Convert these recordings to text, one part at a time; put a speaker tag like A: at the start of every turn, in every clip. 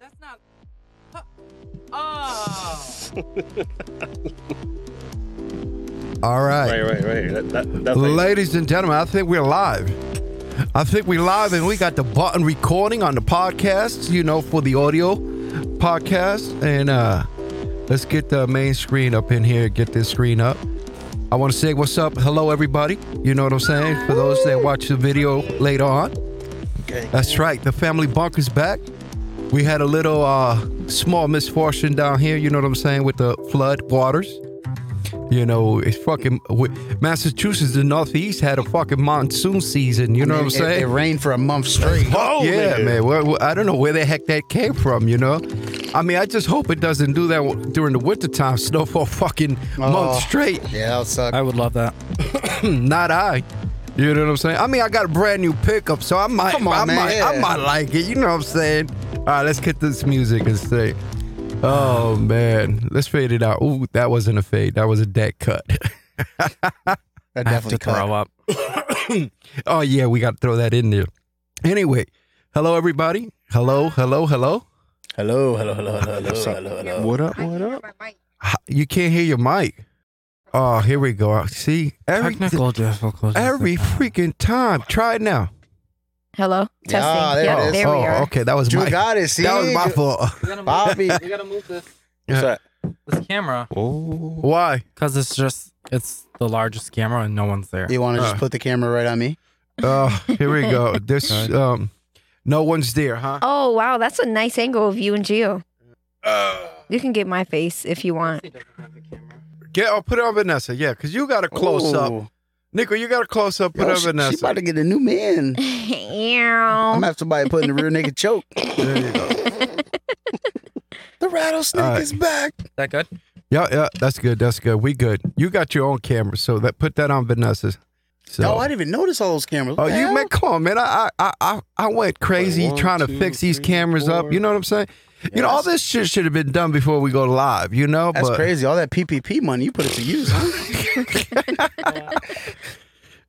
A: That's not. Huh. Oh.
B: All right.
C: Right, right, right. That, that, that's like,
B: Ladies and gentlemen, I think we're live. I think we're live and we got the button recording on the podcast, you know, for the audio podcast. And uh let's get the main screen up in here, get this screen up. I want to say what's up. Hello, everybody. You know what I'm saying? For those that watch the video later on. That's right. The family bunk is back. We had a little uh, small misfortune down here. You know what I'm saying with the flood waters. You know, it's fucking we- Massachusetts, the Northeast had a fucking monsoon season. You know what I'm
D: It-
B: saying?
D: It, rained for a month straight.
C: oh,
B: yeah, man. Well, well, I don't know where the heck that came from. You know, I mean, I just hope it doesn't do that w- during the wintertime. Snow for a fucking month
D: Oh.
B: straight.
D: Yeah, that would suck.
E: I would love that.
B: Not I. You know what I'm saying? I mean, I got a brand new pickup, so I might,
D: Come on,
B: I
D: man.
B: might, I
D: Yeah.
B: might like it. You know what I'm saying? All right, let's get this music and say, oh man, let's fade it out. Ooh, that wasn't a fade. That was a dead cut.
D: That
E: I have
D: definitely
E: to throw
D: cut.
E: up.
B: oh yeah, we got to throw that in there. Anyway, hello everybody. Hello, hello, hello.
D: Hello, hello, hello, hello, hello, hello, hello.
C: What up? What up?
B: H- You can't hear your mic. Oh, here we go. See every
E: Technical difficulties.
B: every freaking time. Try it now.
F: Hello?
D: Yeah,
F: Testing.
D: there
F: Yeah,
D: it
F: there,
D: is.
B: oh,
F: we are.
B: okay, that was
D: You
B: my
D: got it. See,
B: that was my
D: Ju-
B: fault.
A: We gotta move.
D: Bobby.
A: We gotta move this
C: What's that?
A: this camera.
C: Oh.
B: Why?
E: Because it's just, it's the largest camera and no one's there.
D: You want to
B: Uh.
D: just put the camera right on me?
B: Oh, here we go. This
E: Alright.
B: um no one's there, huh?
F: Oh, wow. That's a nice angle of you and Gio. You can get my face if you want.
A: He doesn't have the camera.
B: Get oh put it on Vanessa, yeah, cause you got a close up.
D: Ooh.
B: Nico, you got a close up, put
D: Yo,
B: it on
D: she, she
B: Vanessa.
D: about to get a new man. I'm gonna
F: Ew.
D: have somebody putting the rear naked choke.
B: There you go.
D: The rattlesnake
B: All right.
D: is back.
E: that good?
B: yeah, yeah, that's good. That's good. We good. You got your own camera, so that put that on Vanessa. So
D: Oh, I didn't even notice all those cameras.
B: Oh,
D: What the
B: you
D: hell?
B: man, come on, man! I I I I went crazy
C: one,
B: trying to
C: two,
B: fix these
C: three,
B: cameras up.
C: four.
B: You know what I'm saying? You know all
D: Yes.
B: this shit should have been done before we go live. You know,
D: That's
B: but
D: crazy. All that PPP money you put it to use. Huh?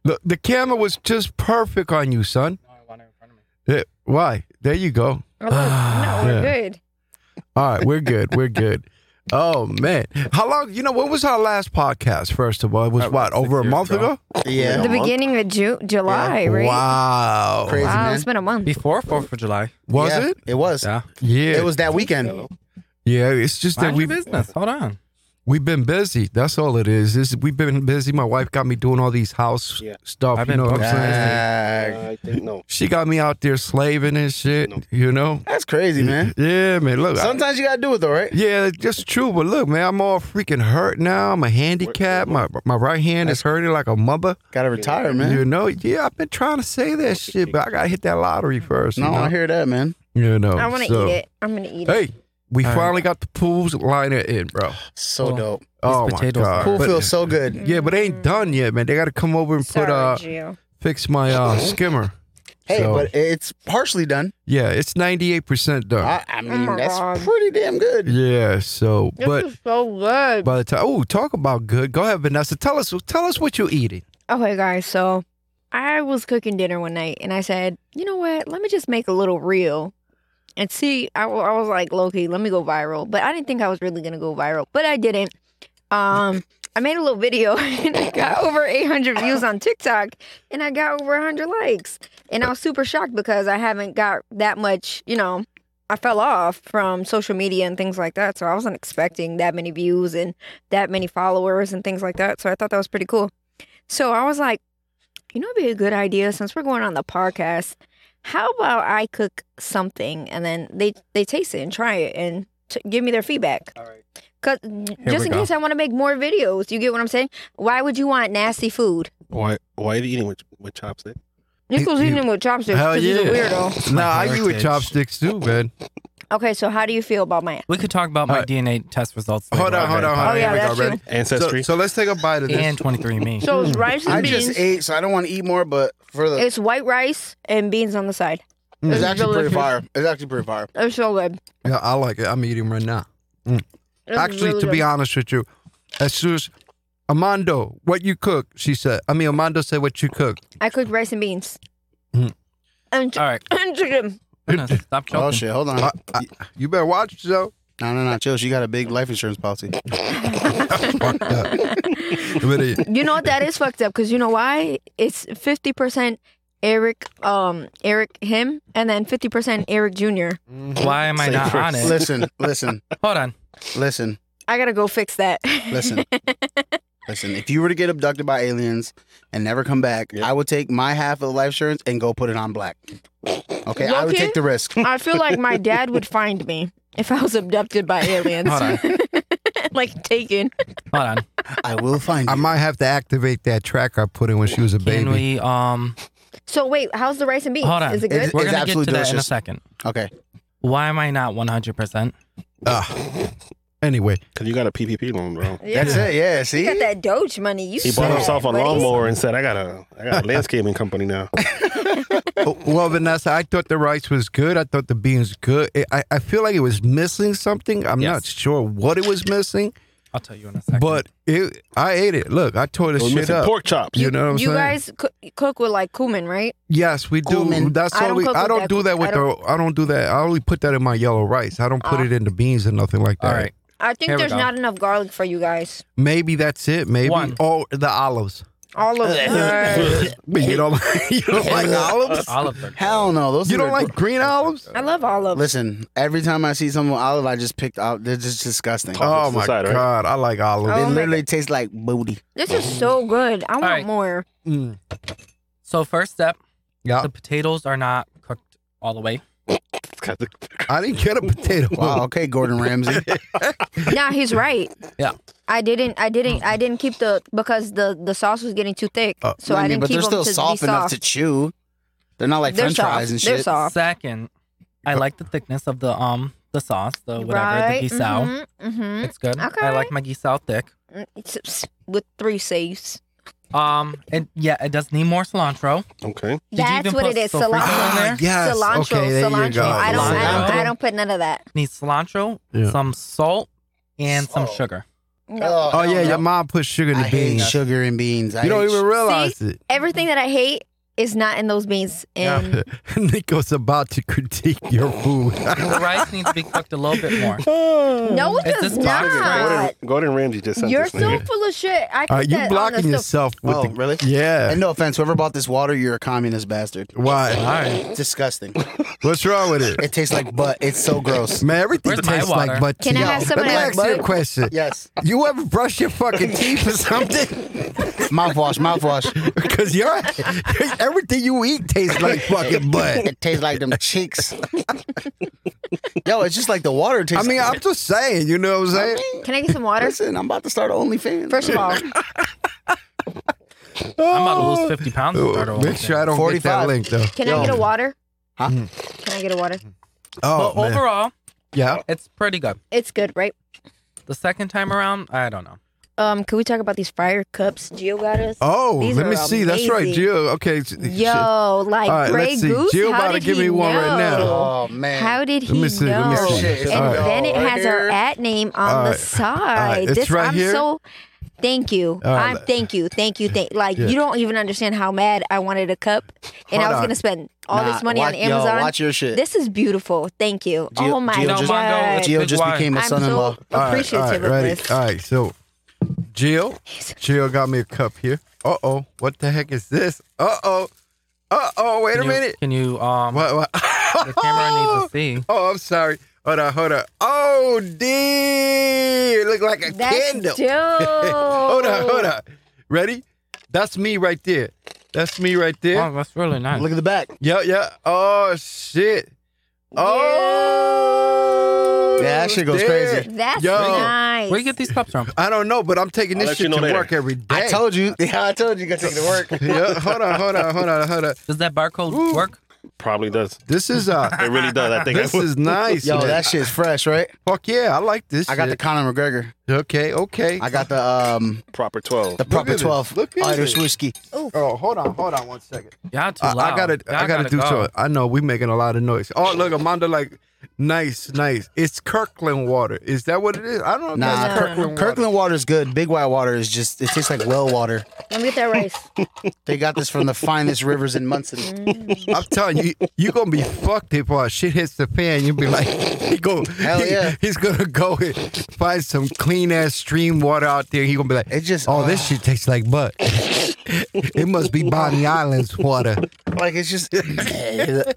B: the the camera was just perfect on you, son.
A: No, I want it in front of me.
B: Yeah, why? There you go.
F: Oh, look. no, we're good.
B: All right, we're good. We're good. Oh man, how long? You know, when was our last podcast? First of all, it was
E: About
B: what
E: six
B: over a
E: years
B: month
E: ago.
B: ago.
D: yeah.
F: The beginning of Ju- July, right?
B: Wow,
D: Crazy.
F: Wow,
D: man.
F: it's been a month.
E: Before 4th of July.
B: was
D: Yeah,
B: it?
D: It was.
E: Yeah.
B: Yeah,
D: It was that weekend.
B: Yeah, it's just that
E: Mind your
B: we've
E: business. Hold on.
B: we've been busy. That's all it is. Is we've been busy. My wife got me doing all these house
C: Yeah.
B: stuff.
E: I've
B: you
E: been
B: know what I'm
E: booked.
B: saying?
D: Ah,
C: I think no.
B: She got me out there slaving and shit.
C: No.
B: You know?
D: that's crazy, man.
B: Yeah, man. Look, I-
D: Sometimes you gotta do it though, right?
B: Yeah, that's true. But look, man, I'm all freaking hurt now. I'm a handicap. My my right hand is hurting like a mother.
D: Gotta retire, man.
B: You know? Yeah, I've been trying to say that shit, but I gotta hit that lottery first.
D: no,
B: you know?
D: I hear that, man.
B: You know,
F: I want to
B: so-
F: eat it. I'm going to eat it.
B: Hey, we
E: All right.
B: finally got the pools liner in, bro.
D: So
E: Cool.
D: dope.
B: oh my
E: potatoes
B: god,
E: are-
D: Pool
B: But-
D: feels so good.
B: Yeah, but they
F: Mm.
B: ain't done yet, man. They gotta come over and
F: Sorry,
B: put uh
F: Gio.
B: fix my uh skimmer.
D: Hey,
B: So-
D: but it's partially done.
B: yeah, it's ninety eight percent done.
D: I, I mean,
F: Oh my
D: that's
F: God.
D: pretty damn good.
B: Oh. yeah, so
F: This
B: but
F: is so good.
B: by the time oh talk about good. Go ahead, Vanessa. Tell us tell us what you're eating.
F: Okay, guys, so I was cooking dinner one night and I said, you know what? Let me just make a little reel and see. I, wa- I was like, Loki, let me go viral. But I didn't think I was really going to go viral, but I didn't. Um, I made a little video and I got over 800 views on TikTok and I got over 100 likes. And I was super shocked because I haven't got that much, you know, I fell off from social media and things like that. So I wasn't expecting that many views and that many followers and things like that. So I thought that was pretty cool. So I was like, you know, it'd be a good idea since we're going on the podcast. How about I cook something and then they they taste it and try it and t- give me their feedback.
A: All right.
F: 'Cause- just
E: we
F: in
E: go.
F: case I want to make more videos, you get what I'm saying? Why would you want nasty food?
C: Why? Why are you eating with with chopsticks?
F: Nichols
B: you-
F: eating with chopsticks
B: Hell
F: because he's a
B: yeah.
F: weirdo.
B: Nah, I eat with
E: heritage.
B: chopsticks too, man.
F: Okay, so how do you feel about my?
E: We could talk about my
B: Alright.
E: DNA test results.
B: Hold
E: later Oh,
B: on, hold on, hold on.
F: Oh, yeah,
B: Here we go.
F: that's true.
B: Ready? So,
C: Ancestry.
B: so let's take a bite of this.
E: And 23andMe.
F: So
B: Mm.
F: it's rice and
D: I
F: beans.
D: just ate, so I don't want to eat more, but for the.
F: It's white rice and beans on the side.
D: It's,
F: it's
D: actually
F: delicious.
D: pretty fire. It's actually pretty fire.
F: It's so good.
B: yeah, I like it. I'm eating right now.
F: It's
B: Actually,
F: really
B: to be
F: good.
B: honest with you, as soon as Amando, what you cook, she said. I mean, Amando said what you cook.
F: I cooked rice and beans
B: Mm.
F: and, chi-
E: All right.
F: and chicken.
E: Goodness, stop
D: Oh
E: joking.
D: shit! Hold on.
B: I- I- you better watch yourself.
D: No, no, no. Chill. She got a big life insurance policy.
B: Fucked up. But, uh,
F: You know what? That is fucked up because you know why? It's fifty percent Eric, um, Eric him, and then fifty percent Eric Junior.
E: Why am I not
C: Safer.
E: on it?
D: Listen, listen,
E: Hold on.
D: listen,
F: I gotta go fix that.
D: Listen. listen. If you were to get abducted by aliens and never come back,
C: Yeah.
D: I would take my half of the life insurance and go put it on black. Okay, I would
F: Okay.
D: take the risk.
F: I feel like my dad would find me if I was abducted by aliens,
E: Hold on.
F: like taken.
E: Hold on.
D: I will find.
B: I
D: You.
B: might have to activate that track I put in when she was a
E: Can
B: baby.
E: we um
F: So wait, how's the rice and beans?
E: Hold on.
F: Is it good?
D: It's-
E: we're gonna get to
D: absolutely
E: that in a
D: delicious.
E: second.
D: Okay.
E: Why am I not one hundred percent?
B: Ah. anyway,
C: Cause you got a PPP loan, bro.
D: That's it. Yeah. See.
F: You got that Doge money. You
C: He bought
F: sad,
C: himself a
F: buddy.
C: lawnmower and said, "I got a, I got a landscaping company now."
B: Oh, well, Vanessa, I thought the rice was good. I thought the beans good. I- I, I feel like it was missing something. I'm
E: Yes.
B: not sure what it was missing,
E: I'll tell you in a second.
B: but it. I ate it. Look, I tore the
C: We're
B: shit
C: missing
B: up.
C: pork chops.
B: You know what I'm
F: You
B: saying?
F: guys cook, cook with like cumin, right?
B: yes, we do.
D: Cumin.
B: That's
F: I
B: all
F: don't
B: we.
F: cook
B: I
F: with
B: don't
F: that.
B: do that with
F: I
B: the. I don't do that. I only put that in my yellow rice. I don't put
F: Ah.
B: it in the beans and nothing like that.
E: all right.
F: I think
E: Here we
F: there's
E: go.
F: not enough garlic for you guys.
B: Maybe that's it. Maybe
E: One.
B: oh the olives.
F: All of it.
B: But you don't. You don't like olives.
E: Olive oil.
D: Hell no. Those
B: You
D: things
B: don't
D: are
B: like green olives.
F: I love all of it.
D: Listen, every time I see someone with olive, I just picked out. They're just disgusting.
B: Oh
C: Olives
B: my
C: aside, right?
B: god, I like
F: Oh
B: olives.
D: they
F: my
D: literally taste like booty.
F: This is so good. I want
E: right.
F: more.
B: Mm.
E: So first step,
B: Yeah,
E: the potatoes are not cooked all the way.
C: Got the-
B: I didn't get a potato.
D: Wow. Okay, Gordon Ramsay.
F: Nah, he's right.
E: Yeah.
F: I didn't. I didn't. I didn't keep the because the the sauce was getting too thick.
B: Uh,
F: so I,
D: mean,
F: didn't
D: but
F: keep
D: they're
F: them
D: still
F: to
D: soft
F: be
D: enough
F: soft.
D: to chew. They're not like
F: they're
D: French
F: soft.
D: fries and
F: They're
D: shit.
F: soft.
E: Second, I like the thickness of the um the sauce, the whatever
F: right?
E: the guisao.
F: Mm-hmm.
E: It's good.
F: Okay.
E: I like my guisao thick.
F: With three C's.
E: Um, and yeah, it does need more cilantro.
C: okay.
E: Did you
F: That's
E: even
F: what
E: put
F: it is.
E: sofrito in
F: Cilantro.
E: there?
B: Ah, yes.
F: cilantro.
B: Okay, there you
F: cilantro.
B: go.
F: I don't. I don't.
E: Cilantro.
F: I don't put none of that.
E: Needs cilantro,
B: Yeah.
E: some salt, and some
D: Salt.
E: sugar.
F: No.
B: Oh yeah, your mom put sugar in
D: I
B: the
D: hate
B: beans.
D: sugar and beans. I
B: You don't
D: hate
B: even
D: su-
B: realize it.
F: Everything that I hate is not in those beans. And
B: Nico's about to critique your food.
E: The rice needs to be cooked a little bit more.
F: no, it
E: Is
F: does
E: this black?
F: not.
C: Gordon, Gordon Ramsay just sent
F: You're
C: this
F: so
C: nigga.
F: full of shit. I
B: Are
F: cooked
B: Uh, you
F: that on
B: blocking
F: the stove.
B: yourself with
D: Oh,
B: the
D: really?
B: Yeah.
D: And no offense, whoever bought this water, you're a communist bastard.
B: Why?
D: Disgusting.
B: What's wrong with it?
D: It tastes like butt. It's so gross.
B: Man, everything
E: Where's my
B: tastes
E: water?
B: like butt
F: Can I
B: tea.
F: have some
B: Let
F: of
B: me
F: that
B: ask you a
F: butt?
B: question.
D: Yes.
B: You ever brush your fucking teeth or something?
D: Mouthwash, mouthwash.
B: Because you're everything you eat tastes like fucking butt.
D: It tastes like them cheeks. Yo, it's just like the water
B: I
D: tastes
B: mean, I'm just saying. You know what I'm saying?
F: Can I get some water?
D: Listen, I'm about to start OnlyFans.
F: First of all,
E: I'm about to lose fifty pounds. to start
B: Oh,
E: over
B: Make
E: with
B: sure
E: it.
B: I don't get
D: 45.
B: that link though.
F: can
D: Yo.
F: I get a water?
D: Huh?
B: Hmm.
F: Can I get a water?
B: Oh,
E: but
B: man.
E: overall,
B: yeah.
E: it's pretty good.
F: It's good, right?
E: The second time around, I don't know.
F: Um, can we talk about these fryer cups Gio got us?
B: Oh,
F: These
B: let me
F: are
B: see. That's right,
F: amazing.
B: Gio. Okay. s- shit.
F: Yo, like
B: All right,
F: Grey
B: let's see.
F: Goose.
B: Gio
F: How
B: about to
F: did
B: give
F: he
B: me one
F: know?
B: right now.
D: Oh man.
F: How did
B: Let me
F: he
B: see, let
F: know?
B: me see.
D: Shit, it's
F: And
B: all
F: then
D: right.
F: it has our
D: Right here.
F: at name on
B: All
F: the
B: right.
F: side.
B: All right, it's
F: This
B: right
F: I'm
B: here.
F: so thank you.
B: All right.
F: I'm thank you, thank you, thank. Like
B: Yeah.
F: you don't even understand how mad I wanted a cup,
B: Hold
F: and I was
B: on.
F: gonna spend all
D: Nah,
F: this money
D: wa-
F: on Amazon.
D: Yo, watch your shit.
F: This is beautiful. Thank you.
D: Gio-
F: oh my
D: Gio
E: No,
F: god.
D: just-
E: Mongo, it's
D: Gio
E: big
D: just
E: wine.
D: became a
F: I'm
D: son-in-law.
F: so appreciative
B: all right,
F: of
B: ready.
F: this.
B: All right, so Jill, Jill got me a cup here. Uh oh, what the heck is this? Uh oh, uh oh, wait
E: Can
B: a
E: you,
B: minute.
E: Can you um?
B: What? what?
E: The camera needs to see.
B: Oh, I'm sorry. Hold on, hold on. Oh, dear, it look like a
F: That's
B: candle.
F: dope.
B: hold on, hold on. Ready? That's me right there. That's me right there.
E: Oh, that's really nice.
D: Look at the back.
B: Yeah, yeah. Oh shit. Oh.
D: Yeah, that shit goes
B: damn.
D: crazy.
F: That's
B: Yo.
F: nice.
E: Where you get these cups from?
B: I don't know, but I'm taking
C: I'll
B: this
C: let you
B: shit
C: know
B: to
C: later.
B: work every day.
D: I told you. Yeah, I told you. You got to take it to work.
B: yeah, hold on, hold on, hold on, hold on.
E: Does that barcode
B: Ooh.
E: work?
C: Probably does.
B: This is uh,
C: It really does. I think
B: this
C: I would.
B: is nice.
D: Yo,
B: man.
D: that shit's fresh, right?
B: Fuck yeah, I like this.
D: I got the
B: shit.
D: Conor McGregor.
B: okay, okay.
D: I got the um
C: proper twelve.
D: the
B: at
D: proper
B: this.
D: twelve
B: Look at
D: Irish
B: this.
D: whiskey.
B: oh, hold on, hold on, one second.
E: Yeah, too
B: I,
E: loud.
B: I gotta,
E: Y'all
B: I gotta do
E: go.
B: something. I know we making a lot of noise. Oh, look, Amanda, like Nice, nice. It's Kirkland water. Is that what it is? I don't know. if
D: Nah,
B: that's
F: No, no, no.
B: Kirkland. water.
D: Kirkland water is good. Big White water is just it tastes like well water.
F: Let me get that rice.
D: They got this from the finest rivers in Munson.
F: Mm.
B: I'm telling you, you're gonna be fucked if uh, shit hits the fan. You'll be like, he go,
D: Hell
B: he-
D: yeah.
B: he's gonna go and find some clean ass stream water out there. He gonna be like,
D: It just uh,
B: oh, this shit tastes like butt. it must be Bonnie Island's water.
D: like it's just the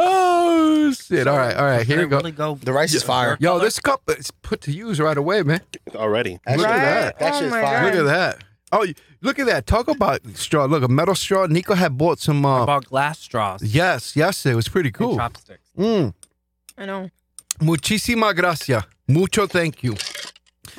B: Oh shit! All right, all right, here we go.
D: rice is fire.
B: Yo, this cup is put to use right away, man.
C: already.
D: That
B: Look
D: shit-
B: at that.
D: That
F: Oh
D: shit's
F: my
D: fire.
B: Look at that. Oh, you- look at that. Talk about straw. Look, a metal straw. Nico had bought some. Uh,
E: about glass straws. and
B: yes, yes, it was pretty cool.
E: Chopsticks.
B: Mm.
F: I know.
B: Muchísimas gracias. Mucho thank you.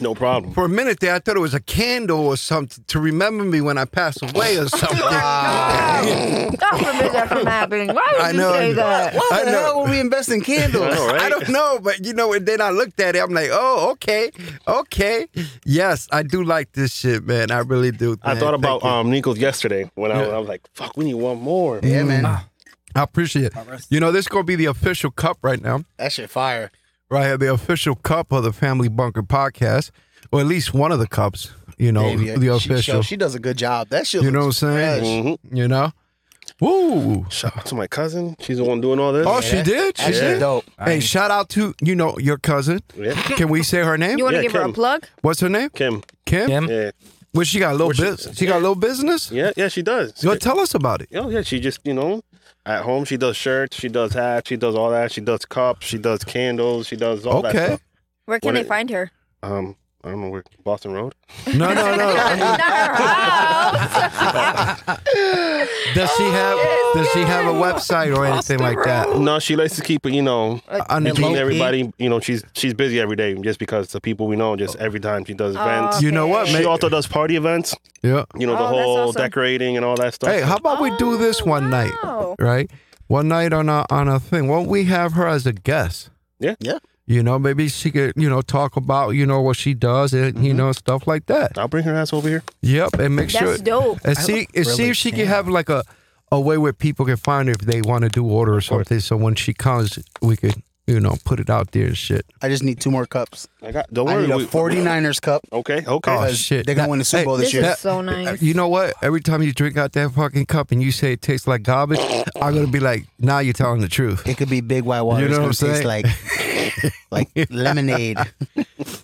C: No problem.
B: For a minute there, I thought it was a candle or something to remember me when I pass away or something.
F: Oh God forbid that from happening. Why would
B: I
F: you
B: know.
F: say that?
D: Why
B: I
D: the
B: know.
D: hell would we invest in
C: I
D: candles?
C: know, right?
B: I don't know, but you know, and then I looked at it, I'm like, oh, okay, okay. Yes, I do like this shit, man. I really do.
C: I
B: man.
C: thought
B: Thank
C: about
D: uh,
B: you.
C: um Nico's yesterday when I,
B: Yeah.
C: I was like, "Fuck, we need one more."
B: Mm.
D: Yeah, man.
B: Ah. I appreciate it. You know, this is gonna be the official cup right now.
D: That shit fire.
B: Right here, the official cup of the Family Bunker podcast, or at least one of the cups, you know,
D: Baby,
B: Oh, the
D: she- yo,
B: official.
D: She, does a good job. That shit.
B: You know what I'm
D: looks
B: saying?
D: fresh.
C: hmm
B: you know? Woo.
C: Shout out to my cousin. She's the one doing all this.
B: Oh, she did? She
D: That shit
B: did?
D: dope.
B: Oh, Hey, shout out to you know your cousin.
C: Yeah.
B: Can we say her name?
F: You want to
C: Yeah,
F: give her a
C: Kim.
F: plug?
B: What's her name?
C: Kim.
B: Kim.
E: Kim?
C: Yeah.
B: Well, she got a little
C: Where she-
B: bus She got a little business.
C: Yeah. Yeah. She does.
B: Yo, tell us about it.
C: Oh yeah, she just you know, at home she does shirts, she does hats, she does all that, she does cups, she does candles, she does all that
B: Okay.
C: stuff.
F: Where can
C: What
F: they
C: it-
F: find her?
C: Um, I don't know where Boston Road.
B: No, no, no.
F: Not her house.
B: Does she have Does she have a website or anything like that?
C: No, she likes to keep it, you know,
B: On the
C: between
B: low-key?
C: everybody. You know, she's she's busy every day just because the people we know. Just every time she does events,
B: You know what,
C: she
B: man?
C: also does party events.
B: Yeah.
C: You know, the
F: Oh. Oh, that's
C: whole
F: awesome.
C: decorating and all that stuff.
B: Hey, how about we do this one night,
F: Oh, wow.
B: right? One night on a on a thing. Won't we have her as a guest?
C: Yeah.
D: Yeah.
B: You know, maybe she could, you know, talk about, you know, what she does and you know stuff like that.
C: I'll bring her ass over here.
B: Yep, and make sure
F: That's dope.
B: And see, and see if she can have like a, a way where people can find her if they want to do order or something. So when she comes, we could, you know, put it out there and shit.
D: I just need two more cups.
C: I got. Don't
D: I
C: worry.
D: need a
C: we-
D: 49ers cup.
C: Okay. Okay.
B: Oh,
D: because
B: shit.
D: They're gonna
B: That-
D: win the Super
B: hey,
D: Bowl Oh, this
F: This
D: year.
F: is so nice.
B: You know what? Every time you drink out that fucking cup and you say it tastes like garbage, I'm gonna be like, now you're telling the truth.
D: it could be big white water.
B: You know
D: it's
B: what I'm
D: gonna taste like like lemonade.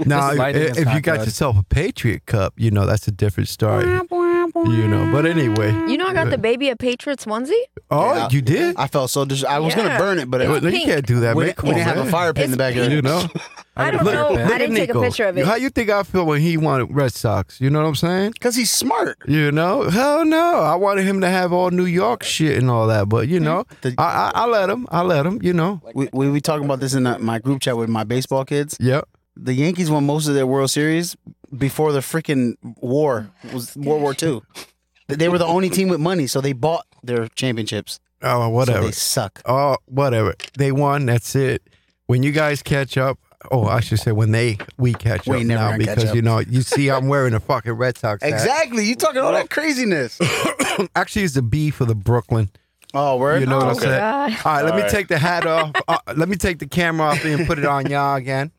B: Now, if,
E: lighting is
B: if you
E: not
B: got
E: good.
B: yourself a Patriot cup, you know that's a different story. You know, but anyway.
F: You know, I got the baby a Patriots onesie.
B: Oh,
D: Yeah.
B: you did?
D: I felt so. Dis- I was gonna
F: Yeah.
D: burn it, but it,
B: Well,
D: we,
B: you
F: pink.
B: can't do that, man.
D: didn't-
B: Come
D: we
B: on,
D: didn't have a
B: man.
D: fire pit in the
F: It's
D: back of
B: You
D: it.
B: know.
F: I don't know.
B: Look
F: I
B: at
F: didn't take a
B: Nico.
F: picture of it.
B: How you think I feel when he wanted Red Sox? You know what I'm saying?
D: Cause he's smart.
B: You know, hell no. I wanted him to have all New York shit and all that, but you know,
D: Mm-hmm. The-
B: I, I I let him. I let him. You know.
D: We we, we talking about this in uh my group chat with my baseball kids.
B: Yep.
D: The Yankees won most of their World Series before the freaking war was World War II. They were the only team with money, so they bought their championships.
B: Oh,
D: So
B: whatever.
D: they suck.
B: oh, whatever. They won. That's it. When you guys catch up. Oh, I should say when they we catch
D: We
B: up
D: never
B: now
D: gonna catch
B: because
D: up.
B: you know you see I'm wearing a fucking Red Sox hat.
D: Exactly. You talking all that craziness.
B: Actually, it's a B for the Brooklyn.
D: Oh, word.
B: You know what I'm
F: Oh,
B: saying?
F: God.
B: All right, let
C: All
B: me
C: right.
B: take the hat off. Uh, let me take the camera off and put it on y'all again.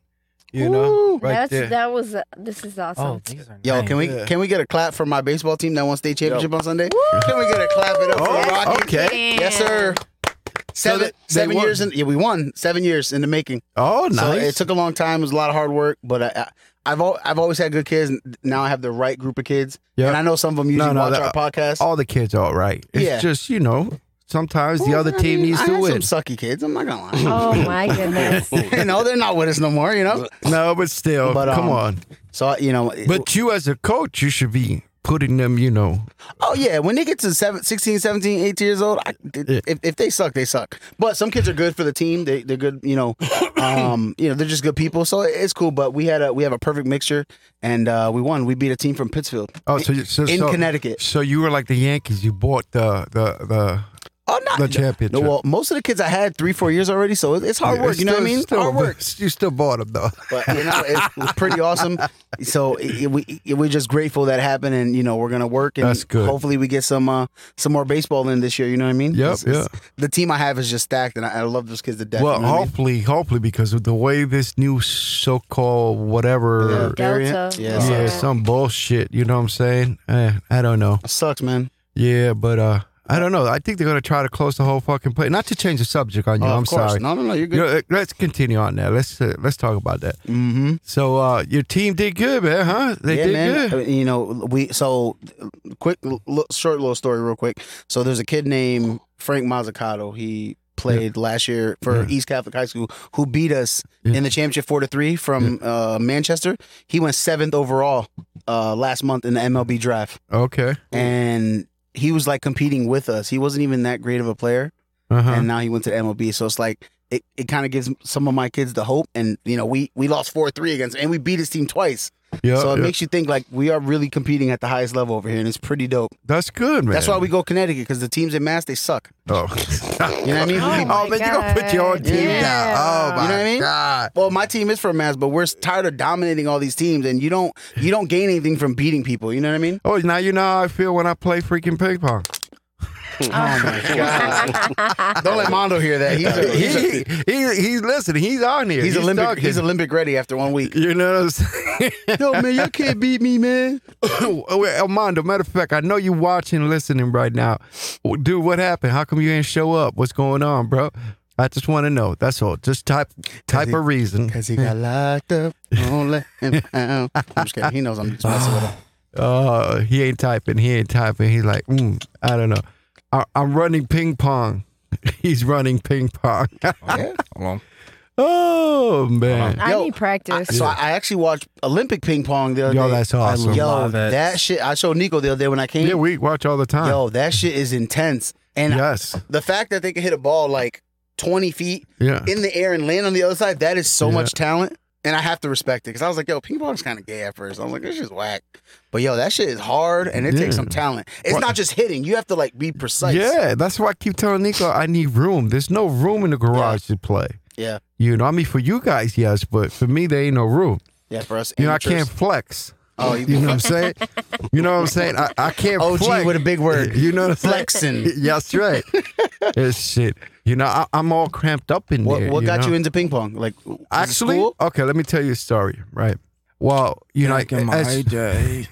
B: You know, right
F: That's
B: there.
F: that was uh, this is
E: Oh,
F: awesome.
E: these are
D: Yo,
E: nice.
D: can we
B: Yeah.
D: can we get a clap for my baseball team that won state championship on Sunday? Can we get a clap it up for
B: Oh,
D: Rocky?
B: okay.
D: Yes, sir. Seven
B: they- they
D: seven
B: won.
D: years in yeah, we won seven years in the making.
B: Oh, nice.
D: So it took a long time. It was a lot of hard work, but I, I, I've al- I've always had good kids. and Now I have the right group of kids,
B: Yeah.
D: and I know some of them usually
B: No, no,
D: watch
B: that-
D: our podcast.
B: all the kids are all right. It's
D: Yeah.
B: just, you know, sometimes the
D: Well,
B: other
D: I
B: team
D: mean,
B: needs
D: Oh, I
B: to
D: had
B: win.
D: Some sucky kids. I'm not gonna lie.
F: Oh my goodness.
D: you know they're not with us no more. You know.
B: No, but still,
D: But,
B: come
D: um,
B: on.
D: So you know.
B: But you as a coach, you should be putting them, you know.
D: Oh yeah, when they get to seven, 16, 17, 18 years old, I,
B: Yeah.
D: if, if they suck, they suck. But some kids are good for the team. They they're good, you know. Um, you know, they're just good people, so it- it's cool. But we had a we have a perfect mixture, and uh, we won. We beat a team from Pittsfield
B: Oh, so you so,
D: in
B: so,
D: Connecticut.
B: so you were like the Yankees. You bought the the the
D: Oh, not
B: The championship.
D: No, well, most of the kids I had three, four years already, so it- it's hard
B: Yeah,
D: work.
B: it's
D: You know what I
B: still-
D: mean?
B: Still,
D: hard work.
B: You still bought them though.
D: but you know it was pretty awesome. So it, it- we it- we're just grateful that happened, and you know we're gonna work. And
B: That's good.
D: Hopefully we get some uh, some more baseball in this year. You know what I mean?
B: Yep,
D: It's- it's- the team I have is just stacked, and I, I love those kids to death.
B: Well,
D: you know what I mean?
B: hopefully, hopefully, because of the way this new so-called whatever,
D: Yeah. Variant?
F: Delta.
D: Yeah,
B: yeah,
D: Yeah.
B: some bullshit. You know what I'm saying? Eh, I don't know.
D: It sucks, man.
B: Yeah, but uh, I don't know. I think they're gonna try to close the whole fucking place. Not to change the subject on you.
D: Oh,
B: I'm
D: of course.
B: sorry.
D: No, no, no. You're
B: You
D: good.
B: know, eh, let's continue on that. Let's uh, let's talk about that.
D: Mm-hmm.
B: So uh, your team did good, man, huh? They
D: yeah,
B: did
D: man.
B: good.
D: I mean, You know, we so quick, little, short little story, real quick. So there's a kid named Frank Mazzucato. He played last year for
B: Yeah.
D: East Catholic High School, who beat us
B: Yeah.
D: in the championship four to three from uh, Manchester. He went seventh overall uh, last month in the MLB draft,
B: Okay.
D: and he was like competing with us. He wasn't even that great of a player,
B: Uh huh.
D: and now he went to the MLB. So it's like. It, it kind of gives some of my kids the hope, and you know we we lost four three against, and we beat his team twice
B: Yeah.
D: so it
B: yeah.
D: makes you think like we are really competing at the highest level over here, and it's pretty dope.
B: That's good, man.
D: That's why we go Connecticut because the teams in Mass they suck.
B: Oh.
D: You know what I mean?
F: Oh,
D: We-
F: my
B: oh man, you gonna put your own
F: God.
B: team
F: Yeah.
B: down? Oh
F: You
B: my
D: know what I mean?
B: god!
D: well, my team is from Mass, but we're tired of dominating all these teams, and you don't you don't gain anything from beating people. You know what I mean?
B: Oh, now you know how I feel when I play freaking ping pong.
D: Oh my god! don't let Mondo hear that. He's a,
B: He,
D: he's a,
B: he, he, he's listening. He's on here.
D: he's Olympic
B: talking.
D: he's Olympic ready after one week.
B: you know what I'm saying?
D: Yo, man, you can't beat me, man.
B: Oh, wait, Armando, matter of fact, I know you watching, listening right now. Dude, what happened? How come you ain't show up? What's going on, bro? I just want to know. That's all. Just type type
D: he-
B: a reason.
D: Cause he got locked up. Don't let him out. I'm just kidding. He knows I'm just messing with him.
B: Uh, he ain't typing. He ain't typing. He's like, mm, I don't know. I, I'm running ping pong. He's running ping pong.
E: Well,
B: oh man,
F: I
D: Yo,
F: need practice.
D: So I, I actually watched Olympic ping pong the other
B: Yo,
D: day.
B: that's awesome.
D: Yo,
E: Love it.
D: that shit. I showed Nico the other day when I came.
B: yeah, we watch all the time.
D: Yo, that shit is intense. And
B: yes,
D: the fact that they can hit a ball like 20 feet
B: yeah.
D: in the air and land on the other side, that is so
B: Yeah.
D: much talent. And I have to respect it because I was like, yo, ping pong's kind of gay at first. I was like, this shit's whack. But yo, that shit is hard and it
B: Yeah.
D: takes some talent. It's
B: What-
D: not just hitting, you have to like be precise.
B: Yeah, that's why I keep telling Nico I need room. There's no room in the garage to play.
D: Yeah.
B: You know, I mean, for you guys, yes, but for me, there ain't no room.
D: Yeah, for us.
B: You know, I
D: amateurs.
B: can't flex.
D: Oh,
B: you know what I'm saying? You know what I'm saying? I, I can't
D: OG
B: flex.
D: with a big word.
B: You know what I'm saying?
D: Flexing.
B: Yeah, that's right. it's shit. You know, I, I'm all cramped up in
D: What,
B: there.
D: what
B: you
D: got
B: know?
D: you into ping pong? Like, was it
B: Actually,
D: school?
B: okay, let me tell you a story, right? Well, you know,
E: back in my
B: as-
E: day.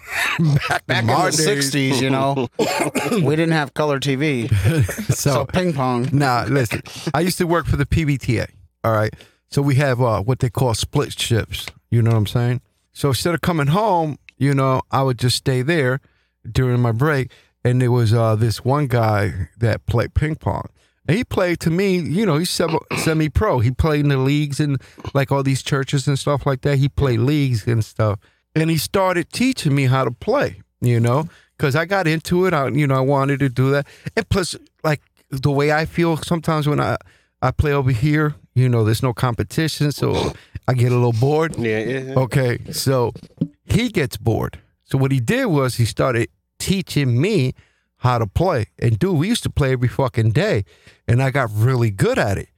B: back,
D: back in the
B: my days,
D: 60s, you know, we didn't have color TV. So
B: so
D: ping pong.
B: Nah, listen. I used to work for the PBTA. All right. So we have uh, what they call split shifts. You know what I'm saying? So instead of coming home, you know, I would just stay there during my break. And there was uh, this one guy that played ping pong. And he played to me, you know, he's semi pro. He played in the leagues and like all these churches and stuff like that. He played leagues and stuff. And he started teaching me how to play, you know, because I got into it. I, you know, I wanted to do that. And plus, like the way I feel sometimes when I I play over here, you know, there's no competition, so I get a little bored.
C: Yeah, yeah. yeah.
B: Okay, so he gets bored. So what he did was he started teaching me how to play. And dude, we used to play every fucking day, and I got really good at it.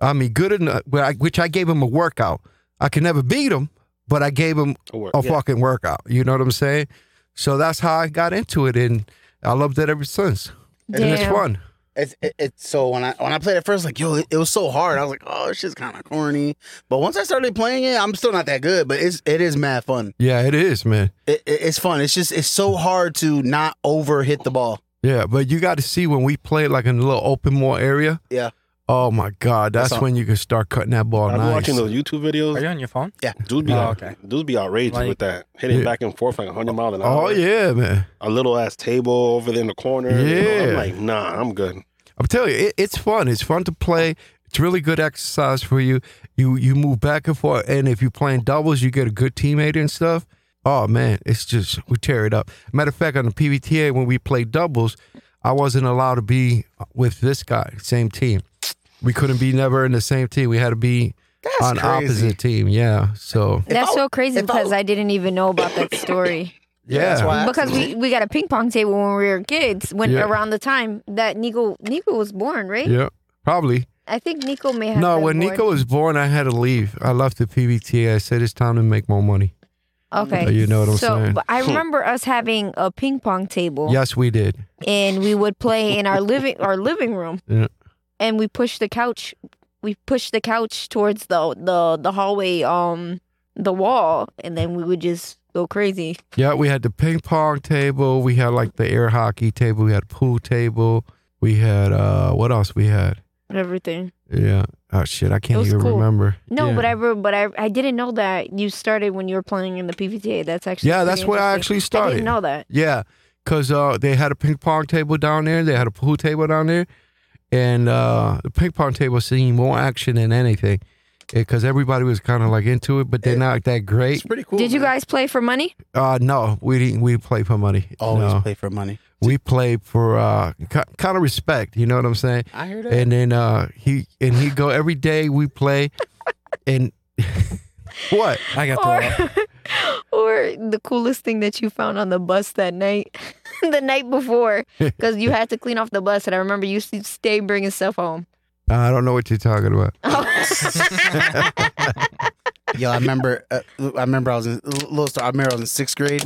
B: I mean, good enough, where I- which I gave him a workout. I could never beat him, but I gave him
C: It'll work.
B: a fucking workout. You know what I'm saying? So that's how I got into it, and I loved it ever since. And it's
F: Damn.
B: fun.
D: It's it, it's so when I when I played at first, like yo, it, it was so hard. I was like, oh, this shit's kind of corny. But once I started playing it, I'm still not that good, but it's it is mad fun.
B: Yeah, it is, man.
D: It, it- it's fun. It's just it's so hard to not over hit the ball.
B: Yeah, but you got to see when we play like in a little open more area.
D: Yeah.
B: Oh my God, that's,
D: That's all.
B: when you can start cutting that ball.
C: I've been
B: Oh, nice.
C: watching those YouTube
E: Are
C: videos.
E: you on your phone?
C: Dudes be,
E: Oh,
C: out-
E: okay.
C: dudes be outrageous
E: Like-
C: with that. Hitting
B: Yeah.
C: back and forth like 100 miles an hour.
B: Oh yeah, man.
C: A little ass table over there in the corner. you know?
B: Yeah.
C: I'm like, nah, I'm good.
B: I'm telling you, it, it's fun. It's fun to play. It's really good exercise for you. You you move back and forth, and if you're playing doubles, you get a good teammate and stuff. Oh man, it's just we tear it up. Matter of fact, on the PVTA when we played doubles, I wasn't allowed to be with this guy, same team. We couldn't be never in the same team. We had to be
D: That's
B: on
D: crazy.
B: opposite team. Yeah, so
F: That's
D: I-
F: so crazy
D: if I-
F: because I, didn't even know about that story.
B: Yeah.
D: That's why I asked
F: because
D: him.
F: we, we got a ping pong table when we were kids. When
B: Yeah.
F: around the time that Nico Nico was born, right?
B: Yeah. Probably.
F: I think Nico may have.
B: No,
F: been
B: when
F: born.
B: Nico was born, I had to leave. I left the PBT. I said it's time to make more money.
F: Okay,
B: You know what I'm
F: so,
B: saying. Hmm.
F: But I remember us having a ping pong table,
B: Yes, we did.
F: and we would play in our living our living room,
B: Yeah.
F: and we pushed the couch, we pushed the couch towards the the the hallway, um, the wall, and then we would just go crazy.
B: Yeah, we had the ping pong table. We had like the air hockey table. We had pool table. We had uh what else we had?
F: Everything.
B: Yeah. Oh shit, I can't
F: was
B: even
F: cool.
B: remember.
F: No,
B: yeah.
F: but I re- but I I didn't know that you started when you were playing in the PVTA. That's actually
B: Yeah, that's
F: pretty
B: where I
F: interesting.
B: actually
F: I
B: started.
F: didn't know that.
B: Yeah, cause uh, they had a ping pong table down there. They had a pool table down there, and uh, the ping pong table seen more action than anything, because everybody was kind of like into it, but they're not that
D: It's
B: great.
D: pretty cool.
F: Did you
D: man.
F: guys play for money?
B: Uh, no, we didn't. We played for money.
D: always
B: No.
D: play for money?
B: We played for uh, kind of respect. You know what I'm saying?
D: I heard
B: And then uh, he and he go every day we play, and what?
E: I got
F: Or,
E: the
F: or the coolest thing that you found on the bus that night, the night before, because you had to clean off the bus, and I remember you used to stay bringing stuff home.
B: I don't know what you're talking about.
D: Yo, I remember. Uh, I remember I was in little star. I remember I was in sixth grade,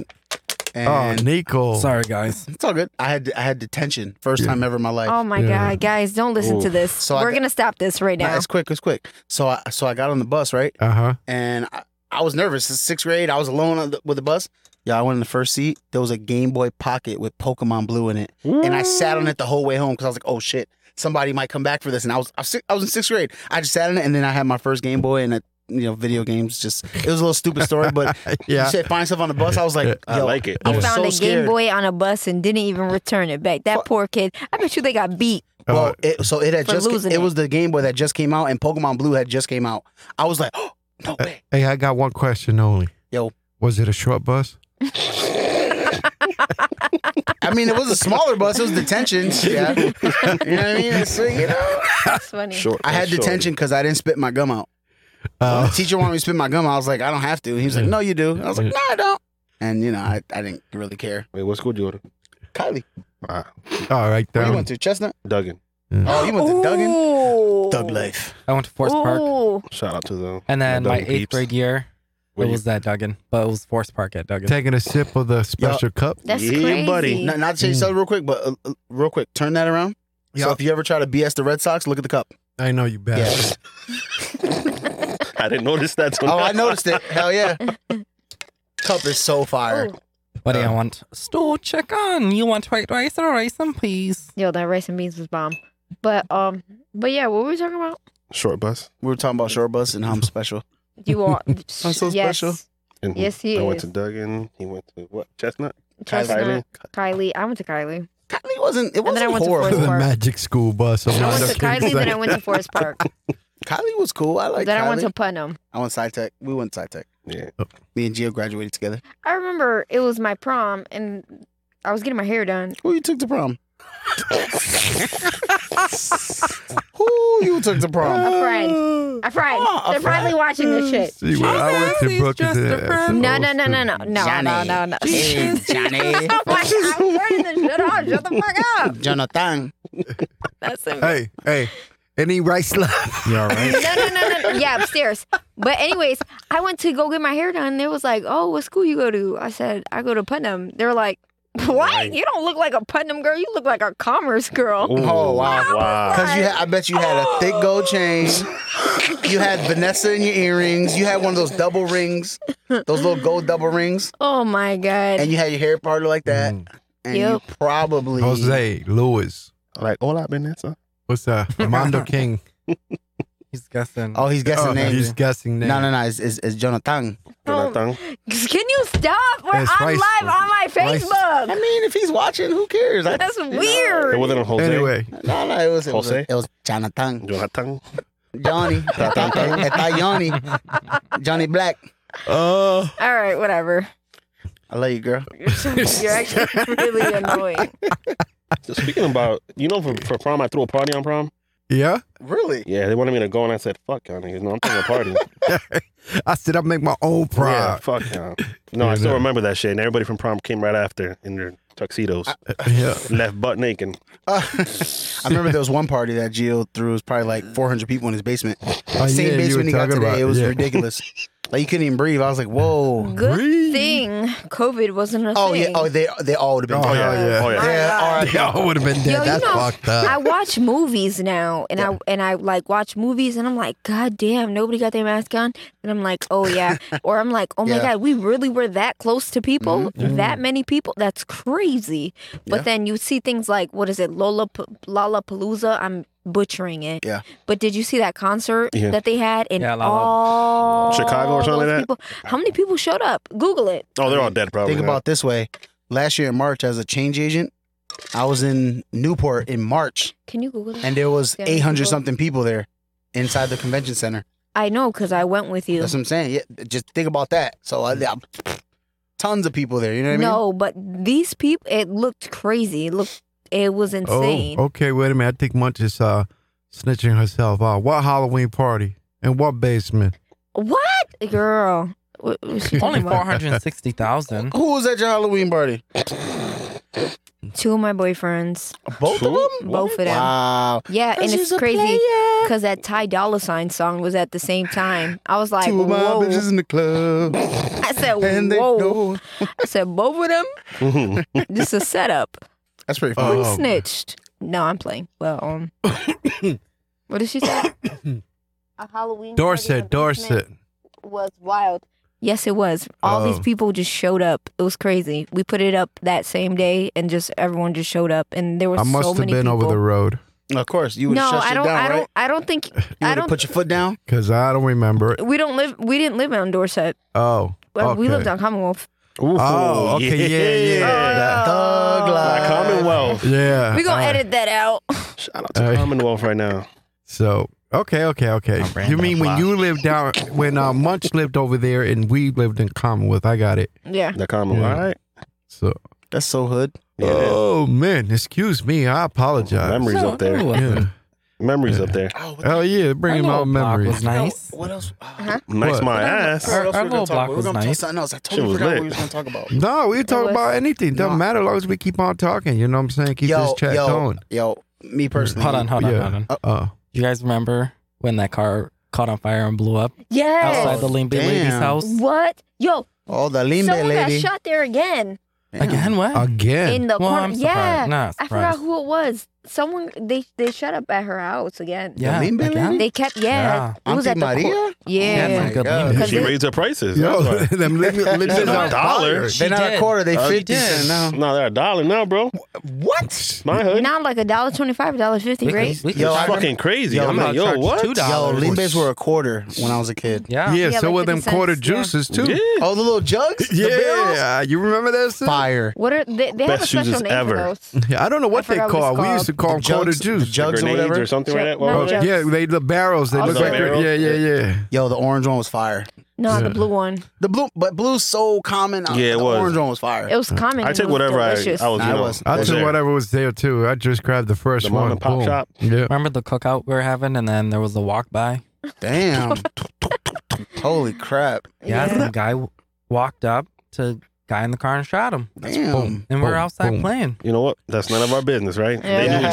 B: Oh,
D: and
B: Nico.
E: Sorry, guys.
D: it's all good. I had I had detention first
B: Yeah.
D: time ever in my life.
F: oh my
B: Yeah.
F: god, guys, don't listen to
C: Oof.
F: this.
D: So I
F: We're
D: got-
F: gonna stop this right
D: Nah,
F: now.
D: it's quick. It's quick. So I so I got on the bus right,
B: Uh huh.
D: and I, I was nervous. It's sixth grade. I was alone on the, with the bus. Yeah, I went in the first seat. There was a Game Boy Pocket with Pokemon Blue in it, and I sat on it the whole way home because I was like, oh shit, somebody might come back for this. And I was I was, si- I was in sixth grade. I just sat on it, and then I had my first Game Boy and. uh you know, video games. Just it was a little stupid story, but
B: Yeah.
D: you said find stuff on the bus. I was like, yo,
C: I like it.
D: I
F: He
D: was
F: found
D: so
F: a Game
D: scared.
F: Boy on a bus and didn't even return it back. That
D: Fuck.
F: poor kid. I bet you they got beat.
B: Oh,
D: Well, it, so it had
F: For
D: just
F: losing
D: it,
F: it.
D: was the Game Boy that just came out, and Pokemon Blue had just came out. I was like, oh, no way.
B: Hey, I got one question only.
D: Yo.
B: Was it a short bus?
D: I mean, it was a smaller bus. It was detention. Yeah, you know what I mean. So, you know,
F: That's funny.
C: Short,
D: I had
C: short.
D: detention because I didn't spit my gum out.
B: Uh,
D: When the teacher wanted me to spit my gum out. I was like, I don't have to. And he was like, No, you do. And I was like, No, I don't. And you know, I, I didn't really care.
C: Wait, what school did you go to?
D: Kylie,
C: Ah,
B: all right,
D: where you
B: down.
D: went to Chestnut?
C: Duggan.
D: Oh, you went to Duggan?
F: Ooh.
D: Thug life.
E: I went to Forest
F: Oh.
E: Park,
F: Ooh.
C: Shout out to them.
E: and then my
C: Duggan
E: eighth
C: peeps.
E: grade year,
C: Where
E: it
C: you-
E: was at Duggan, but it was Forest Park at Duggan.
B: Taking a sip of the special cup.
F: That's
C: Yeah,
F: crazy.
C: buddy.
D: Not, not to change something real quick, but uh, uh, real quick, turn that around.
B: Yeah.
D: So if you ever try to BS the Red Sox, look at the cup.
B: I know you bad.
C: I didn't notice that. till
D: Oh,
C: now.
D: I noticed it. Hell yeah. Cup is so fire.
F: Ooh.
E: What do you want? Store chicken. You want white rice or rice and peas?
F: Yo, that rice and beans was bomb. But um, but yeah, what were we talking about?
C: Short bus.
D: We were talking about short bus and how I'm special.
F: You all, I'm
D: so special.
C: And
F: Yes, he
C: I went
F: is.
C: to Duggan. He went to what? Chestnut.
F: Chestnut, Kylie. I went to Kylie.
D: Kylie wasn't. It
F: And then I
D: wasn't
F: went to
D: horrible.
B: the
F: Park.
B: magic school bus.
F: I went to
B: Amanda
F: Kylie, then I
B: Kingston.
F: went to Forest Park.
D: Kylie was cool. I like.
F: then
D: Kylie.
F: I went to Putnam.
D: I went Sci Tech. We went Sci Tech.
C: Yeah.
D: Me and Gio graduated together.
F: I remember it was my prom, and I was getting my hair done.
D: Who you took to prom? Who you took to prom?
F: A friend. A friend.
D: Oh, a
F: They're probably watching this shit.
B: See, well, I went to
E: She's
B: Brooklyn.
E: just a friend.
F: No, no, no, no, no, no, no, no, no.
D: Hey, Johnny.
F: Oh my God, I'm turning this shit off. Shut the fuck up.
D: Jonathan.
F: That's it.
B: Hey, hey. Any rice left?
E: You're right.
F: no, no, no, no. Yeah, upstairs. But anyways, I went to go get my hair done. They was like, "Oh, what school you go to?" I said, "I go to Putnam." They were like, "What? You don't look like a Putnam girl. You look like a Commerce girl."
D: Oh, wow.
C: Wow.
D: Cause you, had, I bet you had a thick gold chain. You had Vanessa in your earrings. You had one of those double rings, those little gold double rings.
F: Oh my god.
D: and you had your hair parted like that, and
F: Yep.
D: you probably
B: Mm. Jose Lewis.
C: Like hola, Vanessa.
B: What's that? Armando King.
E: He's guessing.
D: Oh, he's guessing
B: Oh,
D: names.
B: He's guessing names.
D: no, no, no. It's, it's, it's Jonathan.
F: Oh,
C: Jonathan.
F: can you stop? We're
B: It's
F: on
B: rice.
F: live on my
B: Rice.
F: Facebook.
D: I mean, if he's watching, who cares? I,
F: That's
C: It
F: weird.
C: wasn't a Jose.
B: Anyway,
D: no, no. It was it was,
C: Jose?
D: it was Jonathan.
C: Jonathan.
D: Johnny. It's Johnny. Johnny Black.
B: uh,
F: All right, whatever.
D: I love you, girl.
F: You're, so- you're actually really annoying.
C: So speaking about, you know, for, for prom, I threw a party on prom.
B: Yeah.
D: Really?
C: Yeah, they wanted me to go, and I said, "Fuck y'all niggas, no, I'm throwing a party."
B: I said I make my own
C: Yeah,
B: pride.
C: fuck y'all. No,
B: Yeah,
C: I still
B: no.
C: remember that shit. And everybody from prom came right after in their tuxedos,
B: Yeah.
C: left butt naked.
D: Uh, I remember there was one party that Gio threw. It was probably like 400 people in his basement.
B: Oh,
D: Same
B: yeah, you were
D: basement he got
B: talking
D: today.
B: about-
D: it was
B: yeah.
D: ridiculous. like you couldn't even breathe. I was like, whoa.
F: Good
B: Breathe.
F: thing COVID wasn't a
D: Oh
F: thing.
D: yeah. Oh, they they all would have been.
B: Oh,
C: Oh yeah,
D: dead.
B: yeah.
C: oh yeah.
D: Yeah. All right.
B: Yeah, I would have been dead.
F: Yo, you
B: That's
F: know,
B: fucked up.
F: I watch movies now, and I and I like watch movies, and I'm like, God damn, nobody got their mask on, and I'm like, oh yeah, or I'm like, oh my
D: Yeah.
F: God, we really were that close to people,
C: Mm-hmm.
F: that many people, that's crazy. But
D: Yeah.
F: then you see things like what is it, Lollap- Lollapalooza? I'm butchering it.
D: Yeah.
F: But did you see that concert
C: Yeah.
F: that they had in
E: Yeah, Lollap-
F: all
C: Chicago or something like
F: those
C: that?
F: People? How many people showed up? Google it.
C: Oh, they're all dead probably.
D: Think
C: now.
D: about it this way. Last year in March, as a change agent, I was in Newport in March,
F: Can you Google that?
D: and there was
F: Yeah,
D: 800
F: people.
D: something people there inside the convention center.
F: I know because I went with you.
D: That's what I'm saying. Yeah, just think about that. So, I, I, tons of people there. You know what I mean?
F: No, but these people, it looked crazy. It looked, it was insane.
B: Oh, okay. Wait a minute. I think Munch is uh, snitching herself out. What Halloween party? And what basement?
F: What, girl? What- what's she
E: Only
F: talking about?
E: 460,000.
D: Who was at your Halloween party?
F: Two of my boyfriends,
D: Both of
C: Two?
D: them.
F: both of them.
D: Wow.
F: Yeah, and it's crazy because that Ty Dolla Sign song was at the same time. I was like,
D: Two of my
F: whoa.
D: bitches in the club,
F: I said,
D: and they
F: whoa.
D: know.
F: I said, both of them.
C: Mhm.
F: This is a setup.
D: That's pretty funny.
F: Who
B: Oh.
F: snitched? No, I'm playing. Well, um, what did she say? a Halloween.
B: Dorset, Dorset.
F: was wild. Yes, it was. All these
B: Oh.
F: people just showed up. It was crazy. We put it up that same day, and just everyone just showed up, and there were
B: I must
F: so
B: have
F: many
B: been over the
F: people.
B: road
D: Of course, you would
F: no,
D: have shut
F: I
D: shit
F: don't.
D: down,
F: I
D: right?
F: don't. I don't think.
D: You
F: I
D: would
F: don't.
D: have put your foot down.
B: because I don't remember it.
F: we don't live. We didn't live on Dorset.
B: Oh.
F: Well, We
B: Okay.
F: lived on Commonwealth.
C: Ooh,
B: Oh, okay, yeah, yeah.
C: yeah.
D: Thug
C: My
D: life.
C: Commonwealth.
B: Yeah.
F: We gonna
B: all right.
F: edit that out.
C: Shout out to
B: Hey.
C: Commonwealth right now.
B: So okay, okay, okay.
E: Oh,
B: you
E: Brandon,
B: mean when
E: wow.
B: you lived down when uh, Munch lived over there and we lived in Commonwealth? I got it.
F: yeah.
C: The Commonwealth.
B: Yeah.
C: All right.
B: So
D: That's so hood.
C: Yeah, it is.
B: oh man, excuse me, I apologize.
C: Memories
E: No,
C: up there.
E: no, it wasn't.
B: Yeah.
C: Memories up there.
D: Oh,
B: Oh yeah,
E: Our
B: bringing
E: little
B: out
E: block
B: memories.
E: was nice.
D: What else?
F: Uh-huh.
C: Nice
B: What?
C: my ass.
E: Our- our little block
D: We were
E: was
D: gonna talk
E: nice.
D: something else. I
C: Shit
D: totally
C: was
D: forgot what
C: lit.
D: we were gonna talk about.
B: No, we talk
F: was-
B: about anything. Doesn't
D: No.
B: matter as long as we keep on talking. You know what I'm saying? Keep this chat
D: yo,
B: going.
D: yo, me personally.
E: Hold on, hold on,
B: Yeah.
E: hold on.
B: Uh,
E: You guys remember when that car caught on fire and blew up outside
F: Yes.
E: the Limby lady's
D: damn.
E: house?
F: What? Yo,
D: All Oh, the limbe
F: someone
D: lady.
F: got shot there again
D: Damn.
E: Again, what?
B: again.
F: in the
E: well,
F: corner.
E: I'm surprised.
F: yeah.
E: Nah,
F: I forgot
E: surprised.
F: who it was. Someone they they shut up at her house again.
E: Yeah,
D: The Limbe
E: again?
F: They kept yeah. It was
D: Auntie
F: at the
D: Maria?
F: court. Yeah.
E: That's
D: my
E: a good
D: God.
E: Limby.
F: Because
C: She
F: it-
C: raised her prices.
B: Yo,
C: That's why.
B: them li- li-
D: They're
B: li-
D: not
C: a dollar.
D: They're
E: She
D: not a Uh,
E: did.
D: quarter. They
E: She
D: fifty
E: did.
D: cent now.
C: No, they're a dollar now, bro.
D: What?
C: My hood.
F: Now like a dollar twenty five, a dollar fifty,
E: We-
F: right?
E: we-
D: Yo, I remember-
C: fucking crazy.
D: Yo,
C: I'm
D: I'm
C: like,
E: gonna
C: yo,
E: charge
C: what?
E: two dollars.
D: Yo,
E: Dollars.
D: limbes were a quarter when I was a kid.
E: Yeah.
B: yeah,
F: Yeah,
B: so
F: like
B: were them
F: 50
B: quarter
F: cents, yeah.
B: juices too.
C: Yeah.
D: Oh, the little jugs. The barrels?
B: Yeah, you remember that? Sid?
D: Fire.
F: What are they? They have a
C: Best
F: special
C: uses
F: name
C: ever.
F: for those.
B: Yeah, I don't know what they
F: forgot what
B: call.
F: it's
B: it. We used
F: called.
B: to call
D: The
B: them quarter
D: jugs- the
B: juice.
D: jugs or
C: Grenades
D: whatever.
C: or something like
F: Ju-
C: that. What
F: no,
C: was
B: Oh,
C: it?
F: jugs.
B: yeah, they the barrels. They
F: Oh,
B: look
F: the
B: like they're-
C: barrels?
B: yeah, yeah, yeah.
D: Yo, the orange one was fire.
F: No,
B: Yeah.
F: the blue one.
D: The blue, but blue's so common. Uh,
C: Yeah, it
D: the
C: was.
D: orange one was fire.
F: It was common.
C: I
F: it
C: took
F: was
C: whatever I, I was. You
F: delicious.
D: Nah, I
C: know,
D: wasn't.
B: I
C: was
B: took
C: there.
B: whatever was there too. I just grabbed the first
C: The
B: one.
C: mom and pop
B: Boom.
C: shop.
B: Yeah.
E: Remember the cookout we were having, and then there was the walk by.
D: Damn. Holy crap.
E: Yeah,
F: Yeah.
E: some guy w- walked up to guy in the car and shot him,
D: Damn.
B: Boom.
E: and we we're
B: boom,
E: outside
B: boom.
E: playing.
C: You know what? That's none of our business, right? They
F: Yeah.
C: knew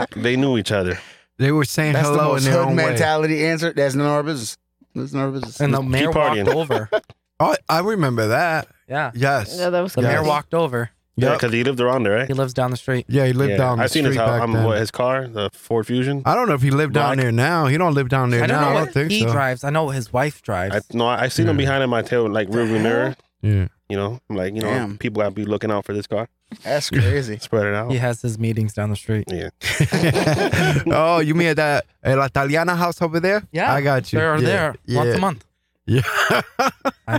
C: each other. They knew each other.
B: They were saying
D: That's the
B: hello in
D: most
B: their
D: hood
B: own way.
D: mentality answer. That's none of our business. That's none of our business.
E: And the mayor walked
C: partying.
E: over.
B: Oh, I remember that.
E: Yeah,
B: Yes.
F: Yeah, that was
E: the
F: crazy.
E: mayor walked over.
C: Yeah,
B: Yep.
C: because he lived around there, right?
E: He lives down the street.
B: Yeah, he lived
C: yeah.
B: down the
C: I've seen his
B: street
C: house.
B: back
C: I'm,
B: then.
C: what, his car, the Ford Fusion. I,
B: I don't know if he lived down
E: Black.
B: there now. He don't live down there
E: I don't
B: now.
E: know
B: I
E: what
B: don't think
E: he
B: so.
E: drives. I know what his wife drives.
C: no, I, I seen him
B: Yeah.
C: behind in my tail, like rear view mirror.
B: Yeah.
C: You know, I'm like, you know,
D: Damn.
C: people gotta be looking out for this car.
D: That's crazy.
C: Spread it out.
E: he has his meetings down the street.
C: Yeah.
B: oh, you mean at that El Italiana house over there?
E: Yeah,
B: I got you.
E: They're
B: yeah.
E: there once a month.
B: Yeah.
E: I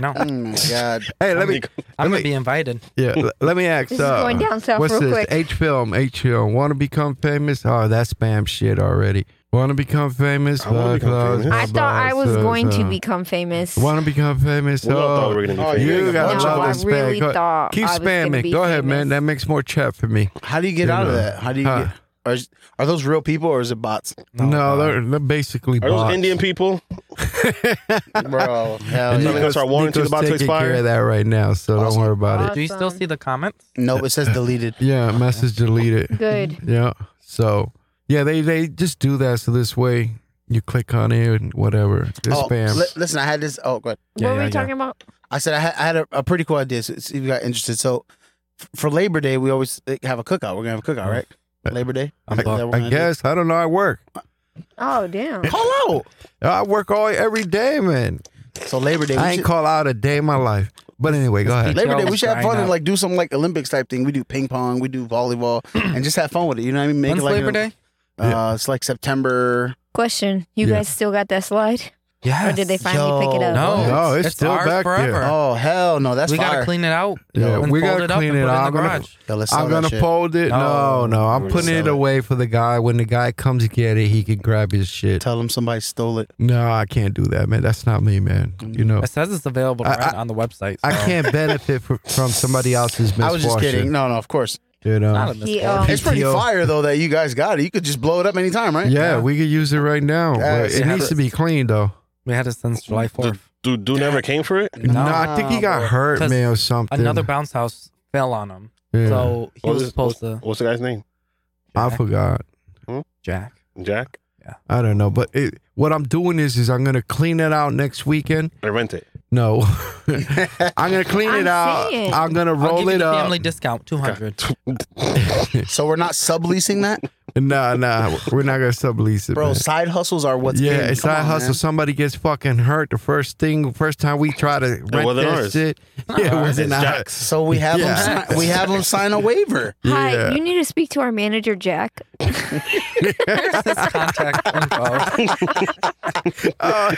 E: know.
D: oh my god.
B: hey, let me.
E: I'm
B: Let me-
E: gonna be invited.
B: Yeah. l- let me ask.
F: This
B: uh,
F: is going down south
B: What's
F: real
B: this?
F: quick.
B: H film, H film. Want to become famous? Oh, that's spam shit already. Want to become famous?
C: I wanna become famous.
F: I thought I was going
B: uh,
F: to become famous.
B: Want to become famous?
C: We all thought
B: Oh,
C: we were gonna be
D: Oh,
C: famous.
B: you
F: no,
B: got a lot
F: I
B: of spam.
F: really
B: Go-
F: thought
B: Keep
F: I was gonna
B: spamming.
F: be
B: Go ahead,
F: famous.
B: man. That makes more chat for me.
D: How do you get out of that? How do you
B: Huh.
D: get Or is, are those real people or is it bots?
B: No, they're, they're basically
C: Are
B: bots.
C: those Indian people?
D: Bro, hell
B: And
D: yeah.
C: Something else
B: Nico's,
C: our warranty's
B: Nico's
C: about to
B: taking care
C: expire?
B: of that right now, so
D: Awesome.
B: don't worry about it.
E: Do you still see the comments?
D: No, it says deleted.
B: Yeah, message deleted.
F: Good.
B: Yeah. So yeah, they they just do that so this way you click on it and whatever. It's
D: oh,
B: spam.
D: li- listen, I had this. Oh, go ahead.
B: Yeah,
F: what were
B: yeah,
F: we
B: yeah.
F: talking about?
D: I said I had, I had a, a pretty cool idea. So see if you got interested. So f- for Labor Day, we always like, have a cookout. We're gonna have a cookout, right? Labor Day.
B: I,
D: Is that what we're
B: I
D: gonna do?
B: guess I don't know. I work.
F: Oh damn.
D: Call out.
B: I work all every day, man.
D: So Labor Day. we
B: I ain't
D: should-
B: call out a day in my life. But anyway, go ahead.
D: Labor Day, we
E: Let's
D: should have
E: grind
D: fun and
E: up.
D: like do some like Olympics type thing. We do ping pong, we do volleyball, and just have fun with it. You know what I mean? Make
E: When's
D: it like
E: Labor
D: a-
E: Day?
D: Uh, it's like September.
F: Question: You
B: Yeah.
F: guys still got that slide,
E: Yeah.
F: or did they finally pick it
D: Yo.
F: up?
E: No,
B: No, it's still
E: ours
B: back there.
E: forever.
D: Oh hell no, that's
E: we
D: fire.
E: gotta clean it out.
B: Yeah,
E: and
B: we
E: fold
B: gotta
E: it up
B: clean
E: and
B: it
E: put it in
B: out.
E: the
B: I'm gonna-
E: garage.
D: Yo, let's
B: I'm
D: sell that
B: gonna
D: shit.
B: fold it. No,
E: No.
B: no, I'm
C: We're
B: putting
D: gonna
B: it
D: sell it.
B: away for the guy. When the guy comes to get it, he can grab his shit.
D: Tell them somebody stole it.
B: No, I can't do that, man. That's not me, man. You know,
E: It says it's available to
B: I-
E: rent on the website.
B: I
E: so-
B: can't benefit fr- from somebody else's misfortune.
D: I was just kidding. No, no, of course.
B: You know,
E: Not a
F: He,
E: misfortune.
F: um,
D: It's pretty
B: PTO.
D: fire though that you guys got it. You could just blow it up anytime, right?
B: yeah, we could use it right now. but
D: Guys,
B: it
E: yeah.
B: needs to be cleaned though.
E: we had it since July 4th.
C: Dude, dude never came for it.
B: No, I think he got
D: bro.
B: hurt,
E: 'Cause
B: man, or something.
E: Another bounce house fell on him.
B: Yeah,
E: So he
C: What
E: was
C: was-
E: supposed to.
C: What's the guy's name?
B: I
E: Jack.
B: forgot.
E: Jack.
C: Jack.
B: I don't know, but it, what I'm doing is, is I'm gonna clean it out next weekend.
C: I rent it.
B: No, I'm gonna clean it
F: I'm
B: out.
F: saying.
B: I'm gonna
E: I'll
B: roll
E: give you
B: it
E: the
B: up.
E: family discount, 200.
D: So we're not subleasing that,
B: Nah, nah, we're not gonna sublease it,
D: bro.
B: man.
D: Side hustles are what's
B: yeah,
D: in.
B: it's
D: Come
B: side
D: on,
B: hustle.
D: man.
B: Somebody gets fucking hurt. The first thing, first time we try to rent
C: wasn't
B: that
C: ours.
B: shit, yeah, it
E: ours.
B: wasn't
C: It's
B: ours.
C: Jack's.
D: So we have
B: Yeah.
D: them. si- we have them sign a waiver.
B: Yeah.
F: Hi, you need to speak to our manager, Jack.
E: Here's his contact info.
B: Oh,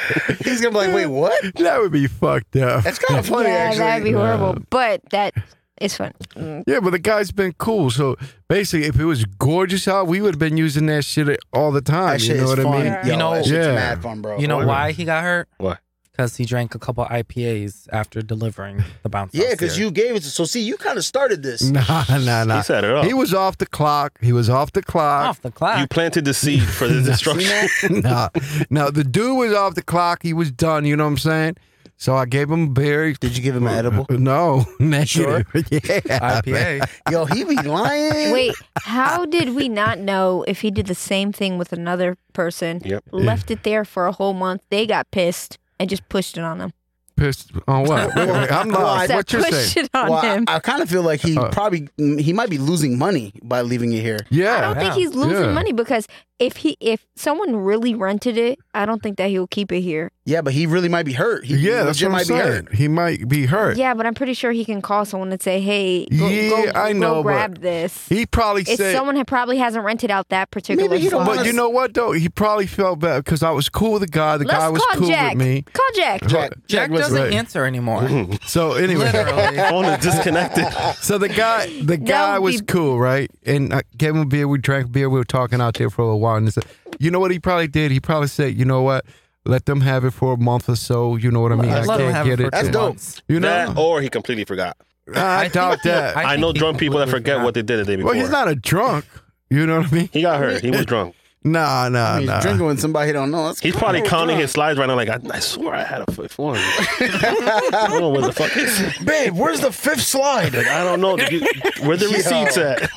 D: He's gonna be like, wait, what?
B: that would be fucked up.
D: That's kind of funny.
F: yeah,
D: actually.
F: that'd be
B: Yeah.
F: horrible. But that is fun. Mm.
B: Yeah, but the guy's been cool. So basically, if it was gorgeous out, we would have been using that shit all the time.
D: That
B: you
D: shit
B: know
D: is
B: what
D: fun.
B: I mean?
D: Yo,
E: You know-
D: that shit's
B: Yeah.
D: mad fun, bro.
E: You know why he got hurt?
C: Why?
E: Because he drank a couple IPAs after delivering the bounce house.
D: Yeah, because
E: here.
D: you gave it. to So see, you kind of started this.
B: Nah, nah, nah.
C: He "Oh." set it up.
B: He was off the clock. He was off the clock.
D: Oh,
E: off the clock.
C: you planted the seed for the destruction.
B: nah, nah. The dude was off the clock. He was done. You know what I'm saying? So I gave him a berry.
D: Did you give him an edible?
B: No, negative. Yeah.
E: IPA.
D: Yo, he be lying.
F: Wait, how did we not know if he did the same thing with another person?
C: Yep.
F: Left it there for a whole month. They got pissed and just pushed it on them.
B: Pissed on what? Wait, wait, I'm lost.
F: Said,
B: What you
F: pushed
B: saying?
F: it on
D: Well, I,
F: him.
D: I kind of feel like he
B: Uh.
D: probably mm, he might be losing money by leaving it here.
F: I
B: Yeah.
F: don't think
E: Yeah.
F: he's losing
B: Yeah.
F: money because if he if someone really rented it, I don't think that he'll keep it here.
D: Yeah, but he really might be hurt. He
B: Yeah, that's what
D: legit
B: I'm
D: might be hurt.
B: saying. He might be hurt.
F: Yeah, but I'm pretty sure he can call someone and say, "Hey, go, go-
B: Yeah, I
F: go
B: know, but
F: grab this."
B: He probably
F: If
B: said.
F: someone had probably hasn't rented out that particular,
D: Maybe he don't
F: slot.
B: But you know what though? He probably felt bad because I was cool with the guy. The
F: let's
B: guy was
F: call
B: cool
F: Jack.
B: with me.
F: Call Jack.
D: Jack,
E: Jack
D: listen.
E: doesn't
B: Right.
E: answer anymore.
B: So anyway,
E: Literally.
C: Phone is disconnected.
B: so the guy, the guy
F: would
B: was
F: be-
B: cool, right? And I gave him a beer. We drank beer. We were talking out there for a little while. And he said, you know what? He probably did. He probably said, you know what? Let them have it for a month or so. You know what I mean? I
E: Let him
B: can't
E: have it
B: get
E: for
B: it.
E: two
D: That's dope.
E: months.
B: You
C: That
B: know,
C: or he completely forgot.
B: I,
E: think
B: doubt
E: he-
B: that.
E: think
C: I know
E: he
C: drunk people that
E: completely
C: forget
E: forgot.
C: what they did the day before.
B: well, he's not a drunk. You know what I mean?
C: He got hurt. He was drunk.
B: Nah, nah,
D: He's
B: nah.
D: drinking with somebody he don't know. That's
C: He's probably
D: cool.
C: counting his slides right now. Like I, I swear I had a fifth one. I don't know where the fuck is. it.
D: Babe, where's the fifth slide?
C: Like, I don't know. Did you- Where the
D: Yo.
C: receipts at?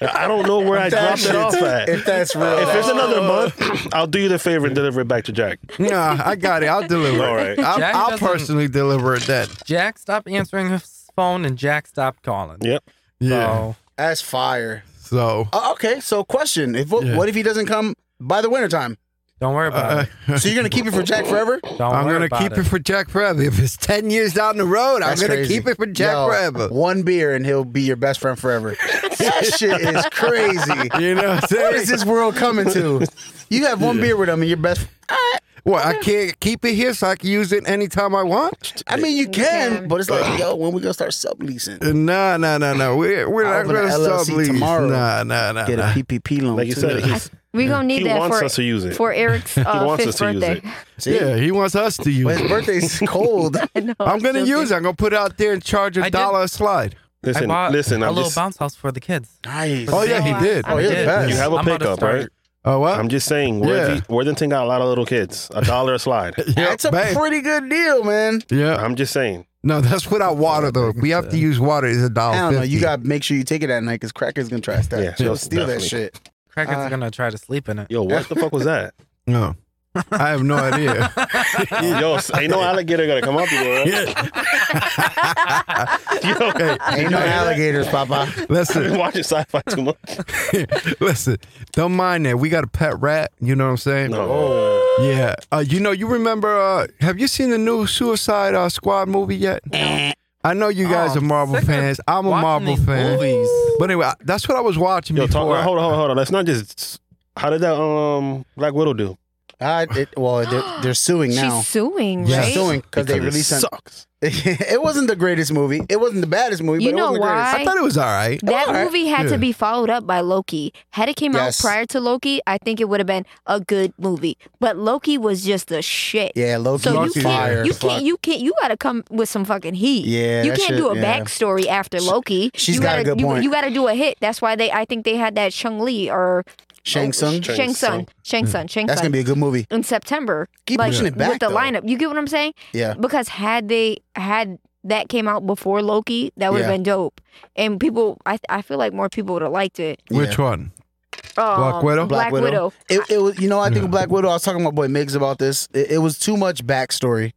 C: I don't know where I
D: That
C: dropped
D: shit's-
C: it off at.
D: If that's real,
C: If
D: that's-
C: it's another month, I'll do you the favor and deliver it back to Jack.
B: Nah, I got it. I'll deliver.
C: All
B: it.
C: right.
B: I'll,
E: Jack
B: I'll
E: doesn't-
B: personally deliver it. Then.
E: Jack stopped answering his phone and Jack stopped calling.
C: Yep.
B: Yeah.
E: So
D: that's fire.
B: So.
D: Uh, okay, so question: If
B: Yeah.
D: what if he doesn't come by the wintertime?
E: don't worry about
B: uh,
E: it.
D: So you're gonna keep it for Jack forever?
E: Don't
B: I'm
E: worry
B: gonna
E: about
B: keep it. for Jack forever. If it's ten years down the road,
D: That's
B: I'm gonna
D: crazy.
B: keep it for Jack
D: Yo,
B: forever.
D: One beer and he'll be your best friend forever. that shit is crazy.
B: You know what I'm
D: What is
B: saying?
D: this world coming to? You have one beer with him and your best. I,
B: What I can't keep it here, so I can use it anytime I want.
D: I mean, you can,
F: can.
D: but it's like, yo, when we gonna start subleasing?
B: No, no, no, no. We're, we're not
D: I'll open an
B: gonna stop
D: LLC tomorrow.
B: Nah, nah, nah.
D: Get a
B: nah.
D: PPP loan.
C: Like you
D: too.
C: said, he's,
F: We gonna need
C: he
F: that
C: wants
F: for
C: us to use it.
F: for Eric's uh,
C: wants us
F: fifth
C: to use
F: birthday.
D: See?
B: Yeah, he wants us to use.
D: But his
B: it.
D: birthday's cold.
F: I know,
B: I'm gonna
F: so
B: use. it. I'm gonna put it out there and charge
E: I
B: a
E: did-
B: dollar a slide.
E: I
C: Listen,
E: bought
C: listen.
E: a
C: I'm
E: little
C: just,
E: bounce house for the kids.
D: Nice.
B: Oh yeah, he
F: I-
B: did.
F: I
B: Oh,
C: you
B: yeah,
F: did.
B: best.
C: have a
E: I'm about to
C: pickup, right?
E: start.
B: Oh what?
C: I'm just saying. Worthy, Worthington got a lot of little kids. A dollar a slide.
B: yeah,
D: That's a
B: bang.
D: pretty good deal, man.
B: yeah.
C: I'm just saying.
B: No, that's without water though. We have to use water. It's a dollar.
D: I don't know. You
B: Oh, fifty.
D: gotta make sure you take it at night because Cracker's gonna try that.
C: Yeah,
D: She'll
C: yeah,
D: steal
C: definitely.
D: that shit.
E: Crackers
D: Uh,
E: are gonna try to sleep in it.
C: Yo, what the fuck was that?
B: no. I have no idea.
C: Yo, s- ain't no alligator gonna come up here. Yo,
D: Ain't no alligators, Papa.
C: I've been
B: listen,
C: watching sci-fi too much.
B: listen. Don't mind that. We got a pet rat. You know what I'm saying?
C: No.
B: Yeah. Uh, you know, you remember? Uh, have you seen the new Suicide uh, Squad movie yet? I know you guys
E: Eh. Oh,
B: are Marvel
E: sick of
B: fans. I'm a
E: watching
B: Marvel
E: these
B: fan.
E: movies.
B: But anyway, I- that's what I was watching
C: Yo, talk,
B: before. I-
C: hold on, hold on, hold on. Let's not just. How did that um Black Widow do?
D: Uh, it, well, they're, they're suing now.
F: She's suing,
B: Yeah.
D: They're
F: right?
D: suing because they
C: Because it
D: released. It,
C: sucks.
D: it wasn't the greatest movie. It wasn't the baddest movie.
F: You
D: but
F: know
D: it wasn't the greatest.
F: why?
B: I thought it was all right.
F: That
B: Alright.
F: movie had
B: Yeah.
F: to be followed up by Loki. Had it came
D: Yes.
F: out prior to Loki, I think it would have been a good movie. But Loki was just the shit.
D: Yeah, Loki
F: So
D: was
F: you can't,
D: fire.
F: you
D: Fuck.
F: can't, you can't, you gotta come with some fucking heat.
D: Yeah,
F: you
D: that
F: can't
D: shit-
F: do a
D: yeah.
F: backstory after Loki.
D: she's
F: you
D: got a
F: gotta,
D: good
F: you,
D: point.
F: You gotta do a hit. That's why they, I think they had that Chung Li or
D: Shang Tsung. Hmm.
C: Shang Tsung.
F: Shang Tsung, Shang Tsung, Shang
D: That's gonna
F: Tsung
D: be a good movie.
F: in September.
D: Keep
F: like
D: pushing it back
F: with the
D: though.
F: lineup. You get what I'm saying?
D: Yeah.
F: Because had they had that came out before Loki, that would have
D: Yeah.
F: been dope. And people, I I feel like more people would have liked it.
B: Which one?
F: Um,
B: Black Widow?
F: Black, Widow.
D: It, it was, you know, I think
B: Yeah.
D: Black Widow. I was talking to my boy Miggs about this. It, it was too much backstory.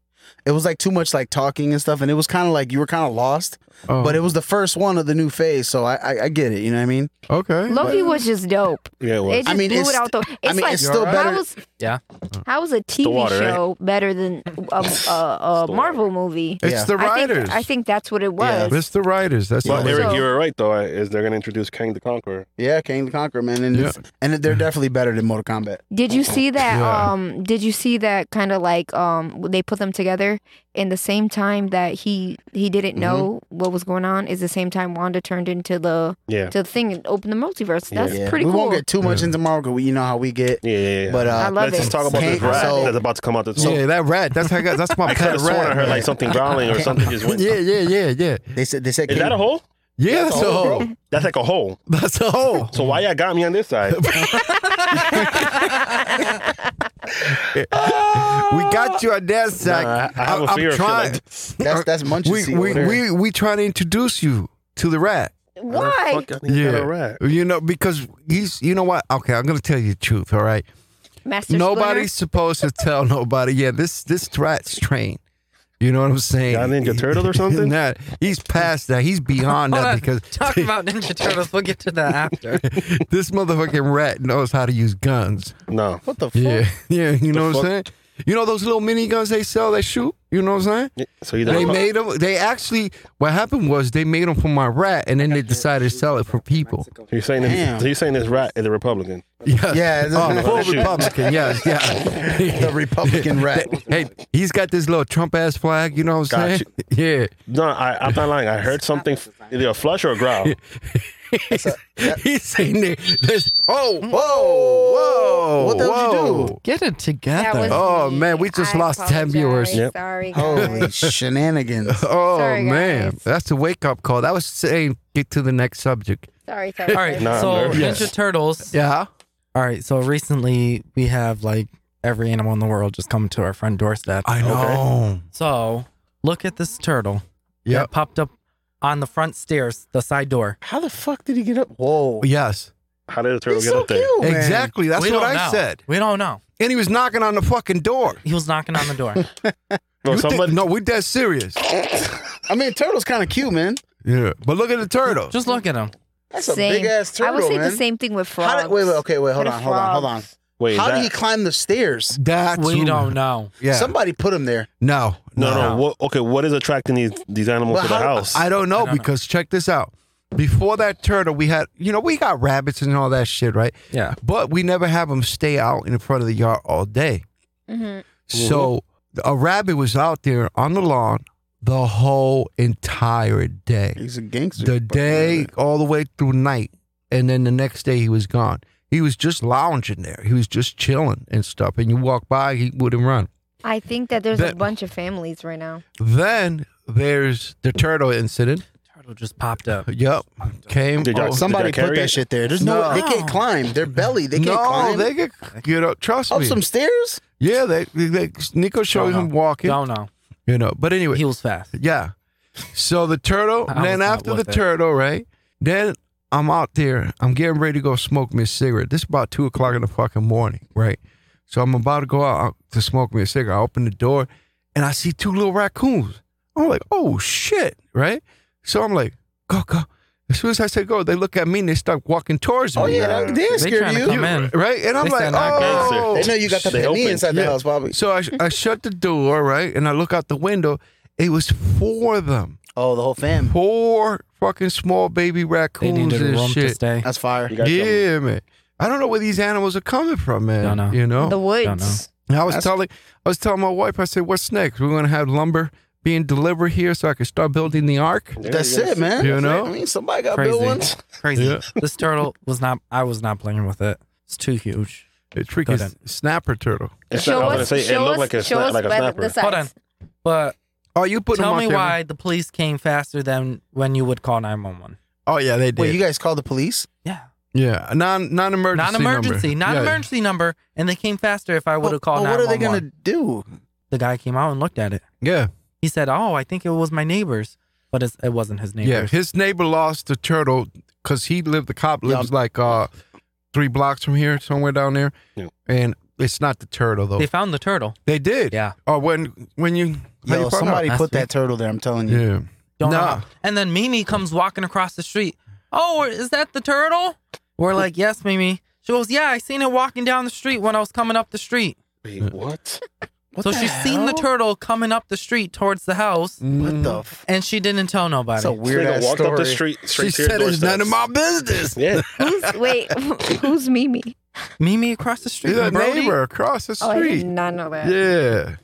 D: It was like too much like talking and stuff, and it was kind of like you were kind of lost.
B: Oh,
D: But it was the first one of the new phase, so I, I, I get it. You know what I mean?
B: okay.
F: Loki was just dope.
C: Yeah, it was.
F: It just
D: Mm, I mean,
F: blew
D: it's-
F: it out the. It's
D: I mean,
F: like
D: it's still better.
F: how was
E: Yeah.
F: how was a TV
C: water, right?
F: show better than a, a, a Marvel movie?
B: it's
D: Yeah.
B: the
F: I
B: writers.
F: think, I think that's what it was.
B: it's the writers. That's
C: But
B: all it
C: Eric,
B: is.
F: So-
C: you were right though. Is they're gonna introduce King the Conqueror?
D: yeah, King the Conqueror, man, and it's, and they're definitely better than Mortal Kombat.
F: Did you see that?
B: Yeah.
F: Um, did you see that kind of like um they put them together in the same time that he he didn't know what was going on is the same time Wanda turned into the
C: Yeah,
F: to the thing and opened the multiverse.
C: Yeah.
F: That's pretty
D: we
F: cool.
D: won't get too much into Marvel because you know how we get.
C: yeah, yeah. yeah.
D: But uh,
F: I love
C: let's
F: it.
C: just talk about this
D: King-
C: rat
D: so-
C: that's about to come out. This
B: yeah, that rat. That's how I got, that's my
C: I could
B: pet
C: have sworn I
B: rat.
C: heard like something growling or something just went.
B: yeah, yeah, yeah, yeah.
D: they said they said
C: Is
D: King,
C: that a hole?
B: Yeah, that's a hole.
C: That's like a hole.
B: That's a hole.
C: So why y'all got me on this side?
B: We got you on that side.
C: Nah, I have a
B: am
C: fear of shit
B: trying.
C: like
D: that's that's Munchie.
B: we, we, we, we trying to introduce you to the rat.
F: Why?
C: Fuck, I think yeah. got a rat.
B: You know, because he's, you know what? Okay, I'm going to tell you the truth, all right?
F: Master
B: Nobody's supposed to tell nobody. Yeah, this this rat's trained. You know what I'm saying?
C: Y'all Ninja Turtle or something?
B: nah, he's past that. He's beyond
E: Hold
B: that
E: on.
B: because
E: Talk about Ninja Turtles. We'll get to that after.
B: this motherfucking rat knows how to use guns.
C: No.
D: what the fuck?
B: Yeah, yeah. You know what
C: fuck?
B: I'm saying? You know those little mini guns they sell? They shoot. You know what I'm saying?
C: So you
B: They
C: don't.
B: made them. They actually, what happened was they made them for my rat, and then they decided to sell it for people.
C: You're saying
D: Damn.
C: this, so you're saying this rat is a Republican.
B: Yes.
D: Yeah, this
B: Oh,
D: is-
B: full
C: Shoot.
B: Republican. Yes.
D: The
B: Yeah.
D: Republican rat.
B: hey, he's got this little Trump ass flag. You know what I'm
C: Got
B: saying? Yeah.
C: No, I, I'm not lying. I heard something, either a flush or a growl.
B: He's saying that. This, oh, whoa, whoa,
D: Whoa, what the hell did you do?
E: Get it
F: That
E: together.
F: was
B: Oh,
F: me.
B: man, we just
F: I
B: lost 10 viewers.
F: apologize.
C: Yep.
F: Sorry.
D: Holy
F: guys.
D: shenanigans!
B: Oh
F: Sorry,
B: man,
F: guys.
B: that's a wake up call. That was saying get to the next subject.
F: sorry, sorry.
E: All right.
F: sorry.
C: Nah, I'm
E: so
C: nervous.
E: Ninja Turtles.
B: Yeah.
E: All right. So recently we have like every animal in the world just come to our front doorstep.
B: I know.
E: So look at this turtle.
B: Yep.
E: That popped up on the front stairs, the side door.
D: How the fuck did he get up? Whoa!
B: Yes.
C: How did a turtle
D: He's
C: get
D: so
C: up there?
B: Oh,
D: cute, man.
B: exactly. That's
E: We
B: what
E: don't
B: I
E: know.
B: said.
E: We don't know.
B: And he was knocking on the fucking door.
E: He was knocking on the door.
C: Bro,
D: Oh,
B: You think-
C: somebody,
B: no, we're dead serious.
D: I mean, turtle's kind of cute, man.
B: Yeah. But look at the turtle.
E: Just look at him.
D: That's a
F: Same.
D: big ass turtle,
F: I would say
D: man.
F: the same thing with
D: How
F: frogs.
D: did, wait, wait, okay, wait, hold
F: What
D: on,
F: a
D: hold on, hold on.
F: frogs.
C: wait,
D: How
C: that,
D: did he climb the stairs?
B: That's
E: We
B: who-
E: don't know.
B: Yeah.
D: Somebody put him there.
B: no.
C: no, no. What, okay, what is attracting these these animals
D: But
C: to the
D: how-
C: house?
B: I don't know
E: don't know.
B: because check this out. Before that turtle, we had you know we got rabbits and all that shit, right?
E: Yeah.
B: But we never have them stay out in front of the yard all day.
F: Mhm.
B: So a rabbit was out there on the lawn the whole entire day.
D: He's a gangster.
B: The day all the way through night. And then the next day he was gone. He was just lounging there. He was just chilling and stuff. And you walk by, he wouldn't run.
F: I think that there's a
B: That-
F: bunch of families right now.
B: Then there's the turtle incident.
E: turtle just popped up.
B: Yep. Came.
C: Did y'all-
B: oh,
D: Somebody
C: Did I
D: put
C: carry
D: that
C: it?
D: shit there. There's no,
B: No.
D: they can't climb. Their belly, they can't
B: no,
D: climb.
B: they could get up. Trust
D: up
B: me.
D: some stairs.
B: yeah, they, they, they- Nico showed
E: Don't know.
B: him walking.
E: Don't know.
B: You know, but anyway,
E: He was fast.
B: Yeah. So the turtle,
E: I was
B: then
E: not
B: after the
E: with it.
B: turtle, right? Then I'm out there. I'm getting ready to go smoke me a cigarette. This is about two o'clock in the fucking morning, right? So I'm about to go out to smoke me a cigarette. I open the door and I see two little raccoons. I'm like, oh shit, right? So I'm like, go, go. As soon as I say go, they look at me and they start walking towards me.
D: Oh yeah, they, they
E: They
D: scare
E: trying to
D: you.
E: come in.
B: Right? And I'm
E: They
B: like,
E: said not gangster.
B: oh.
D: They know you got the
C: They
D: penny
C: open.
D: inside the
C: Yeah.
D: house, Bobby.
B: So I, I shut the door, right? And I look out the window. It was four of them
D: Oh, the whole fam.
B: poor fucking small baby
E: They
B: raccoons
E: needed
B: and
E: room to
B: shit.
E: stay.
D: That's fire.
C: You got some-
B: Yeah, man. I don't know where these animals are coming from, man.
E: Don't know.
B: You Oh, know.
F: the
E: don't know.
F: woods.
B: And I was
D: That's-
B: telling, I was telling my wife, I said, "What's next? We're gonna have lumber being delivered here, so I can start building the ark."
C: Yeah,
D: That's
C: you got
D: it,
C: some-
D: man.
B: You
D: That's
B: know?
D: it. I mean, somebody got
E: Crazy.
D: built ones.
E: Crazy.
B: Yeah.
E: This turtle was not. I was not playing with it. It's too huge.
B: It's freaking
E: Done.
B: snapper turtle.
C: It's
F: Show
C: not- I
F: us,
C: was gonna say it
F: show
C: looked
F: us,
C: like a
F: show
C: sna-
F: us
C: like a
F: by the-
C: snapper.
F: the size.
E: Hold on. But
B: Oh, you put them
E: tell
B: on
E: me
B: camera?
E: why the police came faster than when you would call nine one one.
B: Oh yeah, they did.
D: Wait, you guys called the police?
E: Yeah.
B: yeah, a non non-emergency.
E: Non emergency.
B: number.
E: Non
B: Yeah.
E: emergency number. And they came faster if I would
D: Oh,
E: have called
D: oh,
E: nine
D: what are
E: one
D: they
E: one.
D: gonna do?
E: The guy came out and looked at it.
B: Yeah,
E: He said, "Oh, I think it was my neighbor's, but it's, it wasn't his
B: yeah.
E: neighbor's."
B: His neighbor lost the turtle because he lived. The cop lives like uh three blocks from here, somewhere down there.
C: Yeah.
B: And it's not the turtle though.
E: They found the turtle.
B: They did.
E: Yeah.
B: Or when when you, how
D: Yo,
B: you found
D: somebody
E: out?
D: put
E: Ask me.
D: that turtle there. I'm telling
B: out?
D: you.
B: Yeah.
E: Don't
B: Nah.
E: know. And then Mimi comes walking across the street. Oh, is that the turtle? We're like, yes, Mimi. She goes, yeah, I seen it walking down the street when I was coming up the street.
C: Wait, what?
D: What
E: so
D: the
E: she's seen the
D: hell?
E: turtle coming up the street towards the house,
D: What the? F-
E: and she didn't tell nobody.
D: that's a
C: This
D: weird
C: nigga
D: ass
C: walked
D: story.
C: up the street
B: She
C: straight to your
B: said it's none
C: doorstep.
B: of my business.
C: Yeah,
F: Who's, wait, who's Mimi?
E: Mimi across the street.
B: It's a
E: and Brody?
B: neighbor across the
F: Oh, I did
B: street.
F: not know that.
B: Yeah.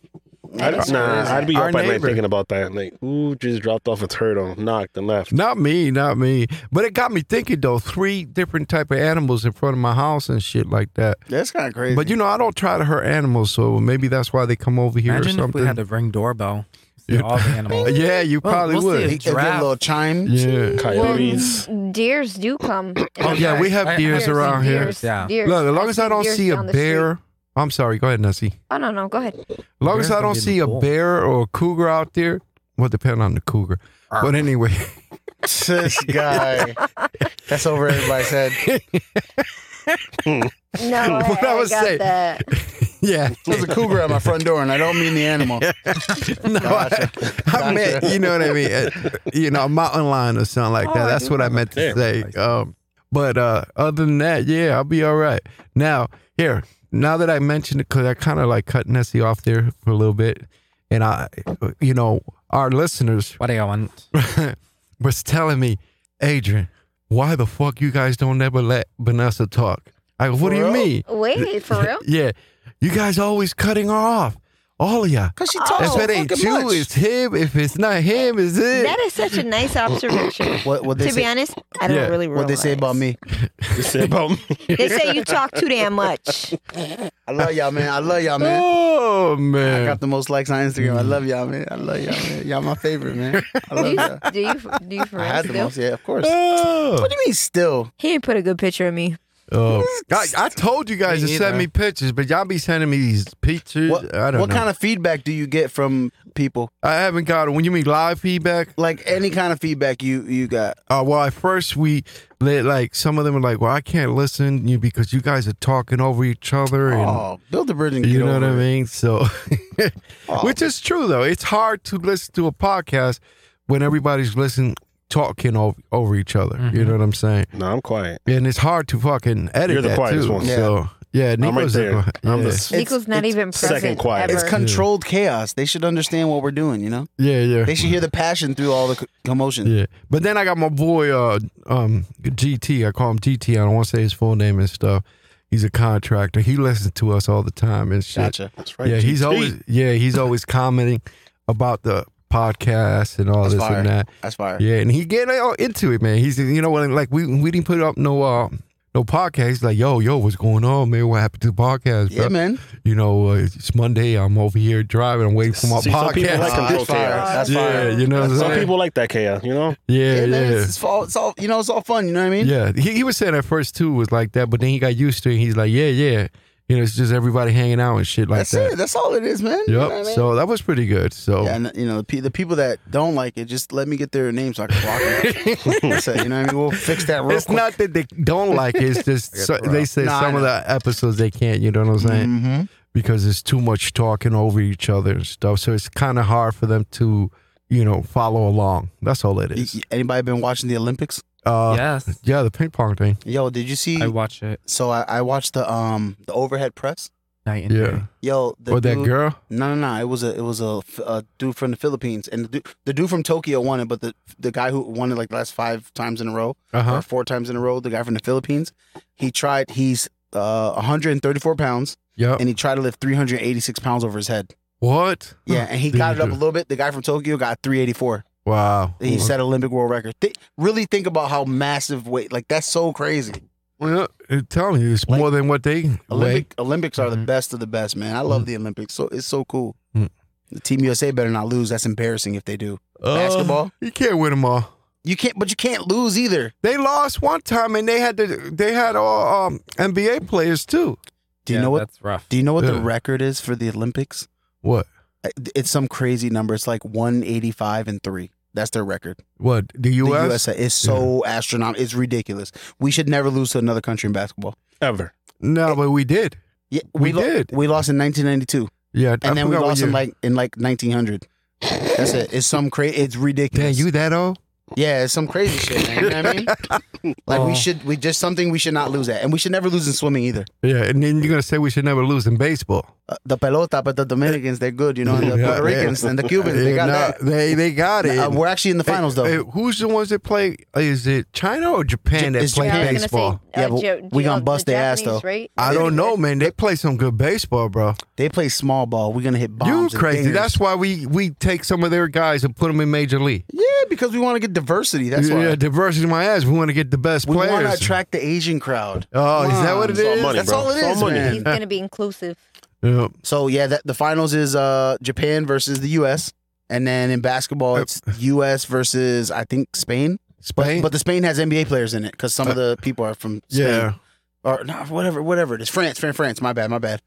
C: I'd, nah, I'd be
B: Our
C: up at night
B: neighbor.
C: thinking about that. Like, who just dropped off a turtle, knocked and left?
B: Not me, not me. But it got me thinking though, three different type of animals in front of my house and shit like that.
D: That's kind of crazy.
B: But you know, I don't try to hurt animals, so maybe that's why they come over here
E: Imagine
B: or
E: if
B: something.
E: we had to ring doorbell. See
B: Yeah.
E: all the animals.
B: yeah, you
E: Well,
B: probably
E: we'll see
B: would.
E: it.
D: They- they get a little chime.
B: Yeah.
C: Coyotes.
F: Well, deers do come.
B: Oh yeah, we have
E: I- I-
B: deers
E: Deers,
B: around here.
E: deers. Yeah.
F: deers.
B: Look, as long as I
F: seen
B: don't
F: deers
B: see a
F: down the street.
B: bear, I'm sorry. Go ahead, Nessie.
F: Oh no, no, go ahead.
B: As long as
E: Bears
B: I
E: gonna
B: don't
E: be in
B: see
E: the
B: a
E: pool.
B: bear or a cougar out there, well, depend on the cougar. But anyway,
D: this guy. That's over everybody's head.
F: No, I,
B: What I
F: I
B: was
F: got
B: saying-
F: that.
B: yeah,
D: There's a cougar at my front door, and I don't mean the animal.
B: no, I, I meant you know what I mean. uh, You know, a mountain lion or something like
E: Oh,
B: that. That's what I meant to
C: Yeah.
B: say. Um, but uh, other than that, yeah, I'll be all right. Now, here, now that I mentioned it, because I kind of like cut Nessie off there for a little bit, and I, uh, you know, our listeners
E: What do you want?
B: was telling me, Adrian, why the fuck you guys don't ever let Vanessa talk? I go, what
D: For
B: do you
D: real?
B: mean?
F: Wait, for real?
B: Yeah. You guys always cutting her off. All of ya.
D: Cause she talks
B: if
D: so
B: it ain't
D: fucking
B: you,
D: much.
B: it's him. If it's not him, it's it.
F: Oh, That is such a nice observation.
D: What what they
F: to be
D: say?
F: honest, I don't
B: Yeah,
F: really realize.
D: What they say about me?
C: You said about me.
F: They say you talk too damn much.
D: I love y'all, man. I love y'all, man.
B: oh
D: I
B: man.
D: got the most likes on Instagram. I love y'all, man. I love y'all, man. Y'all my favorite, man. I
F: Do
D: love
F: you,
D: y'all.
F: do you, do you for
D: I
F: real
D: had the
F: still?
D: most, yeah, of course.
B: Oh.
D: What do you mean still?
F: He didn't put a good picture of me.
B: Oh. I, I told you guys
E: Me
B: to send
E: either.
B: me pictures, but y'all be sending me these pictures.
D: What,
B: I don't
D: what
B: know.
D: kind of feedback do you get from people?
B: I haven't got it. When you mean live feedback,
D: Like any kind of feedback you you got?
B: uh, well, at first we let like some of them were like, "Well, I can't listen you because you guys are talking over each other," and
D: Oh, build a bridge and
B: you
D: get
B: know what
D: over
B: I
D: it.
B: mean. So,
D: Oh.
B: which is true though. It's hard to listen to a podcast when everybody's listening talking over, over each other. You know what I'm saying?
C: No, I'm quiet.
B: And it's hard to fucking edit
C: Mm-hmm. You're the
B: that
C: quietest
B: too.
C: one.
D: Yeah.
B: So yeah,
C: right
B: Nico's
C: there.
B: the qui-
C: I'm the
B: yeah.
C: s-
D: It's-
F: Nico's not
D: it's
F: even present.
C: second quiet.
F: Ever.
D: It's controlled chaos. They should understand what we're doing. You know,
B: yeah, yeah,
D: they should hear the passion through all the c- commotion.
B: yeah. But then I got my boy uh, um, GT. I call him GT. I don't want to say his full name and stuff. He's a contractor. He listens to us all the time and shit.
D: Gotcha.
C: That's right.
B: Yeah, he's
C: GT.
B: always yeah he's always commenting about the podcast and all
D: That's
B: this
D: fire.
B: and that.
D: That's fire.
B: Yeah, and he get all into it, man. He's you know what like we we didn't put up no uh no podcast. He's like, yo, yo, what's going on, man? What happened to the podcast,
D: Yeah,
B: bro?
D: man.
B: You know, uh, it's Monday. I'm over here driving. I'm waiting for my
C: See, some people
B: podcast.
C: like
D: Ah,
C: control
D: that's fire.
C: chaos.
D: That's
B: yeah,
D: fire.
B: you know what I'm
C: Some
B: saying?
C: people like that chaos, you know?
B: yeah, yeah.
D: man. It's, it's all, it's all, you know, it's all fun. You know what I mean?
B: Yeah, he, he was saying at first too was like that, but then he got used to it. He's like, yeah, yeah, you know, it's just everybody hanging out and shit like
D: That's
B: that.
D: it. That's all it is, man. You know
B: Yep.
D: what I mean?
B: So that was pretty good. So
D: Yeah, and you know the, pe- the people that don't like it, just let me get their name so I can block them. That's it, you know what I mean? We'll fix that real
B: it's not that they don't like it. It's just
D: I got
B: so,
D: thrown
B: they
D: out.
B: say
D: Nah, I
B: some of
D: know.
B: the episodes they can't. You know what I'm saying?
D: hmm
B: Because it's too much talking over each other and stuff. So it's kind of hard for them to, you know, follow along. That's all it is.
D: Anybody been watching the Olympics?
B: Uh, yeah.
E: yes,
B: the ping pong thing.
D: Yo, did you see?
E: I watch it
D: so I, I watched the um the overhead press.
E: night and
B: Yeah.
E: day.
D: Yo, the
B: or that
D: dude-
B: girl.
D: No, no, no. It was a it was a, f- a dude from the Philippines, and the dude, the dude from Tokyo won it, but the the guy who won it like the last five times in a row
B: Uh
D: or
B: huh.
D: four times in a row, the guy from the Philippines, he tried. He's uh 134 pounds,
B: Yep.
D: and he tried to lift 386 pounds over his head.
B: What?
D: Yeah, and he
B: Did
D: got
B: you
D: it up a
B: do- Oh.
D: little bit. The guy from Tokyo got 384.
B: Wow.
D: He set Olympic world record. Thi- really think about how massive weight. Like that's so crazy.
B: Well, tell me, it's
D: Like-
B: more than what they weigh.
D: Olympic Olympics are the
E: Mhm.
D: best of the best, man. I love the Olympics. So it's so cool.
B: Mm-hmm. Mm.
D: The Team USA better not lose. That's embarrassing if they do.
B: Uh,
D: Basketball?
B: You can't win them all.
D: You can't, but you can't lose either.
B: They lost one time, and they had to, they had all um, NBA players too.
D: Do you know what?
E: That's rough.
D: Do you know what the
B: Yeah.
D: record is for the Olympics?
B: What?
D: Uh, It's some crazy number. It's like 185 and three. That's their record.
B: What? The
D: The
B: U.S.
D: USA is so astronomical. It's ridiculous. We should never lose to another country in basketball.
C: Ever.
B: No, but we did.
D: Yeah,
B: We
D: lo-
B: did.
D: We lost in 1992,
B: Yeah,
D: and then we
B: forgot what
D: lost in
B: year.
D: like in like 1900. That's it. It's some crazy. It's
B: Damn,
D: ridiculous.
B: you that old?
D: Yeah, it's some crazy shit, man. You know what I mean? Like
B: Oh.
D: we should we just something we should not lose at. And we should never lose in swimming either.
B: Yeah, and then you're gonna say we should never lose in baseball.
D: Uh, the pelota, but the Dominicans, they're good, you know, and the
B: Yeah,
D: Puerto
B: yeah.
D: Ricans and the Cubans, they
B: Yeah,
D: got
B: nah,
D: that.
B: They they got it.
D: Uh, we're actually in the
B: Hey,
D: finals though.
B: hey, who's the ones that play? Is it China or
D: Ja-
B: Japan that
D: it's
B: play
D: Japan.
F: I was
B: baseball?
F: gonna say,
D: Yeah,
F: uh,
D: but
F: Jo-
D: we
F: Jo-
D: gonna bust
F: the
D: their ass,
F: Japanese,
D: though.
F: Right?
B: I don't know, man. They play some good baseball, bro.
D: they play small ball. We're gonna hit
B: You
D: bombs. and
B: crazy?
D: dingers.
B: That's why we we take some of their guys and put them in major league.
D: yeah, because we want to get diversity. That's why
B: yeah, diversity in my ass. We want to get the best
D: we want to
B: players.
D: attract the Asian crowd.
B: oh, is that
D: Come
B: what it
D: on, it's all
B: is?
C: money,
D: That's
C: bro.
D: all it
C: It's all
D: is,
C: money.
D: man.
F: He's gonna be inclusive.
B: Yeah.
D: So yeah, that, the finals is uh Japan versus the U.S. And then in basketball,
B: Uh,
D: it's U.S. versus I think Spain.
B: Spain. Uh,
D: But the Spain has NBA players in it because some of the people are from Spain.
B: yeah.
D: or no, whatever, whatever it is. France, France, France. My bad, my bad.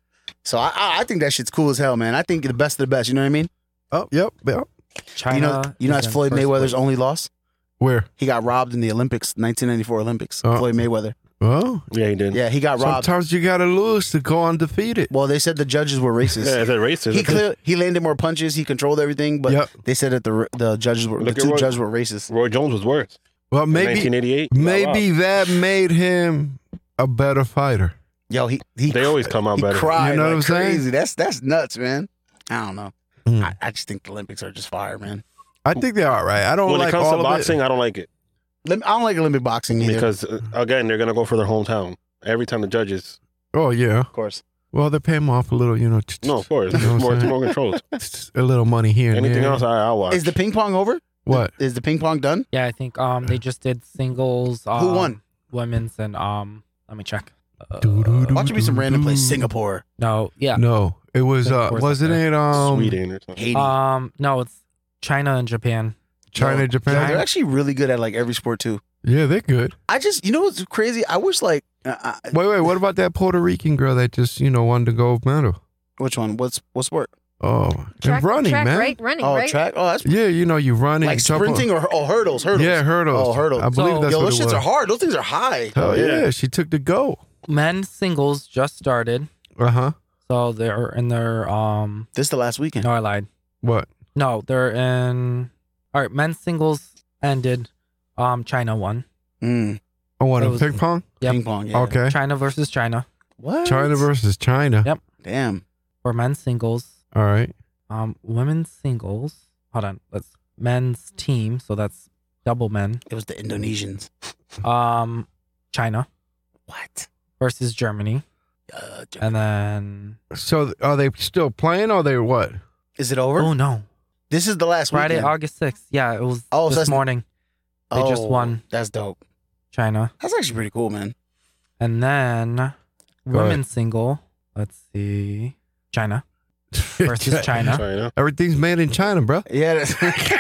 D: So I, I, I think that shit's cool as hell, man. I think the best of the best. You know what I mean?
B: Oh, yep, yep.
E: China.
D: you know, you know,
E: is
D: that's
E: in
D: Floyd
E: first
D: Mayweather's
E: place.
D: only loss.
B: Where?
D: He got robbed in the Olympics, 1994 Olympics.
B: Oh.
D: Floyd Mayweather.
B: Oh,
C: Yeah, he did. Yeah,
D: Yeah, he got robbed.
B: sometimes you gotta lose to go undefeated.
D: well, they said the judges were racist.
C: is that racist?
D: he clear, he landed more punches. He controlled everything, but
B: Yep.
D: they said that the the judges were
C: Look
D: the
C: at
D: two
C: Roy-
D: judges were racist.
C: Roy Jones was worse.
B: Well, maybe
C: 1988.
B: maybe that made him a better fighter.
D: Yo, he he,
C: They always come out
D: he
C: better.
D: cried
B: You know
D: like
B: what I'm saying?
D: crazy. That's that's nuts, man. I don't know.
B: Mm.
D: I, I just think the Olympics are just fire, man.
B: I think they're all right. I don't
C: When
B: like
C: it comes
B: all
C: to
B: of
C: boxing,
B: it.
C: I don't like it
D: Lim- I don't like Olympic boxing either.
C: because uh, again, they're gonna go for their hometown every time the judges.
B: Oh yeah.
D: of course.
B: Well, they pay him off a little, you know.
C: No, of course,
B: You know what I'm
C: more, it's
B: saying?
C: more controls.
B: a little money here. And
C: Anything
B: there.
C: else, I, I'll watch.
D: Is the ping pong over?
B: What?
D: Is the ping pong done?
E: Yeah, I think um they just did singles. Um,
D: Who won?
E: Women's and um. Let me check. Uh,
B: Doo-doo-doo.
D: Watch it be some random place.
B: Ooh.
D: Singapore,
E: No. Yeah.
B: No, it was. uh
E: Singapore's
B: Wasn't
E: up
B: it? Um,
C: Sweden or something?
D: Haiti.
E: Um. No, it's China and Japan.
B: China,
D: No. Yo, they're
B: Japan.
D: actually really good at like every sport too.
B: Yeah, they're good.
D: I just, you know, what's crazy. I wish like, uh, I,
B: Wait, wait. What about that Puerto Rican girl that just you know won the gold medal?
D: which one? What's what sport?
B: Oh,
F: Track,
B: and running,
F: track,
B: man.
F: right? Running,
D: Oh,
F: right?
D: track. Oh, that's
B: Yeah, you know you run and
D: like
B: you jump on-
D: sprinting or oh, hurdles, hurdles.
B: Yeah, hurdles.
D: Oh, hurdles.
B: I believe
E: So-
B: that's
D: Yo,
B: what
D: those
B: it
D: shits
B: was.
D: are hard. Those things are high.
B: Hell yeah.
C: Yeah.
B: she took the go.
E: Men's singles just started,
B: Uh huh.
E: so they're in their um.
D: This the last weekend.
E: No, I lied.
B: What?
E: No, they're in. All right, men's singles ended. Um, China won.
D: Mm,
B: Oh, what?
E: That
B: in
E: was-
B: Ping pong.
E: Yep.
D: Ping pong. Yeah.
B: Okay.
E: China versus China
D: What?
B: China versus China.
E: Yep.
D: Damn.
E: for men's singles.
B: All right.
E: Um, women's singles. Hold on. Let's men's team. So that's double men.
D: It was the Indonesians.
E: Um, China
D: What?
E: versus Germany,
D: Uh, J-
E: and then
B: So th- are they still playing? Or they what?
D: is it over?
E: oh no,
D: This is the last
E: Friday,
D: weekend.
E: August sixth. Yeah, it was
D: Oh, so
E: this
D: that's-
E: morning. they just
D: Oh,
E: won.
D: That's dope.
E: China.
D: That's actually pretty cool, man.
E: And then women
B: ahead.
E: single. Let's see. China versus China.
C: China.
B: Everything's made in China, bro.
D: Yeah. that's-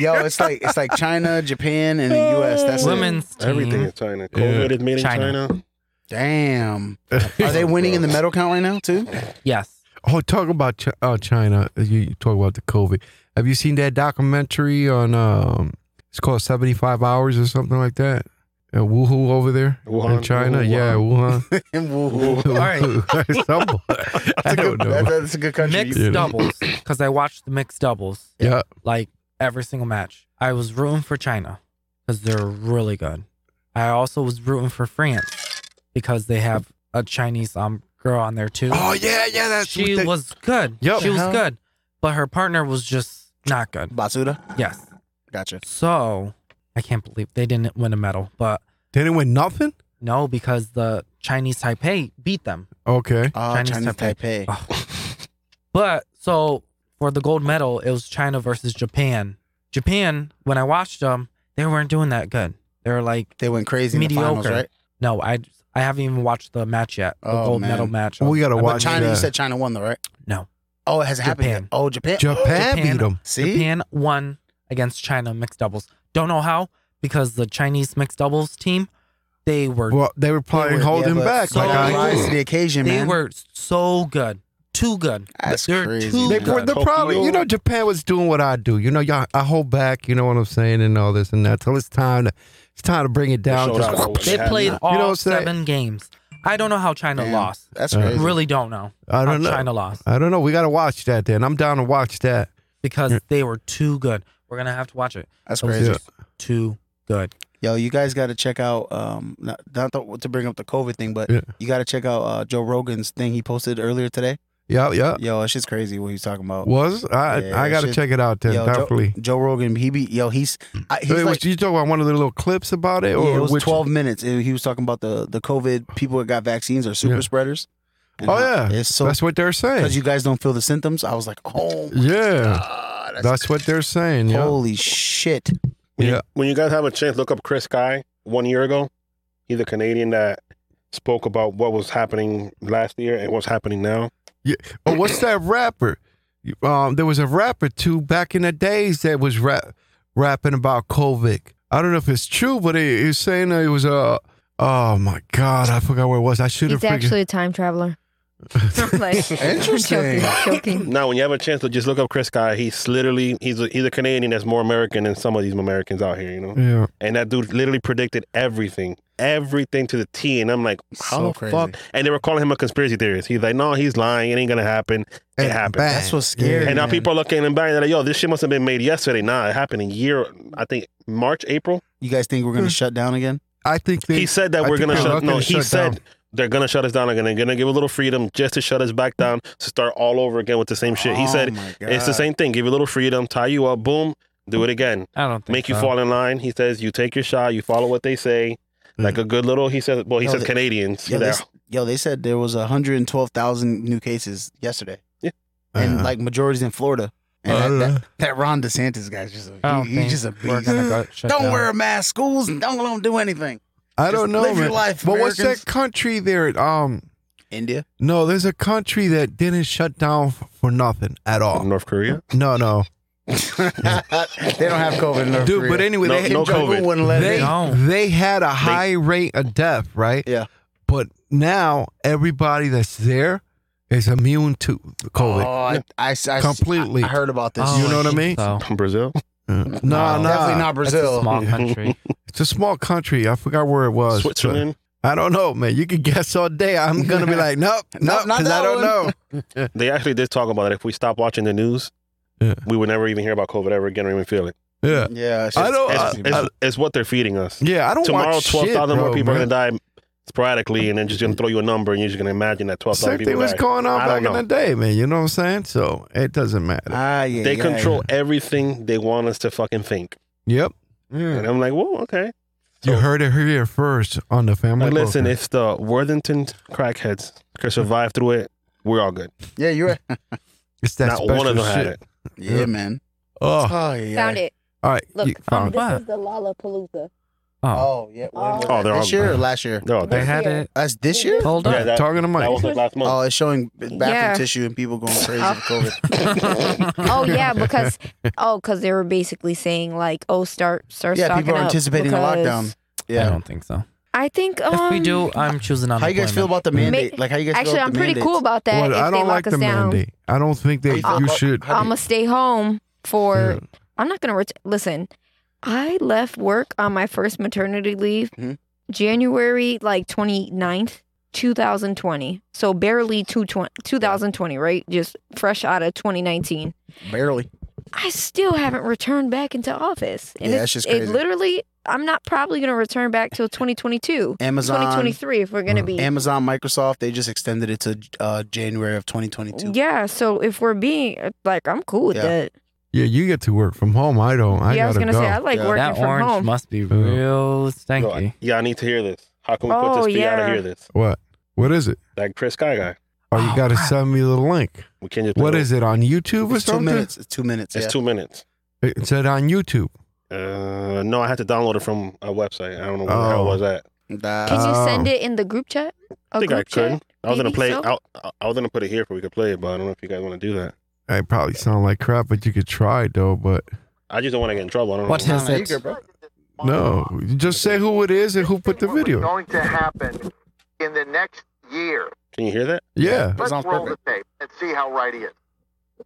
D: Yo, it's like it's like China, Japan, and the U.S. That's it.
E: Women's team.
C: Everything is China.
B: Yeah.
C: COVID is made in
E: China.
C: China.
D: Damn. Are they winning in the medal count right now too?
E: Yes.
B: Oh, talk about Ch- uh, China. You, you talk about the COVID. Have you seen that documentary on? Um, it's called Seventy Five Hours or something like that. Uh, Woohoo over there in
C: Wuhan.
B: China. Yeah, Wuhan.
D: Woo.
B: All
E: right.
B: I don't know.
D: That- that's a good country.
E: Mixed
B: Yeah.
E: doubles. Because I watched the mixed doubles.
B: Yeah.
E: Like every single match. I was rooting for China because they're really good. I also was rooting for France because they have a Chinese um girl on there too.
B: Oh yeah, yeah. That's
E: she
B: what they-
E: was good.
B: Yep.
E: She was
D: Uh-huh.
E: good. But her partner was just not good.
D: Basuda.
E: Yes.
D: Gotcha.
E: So I can't believe they didn't win a medal. But
B: They didn't win nothing.
E: no, because the Chinese Taipei beat them.
B: Okay.
D: Oh,
E: Chinese
D: Chinese,
E: Taipei.
D: Taipei.
E: But so for the gold medal, it was China versus Japan. Japan, when I watched them, they weren't doing that good. They were like,
D: They went crazy in the finals,
E: Mediocre.
D: right?
E: no, I I haven't even watched the match yet. The
D: Oh,
E: gold
D: man.
E: medal match.
B: we gotta
E: But
D: But
B: watch
D: China, you
B: that.
D: said China won though, right?
E: No.
D: Oh, it hasn't happened
E: Japan.
D: yet. Oh, Japan.
B: Japan,
E: Japan.
B: beat them.
D: See?
E: Japan won against China mixed doubles. Don't know how because the Chinese mixed doubles team, they were
B: Well, they were probably
D: were-
B: holding
D: yeah, but
B: back.
E: so
B: like
E: I
D: rise
B: I
D: to the occasion,
E: they
D: man.
E: were so good, too good.
D: That's
E: They're
D: crazy,
E: too
B: They
D: man.
E: good.
B: the
C: Tokyo.
B: problem, you know, Japan was doing what I do. You know, y'all, I hold back. You know what I'm saying, and all this and that. Till it's time to, it's time to bring it down.
C: showed
B: Just
C: out.
B: whoop.
E: They
C: Yeah.
E: played
C: You
E: all
B: know what I'm saying?
E: seven games. I don't know how China
D: Damn.
E: lost.
D: That's
B: Uh,
D: crazy.
E: Really don't know.
B: I
E: how
B: don't know.
E: China lost
D: Uh,
B: I don't know. We gotta watch that then. I'm down to watch that.
E: because they were too good. We're gonna have to watch it.
D: That's
E: It was
D: crazy.
E: just Too good.
D: Yo, you guys got to check out. Um, not, not to, to bring up the COVID thing, but
B: Yeah.
D: you got to check out uh, Joe Rogan's thing he posted earlier today.
B: Yeah, yeah.
D: Yo, it's just crazy what he's talking about.
B: Was I?
D: Yeah,
B: I gotta
D: shit.
B: check it out then.
D: Yo, Joe-
B: definitely.
D: Joe, Rogan, he be yo, he's I, he's
B: Mm. Wait,
D: like
B: was- you talking about one of the little clips about it, or
D: yeah, it was
B: which-
D: twelve minutes. and he was talking about the the COVID people that got vaccines are super
B: Yeah.
D: spreaders. And
B: Oh,
D: how
B: yeah.
D: it's so
B: that's what they're saying.
D: because you guys don't feel the symptoms. I was like, oh my
B: yeah,
D: God,
B: that's, what they're saying. Yeah,
D: holy shit.
C: When,
B: Yeah.
C: you, when you guys have a chance, look up Chris Guy one year ago. He's a Canadian that spoke about what was happening last year and what's happening now.
B: Oh, what's that rapper? Um, there was a rapper too back in the days that was rap, rapping about COVID. I don't know if it's true, but he, he was saying that it was a. Oh my God, I forgot where it was. I should have
F: He's
B: figured.
F: actually a time traveler. like,
D: Interesting.
F: Joking.
C: Now, when you have a chance to just look up Chris Guy, he's literally he's a, he's a Canadian that's more American than some of these Americans out here, you know.
B: yeah,
C: And that dude literally predicted everything, everything to the T. And I'm like, how
D: So
C: the
D: crazy.
C: fuck? And they were calling him a conspiracy theorist. He's like, no, he's lying. It ain't gonna happen. It
B: And
C: happened.
B: bang.
D: That's what's scary. uh,
C: And now
D: man.
C: people are looking and buying. They're like, yo, this shit must have been made yesterday. Nah, it happened in year, I think March, April.
D: You guys think we're
B: Hmm.
D: gonna shut down again?
B: I think they,
C: He said that
B: I
C: we're
B: think
C: gonna
B: they're not
C: shut. No,
B: gonna
C: he
B: shut
C: said
B: down.
C: they're gonna shut us down again. They're gonna give a little freedom just to shut us back down to start all over again with the same shit. He
D: Oh
C: said
D: my
C: it's the
D: God.
C: same thing. Give you a little freedom, tie you up, boom, do it again,
E: I don't think
C: make you
E: so.
C: fall in line. He says you take your shot, you follow what they say,
B: Mm.
C: like a good little. He says, well, he
D: No,
C: says
D: they-
C: Canadians.
D: Yo,
C: They're-
D: they, s- yo, they said there was 112,000 new cases yesterday.
C: Yeah.
D: And
B: Uh-huh.
D: like majorities in Florida. And uh,
B: I don't
D: that,
B: know.
D: that, that Ron DeSantis guy's just
E: I
D: a,
E: don't
D: he,
E: think
D: he's just a
E: We're
D: beast.
E: gonna go shut
D: Don't
E: down.
D: wear a mask. Schools and don't let them do anything.
B: I don't
D: Just
B: know,
D: live
B: man.
D: your life,
B: but what's that
D: Americans.
B: country there? Um,
D: India.
B: no, there's a country that didn't shut down f- for nothing at all.
C: North Korea.
B: No, no,
D: they don't have COVID in North
B: dude.
D: Korea.
B: But anyway,
C: No-
B: they,
C: no
D: Jong-un
C: COVID.
D: wouldn't let
B: they, Oh,
D: it in.
E: No.
B: they had a high rate of death, right?
D: Yeah.
B: But now everybody that's there is immune to
D: Oh,
B: COVID.
D: I, I, I,
B: Completely.
D: I heard about this.
E: Oh,
B: You know what I
E: think
B: mean?
E: So.
C: Brazil.
B: no, no,
D: definitely not
E: That's
D: Brazil.
E: a small country.
B: It's a small country. I forgot where it was. but
C: Switzerland.
B: I don't know, man. You could guess all day. I'm gonna be like, nope, nope,
D: Nope, not
B: because
D: that
B: I don't
D: one.
B: know.
C: They actually did talk about it. If we stop watching the news,
B: Yeah.
C: we would never even hear about COVID ever again or even feel it.
B: Yeah,
D: Yeah,
B: I don't-
C: It's,
B: I-
D: crazy,
C: it's,
D: man.
C: it's what they're feeding us.
B: yeah. I Uh, don't
C: Tomorrow,
B: watch shit,
C: 12,000 more
B: bro,
C: people are
B: man. Mm-hmm.
C: going to die sporadically, and then just going to throw you a number, and you're just going to imagine that 12,000
B: Same
C: people
B: thing was
C: died.
B: going on
C: I
B: back
C: don't
B: in the day, man. You know what I'm saying? So it doesn't matter.
D: ah, yeah,
C: They
D: yeah,
C: control everything they want us to fucking think.
B: Yep. Mm.
C: And I'm like, whoa, okay.
B: You
C: So-
B: heard it here first on the family.
C: But listen,
B: Broker.
C: if the Worthington crackheads could survive through it, we're all good.
D: Yeah, yeah you're right.
B: it's that
C: Not one
B: special
C: of them had
B: shit.
C: it.
D: Yeah, man.
B: Oh,
D: Oh, yeah.
F: found it.
B: all right.
F: Look,
B: you found
F: this is the Lollapalooza.
E: Oh,
D: Oh yeah. When was
C: Oh,
D: that?
C: they're
D: this
C: all-
D: year or last year?
C: No,
E: they
C: that,
E: had it.
D: That's this year.
E: Hold
C: yeah,
E: up.
C: that,
B: Talking to
C: that
B: Mike.
C: was like last month.
D: Oh, it's showing bathroom
F: Yeah.
D: tissue and people going crazy
F: Oh.
D: with COVID.
F: Oh yeah, because oh, because they were basically saying like, oh, start start.
D: Yeah,
F: stocking
D: people are
F: up
D: anticipating a
F: because-
D: lockdown.
E: I
D: Yeah.
E: don't think so.
F: I think um,
E: if we do, I'm choosing on.
D: How you guys feel about the
E: Ma-
D: mandate? Like how you guys
F: Actually,
D: feel about
F: I'm
D: the
F: pretty cool
D: mandates?
F: about that.
B: Well,
F: if
B: I
F: they
B: don't
F: lock
B: like
F: us
B: the
F: down,
B: mandate. I don't think they.
D: How
B: you
D: about-
B: should.
D: how do you-
F: I'm gonna stay home for.
B: Yeah.
F: I'm not gonna ret- listen. I left work on my first maternity leave,
D: Mhm.
F: January like 29th, 2020. So barely two twen- 2020, right? Just fresh out of 2019.
D: Barely.
F: I still haven't returned back into office, and
D: Yeah,
F: it's
D: that's just
F: it
D: crazy.
F: literally. I'm not probably gonna return back till 2022,
D: Amazon,
F: 2023 if we're gonna be.
D: Amazon, Microsoft, they just extended it to uh, January of 2022.
F: Yeah, so if we're being like, I'm cool with
D: Yeah.
F: that.
B: Yeah, you get to work from home. I don't. I
F: yeah, I was
B: gotta
F: gonna
B: go.
F: say I like
D: Yeah.
F: working
E: That
F: from
E: orange
F: home.
E: must be
B: Yeah.
E: real
C: Yo,
E: stinky.
C: I- yeah, I need to hear this. How can we put
F: Oh,
C: this yeah. out
F: yeah.
C: to hear this?
B: what? What is it?
C: That Chris Sky guy.
B: Oh, you
E: Oh,
B: gotta
E: crap.
B: send me the link.
C: We can't just.
B: What is it on YouTube or
D: It's two
B: something?
D: minutes. It's two minutes.
C: It's
D: yeah.
C: two minutes.
B: It said on YouTube.
C: Uh, no, I had to download it from a website. I don't know where the hell
B: Oh.
C: was that.
D: Nah.
F: Can you send
B: Oh.
F: it in the group chat? A
C: I think I
F: group
C: could.
F: chat?
C: I was gonna
F: Maybe
C: play.
F: so?
C: I, I- I was gonna put it here for we could play it, but I don't know if you guys want to do that.
B: I probably sound like crap, but you could try it, though. But
C: I just don't want to get in trouble. I don't
E: What
C: know.
E: is it?
B: no, just say who it is and who put the
G: What was
B: video.
G: Going to happen in the next year.
C: Can you hear that?
B: Yeah,
G: Let's
D: sounds
G: roll the tape and see how right he is.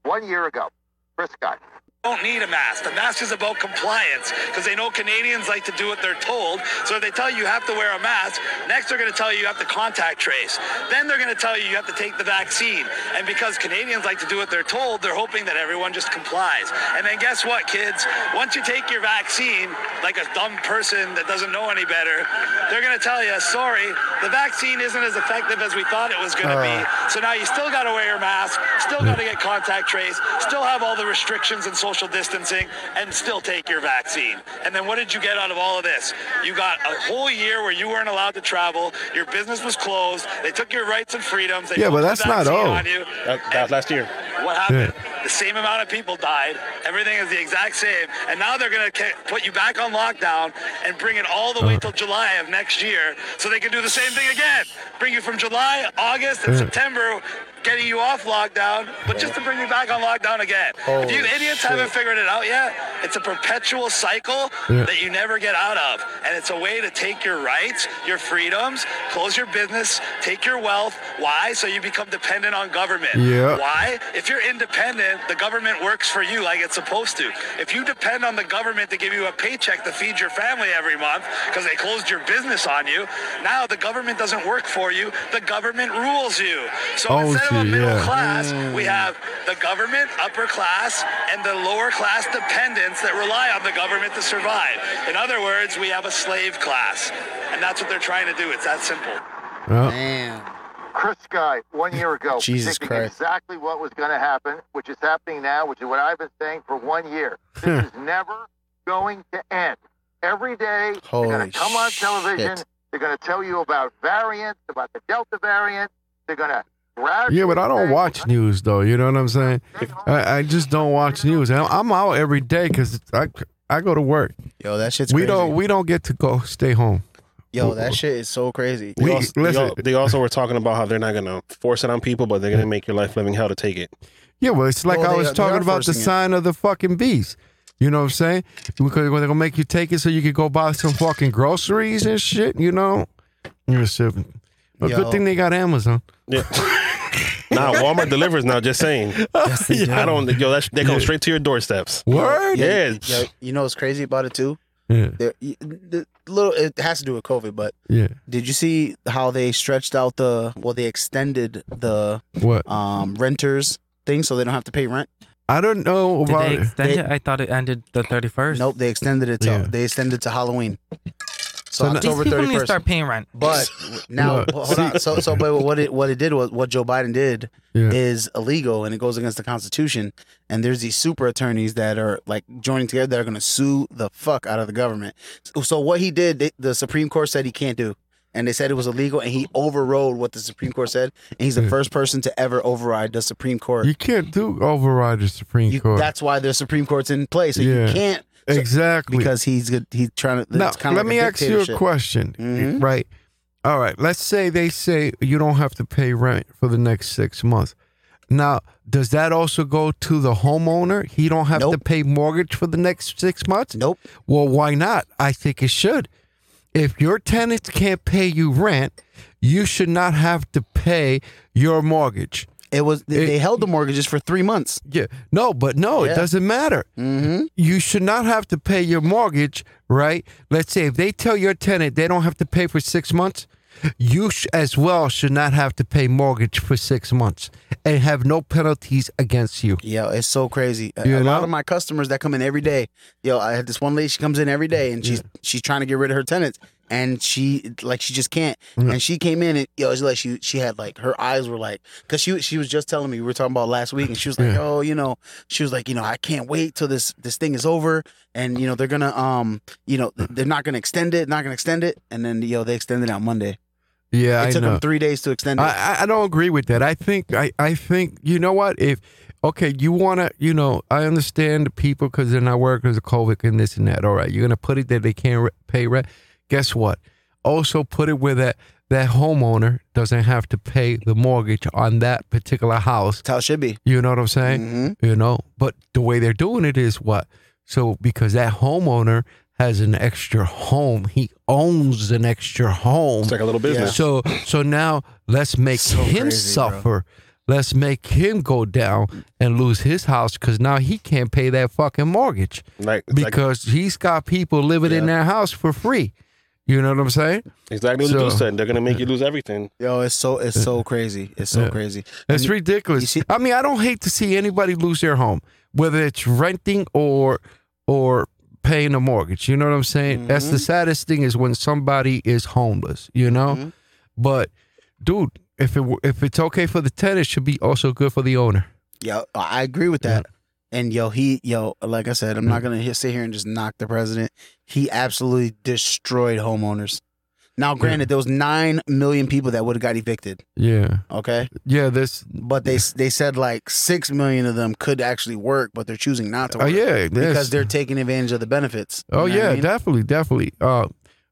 G: One year ago, Chris Scott.
H: don't need a mask. The mask is about compliance because they know Canadians like to do what they're told. So if they tell you you have to wear a mask, next they're going to tell you you have to contact trace. Then they're going to tell you you have to take the vaccine. And because Canadians like to do what they're told, they're hoping that everyone just complies. And then guess what, kids? Once you take your vaccine, like a dumb person that doesn't know any better, they're going to tell you, sorry, the vaccine isn't as effective as we thought it was going to be.
B: Ah.
H: So now you still got to wear your mask, still got to get contact trace, still have all the restrictions and social distancing, and still take your vaccine. And then what did you get out of all of this? You got a whole year where you weren't allowed to travel, your business was closed, they took your rights and freedoms. They
B: Yeah, but
H: put the
B: that's not
H: vaccine
B: all.
H: on you.
C: That, that's last year.
H: What happened? The same amount of people died. Everything is the exact same. And now they're going to put you back on lockdown and bring it all the way till July of next year so they can do the same thing again. Bring you from July, August, and September, getting you off lockdown, but just to bring you back on lockdown again. if you idiots haven't figured it out yet, it's a perpetual cycle
B: Yeah.
H: that you never get out of. And it's a way to take your rights, your freedoms, close your business, take your wealth. Why? So you become dependent on government.
B: Yeah.
H: Why? If you're independent, the government works for you like it's supposed to. If you depend on the government to give you a paycheck to feed your family every month because they closed your business on you, now the government doesn't work for you. The government rules you. So
B: Oh,
H: instead of a
B: gee,
H: middle
B: yeah. Mm.
H: class, we have the government, upper class, and the lower class dependents that rely on the government to survive. In other words, we have a slave class. And that's what they're trying to do. It's that simple.
B: Uh,
D: Damn.
G: Chris Sky, one year ago,
D: Jesus
G: predicting
D: Christ.
G: exactly what was going to happen, which is happening now, which is what I've been saying for one year. This is never going to end. Every day, they're
D: Holy
G: going to come on television.
D: shit.
G: They're going to tell you about variants, about the Delta variant. They're going to grab
B: yeah, but I don't watch news though. You know what I'm saying? I, I just don't watch news. I'm- I'm out every day because I I go to work.
D: Yo, that shit's
B: We
D: crazy.
B: don't we don't get to go stay home.
D: Yo, that shit is so crazy.
C: They
B: We-
C: also, they
B: listen.
C: al- they also were talking about how they're not gonna force it on people, but they're gonna make your life living hell to take it.
B: Yeah, well, it's like
D: Well,
B: I
D: they-
B: was
D: they
B: talking
D: are
B: about the
D: forcing it.
B: sign of the fucking beast. You know what I'm saying? Because they're gonna make you take it so you could go buy some fucking groceries and shit. You know, you're sipping. But
D: Yo.
B: good thing they got Amazon.
C: Yeah. nah, Walmart delivers now. Just saying. I don't. Yo, that's, they come straight to your doorsteps.
B: Word.
C: Yeah.
D: Yo, you know what's crazy about it too?
B: Yeah.
D: There, y- the little it has to do with COVID, but
B: Yeah.
D: did you see how they stretched out the well they extended the
B: What?
D: um renters thing so they don't have to pay rent?
B: I don't know
E: Did
B: about
E: they
B: it.
E: extend
D: They-
E: it? I thought it ended the 31st.
D: Nope, they extended it to
B: Yeah.
D: they extended it to Halloween.
B: So
D: So,
B: now-
E: These
D: October
E: people need
D: thirty
E: to
D: first.
E: start paying rent.
D: But now
B: Look,
D: hold on. So so but what it what it did was what Joe Biden did
B: Yeah.
D: is illegal and it goes against the Constitution. And there's these super attorneys that are like joining together that are going to sue the fuck out of the government. So, so what he did, they, the Supreme Court said he can't do. And they said it was illegal, and he overrode what the Supreme Court said. And he's the
B: Yeah.
D: first person to ever override the Supreme Court.
B: You can't do override the Supreme
D: You-
B: Court.
D: that's why the Supreme Court's in place. So
B: Yeah.
D: you can't
B: exactly.
D: because he's good. He's trying to.
B: now,
D: it's
B: let
D: kind of
B: me ask you a question.
D: Mhm.
B: Right. All right. Let's say they say you don't have to pay rent for the next six months. Now, does that also go to the homeowner? He don't have to
D: Nope.
B: pay mortgage for the next six months.
D: Nope.
B: Well, why not? I think it should. If your tenants can't pay you rent, you should not have to pay your mortgage.
D: It was they,
B: It-
D: they held the mortgages for three months.
B: Yeah. No, but no, it
D: Yeah.
B: doesn't matter.
D: Mm-hmm.
B: You should not have to pay your mortgage, right? Let's say if they tell your tenant they don't have to pay for six months, you sh- as well should not have to pay mortgage for six months and have no penalties against you.
D: Yeah, it's so crazy. A,
B: You
D: a
B: know?
D: lot of my customers that come in every day. Yo, I had this one lady. She comes in every day, and she's she's trying to get rid of her tenants, and she like she just can't. And she came in, and yo, it's like she she had like her eyes were like, cause she she was just telling me we were talking about last week, and she was like,
B: Yeah.
D: oh, you know, she was like, you know, I can't wait till this this thing is over, and you know they're gonna um, you know th- they're not gonna extend it, not gonna extend it, and then yo they extended it on Monday.
B: Yeah,
D: It
B: I
D: took
B: know.
D: them three days to extend it.
B: I, I- I don't agree with that. I think I, I think you know what if okay you want to you know I understand the people because they're not working the COVID and this and that. All right, you're gonna put it that they can't re- pay rent. Guess what? Also put it where that that homeowner doesn't have to pay the mortgage on that particular house.
D: That's how it should be.
B: You know what I'm saying?
D: hmm
B: You know, but the way they're doing it is what so because that homeowner has an extra home, he owns an extra home.
C: It's like a little business.
B: So so now let's make
D: So
B: him
D: crazy, bro.
B: suffer. Let's make him go down and lose his house because now he can't pay that fucking mortgage
C: Like, it's like
B: because he's got people living in their house for free. You know what I'm saying?
C: exactly what you
B: so-
C: said. They're gonna make you lose everything.
D: Yo, it's so it's so crazy. It's so
B: Yeah.
D: crazy.
B: It's
D: And-
B: ridiculous.
D: you see-
B: I mean, I don't hate to see anybody lose their home, whether it's renting or or paying a mortgage. You know what I'm saying? That's
D: Mm-hmm.
B: the saddest thing is when somebody is homeless. You know,
D: Mhm.
B: but dude, if it were- if it's okay for the tenant, it should be also good for the owner.
D: Yo, I agree with that. And yo, he yo, like I said, I'm
B: Mm.
D: not gonna he- sit here and just knock the president. He absolutely destroyed homeowners. Now, granted, there was nine million people that would have got evicted.
B: Yeah,
D: Okay,
B: yeah. This,
D: but they s- they said like six million of them could actually work, but they're choosing not to
B: oh
D: work
B: yeah,
D: because
B: this-
D: they're taking advantage of the benefits.
B: Oh
D: You know what I
B: yeah,
D: mean?
B: definitely, definitely. Uh,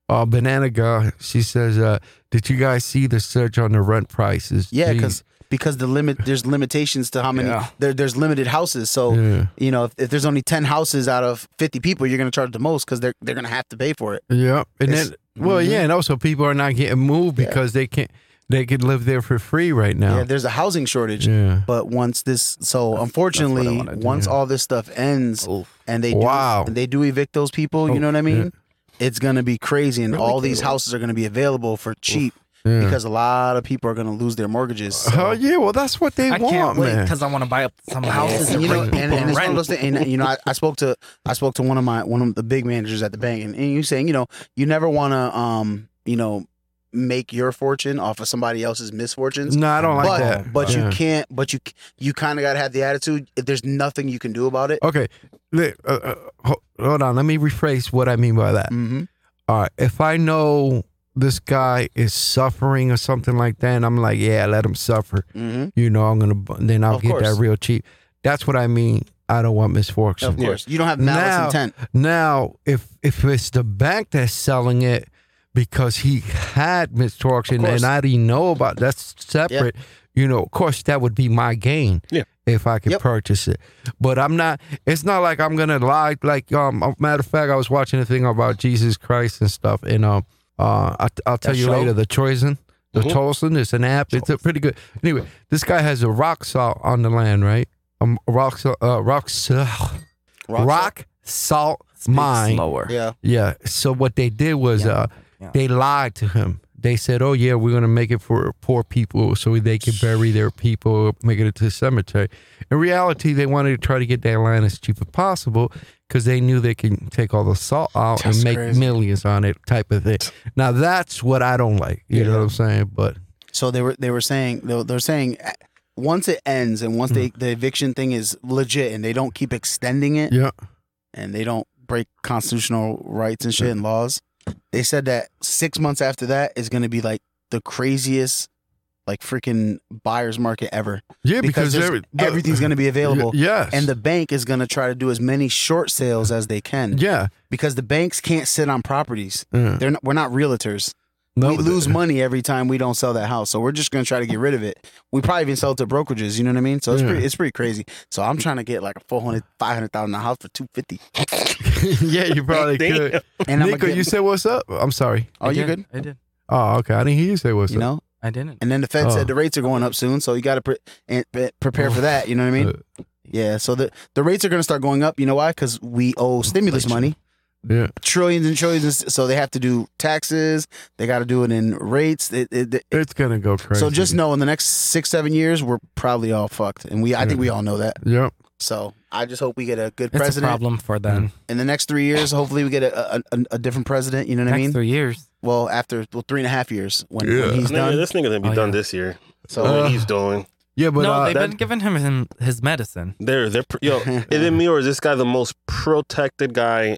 B: uh, Banana Girl, she says, uh, "Did you guys see the surge on the rent prices?"
D: yeah,
B: Jeez.
D: because because the limit there's limitations to how many
E: Yeah.
D: there there's limited houses, so.
B: yeah,
D: you know, if, if there's only 10 houses out of 50 people, you're going to charge the most because they're, they're going to have to pay for it.
B: yeah, and
D: It's- mm-hmm.
B: then well, yeah, and also people are not getting moved because they can't. They could live there for free right
D: Yeah,
B: now.
D: there's a housing shortage.
B: Yeah.
D: But once this, so unfortunately,
E: wanted to
D: once
B: do.
D: all this stuff ends and they do,
B: Wow. Oh,
D: and they do evict those people, you know what I mean? It's going to be crazy. And all these houses are going to be available for cheap
B: Yeah.
D: because a lot of people are going to lose their mortgages. so-
B: Oh yeah, well that's what they
E: I
B: want,
E: can't wait
B: man.
E: because I want to buy up some houses.
D: And,
E: and
D: you know,
E: bring
D: and,
E: people
D: and it's one of
E: rent.
D: those things. And you know, I, I spoke to I spoke to one of my one of the big managers at the bank, and, and you saying, you know, you never want to, um, you know, make your fortune off of somebody else's misfortunes.
B: no, I don't like
D: but
B: that.
D: but
B: Yeah.
D: you can't. But you you kind of got to have the attitude. if There's nothing you can do about it.
B: Okay, li- uh, uh, ho- hold on. Let me rephrase what I mean by that.
D: Mm-hmm.
B: all right, if I know this guy is suffering or something like that, and I'm like, yeah, let him suffer.
D: Mm-hmm.
B: You know, I'm gonna bu- then I'll
D: Of
B: get that
D: course.
B: real cheap. That's what I mean. I don't want misfortune.
D: Of course, you don't have malice
B: Now-
D: intent.
B: Now, if if it's the bank that's selling it because he had misfortune
D: course.
B: and I didn't know about that's separate. You know, of course, that would be my gain.
C: Yeah.
B: If I could
D: Yep.
B: purchase it, but I'm not. It's not like I'm gonna lie. Like, um, a matter of fact, I was watching a thing about Jesus Christ and stuff, and um, uh, I, I'll tell
E: That
B: you
E: show?
B: later. The Choisin, the
C: Mhm.
B: Tolson, it's an app. It's a pretty good. Anyway, this guy has a rock salt on the land, right? Um, rock salt, uh, rock salt rock, salt, mine.
E: slower.
D: Yeah.
B: Yeah. So what they did was
E: Yeah.
B: uh,
E: Yeah.
B: they lied to him. They said, "Oh yeah, we're gonna make it for poor people so they can bury their people, make it to the cemetery." In reality, they wanted to try to get that land as cheap as possible because they knew they can take all the salt out and
D: That's
B: make
D: crazy.
B: millions on it, type of thing. Now that's what I don't like. You know what I'm saying? But
D: So they were they were saying they were, they were saying uh, once it ends and
B: Hmm.
D: once they the eviction thing is legit and they don't keep extending it.
B: yeah,
D: and they don't break constitutional rights and shit and laws. They said that six months after that is going to be like the craziest like freaking buyer's market ever
B: Yeah, because,
D: there's-
B: every- the-
D: everything's going to be available.
B: Y- yes.
D: And the bank is going to try to do as many short sales as they can
B: yeah.
D: because the banks can't sit on properties.
B: Yeah.
D: They're not, we're not realtors.
B: No,
D: we
B: the-
D: lose money every time we don't sell that house, so we're just going to try to get rid of it. We probably even sell it to brokerages. You know what I mean? So it's
B: Yeah.
D: pretty, it's pretty crazy. So I'm trying to get like a 400, 500,000 house for two fifty.
B: yeah, you probably
C: Damn.
B: could.
D: And I'm
B: Nico,
D: gonna get-
B: you said what's up? I'm sorry.
D: oh,
E: I
D: you good?
E: did. I did.
B: Oh, okay. I didn't hear you say what's
D: You
B: up.
D: know.
E: I didn't.
D: And then the Fed
B: Oh.
D: said the rates are going up soon, so you got to pre- and pre- prepare for that. You know what I
B: Uh.
D: mean? yeah. So the the rates are going to start going up. You know why? Because we owe stimulus money,
B: Yeah.
D: trillions and trillions. and s- So they have to do taxes. They got to do it in rates. It, it, it-
B: It's gonna go crazy.
D: so just know in the next six seven years we're probably all fucked, and we I think we all know that.
B: Yep.
D: So I just hope we get a good
E: It's a
D: president
E: problem for them.
D: in the next three years. Hopefully we get a a, a, a different president. You know what I
E: Next
D: mean?
E: three years.
D: Well, after well three and a half years when, when
B: Yeah.
D: he's
C: Nigga,
D: done.
C: this nigga gonna be
E: Oh,
C: done
E: yeah.
C: this year.
D: So
C: What
B: Uh,
C: he's doing.
B: Yeah, but
E: no,
B: uh,
E: they've been giving him him his medicine.
C: They're they're pr- yo. is it me or is this guy the most protected guy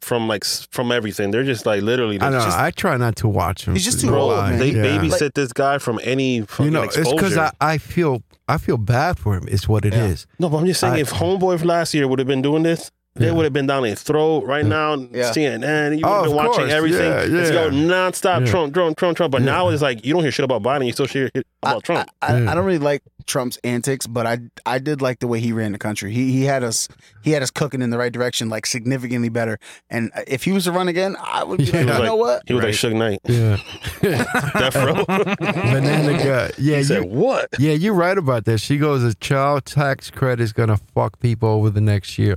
C: from like s- from everything? They're just like literally.
B: I
C: they're
B: know.
C: just-
B: I try not to watch him.
D: He's just
B: you
D: too
B: know
C: bro,
D: old, man.
C: they
B: Yeah.
C: babysit this guy from any fucking
B: You know, it's
C: exposure.
B: because I, I feel I feel bad for him. Is what it is.
D: Yeah.
C: no, but I'm just saying,
B: I-
C: if Homeboy from last year would have been doing this. They
B: Yeah.
C: would have been down their throat right now.
D: Yeah.
C: CNN, you would
B: Oh,
C: have been
B: of
C: watching
B: course.
C: everything.
B: Yeah,
C: It's
B: yeah.
C: go nonstop
B: Yeah.
C: Trump, Trump, Trump, Trump. But
B: Yeah.
C: now it's like you don't hear shit about Biden. You still hear shit about Trump.
D: I,
B: Yeah.
D: I, I don't really like Trump's antics, but I I did like the way he ran the country. He he had us he had us cooking in the right direction, like significantly better. And uh, if he was to run again, I would be
B: Yeah.
D: like, you know what?
C: He was like
D: Right.
C: Suge Knight.
B: Yeah.
C: Defro.
B: Banana guy. Yeah.
C: he
B: You,
C: said, what?
B: yeah, you're right about that. She goes, the child tax credit is gonna fuck people over the next year.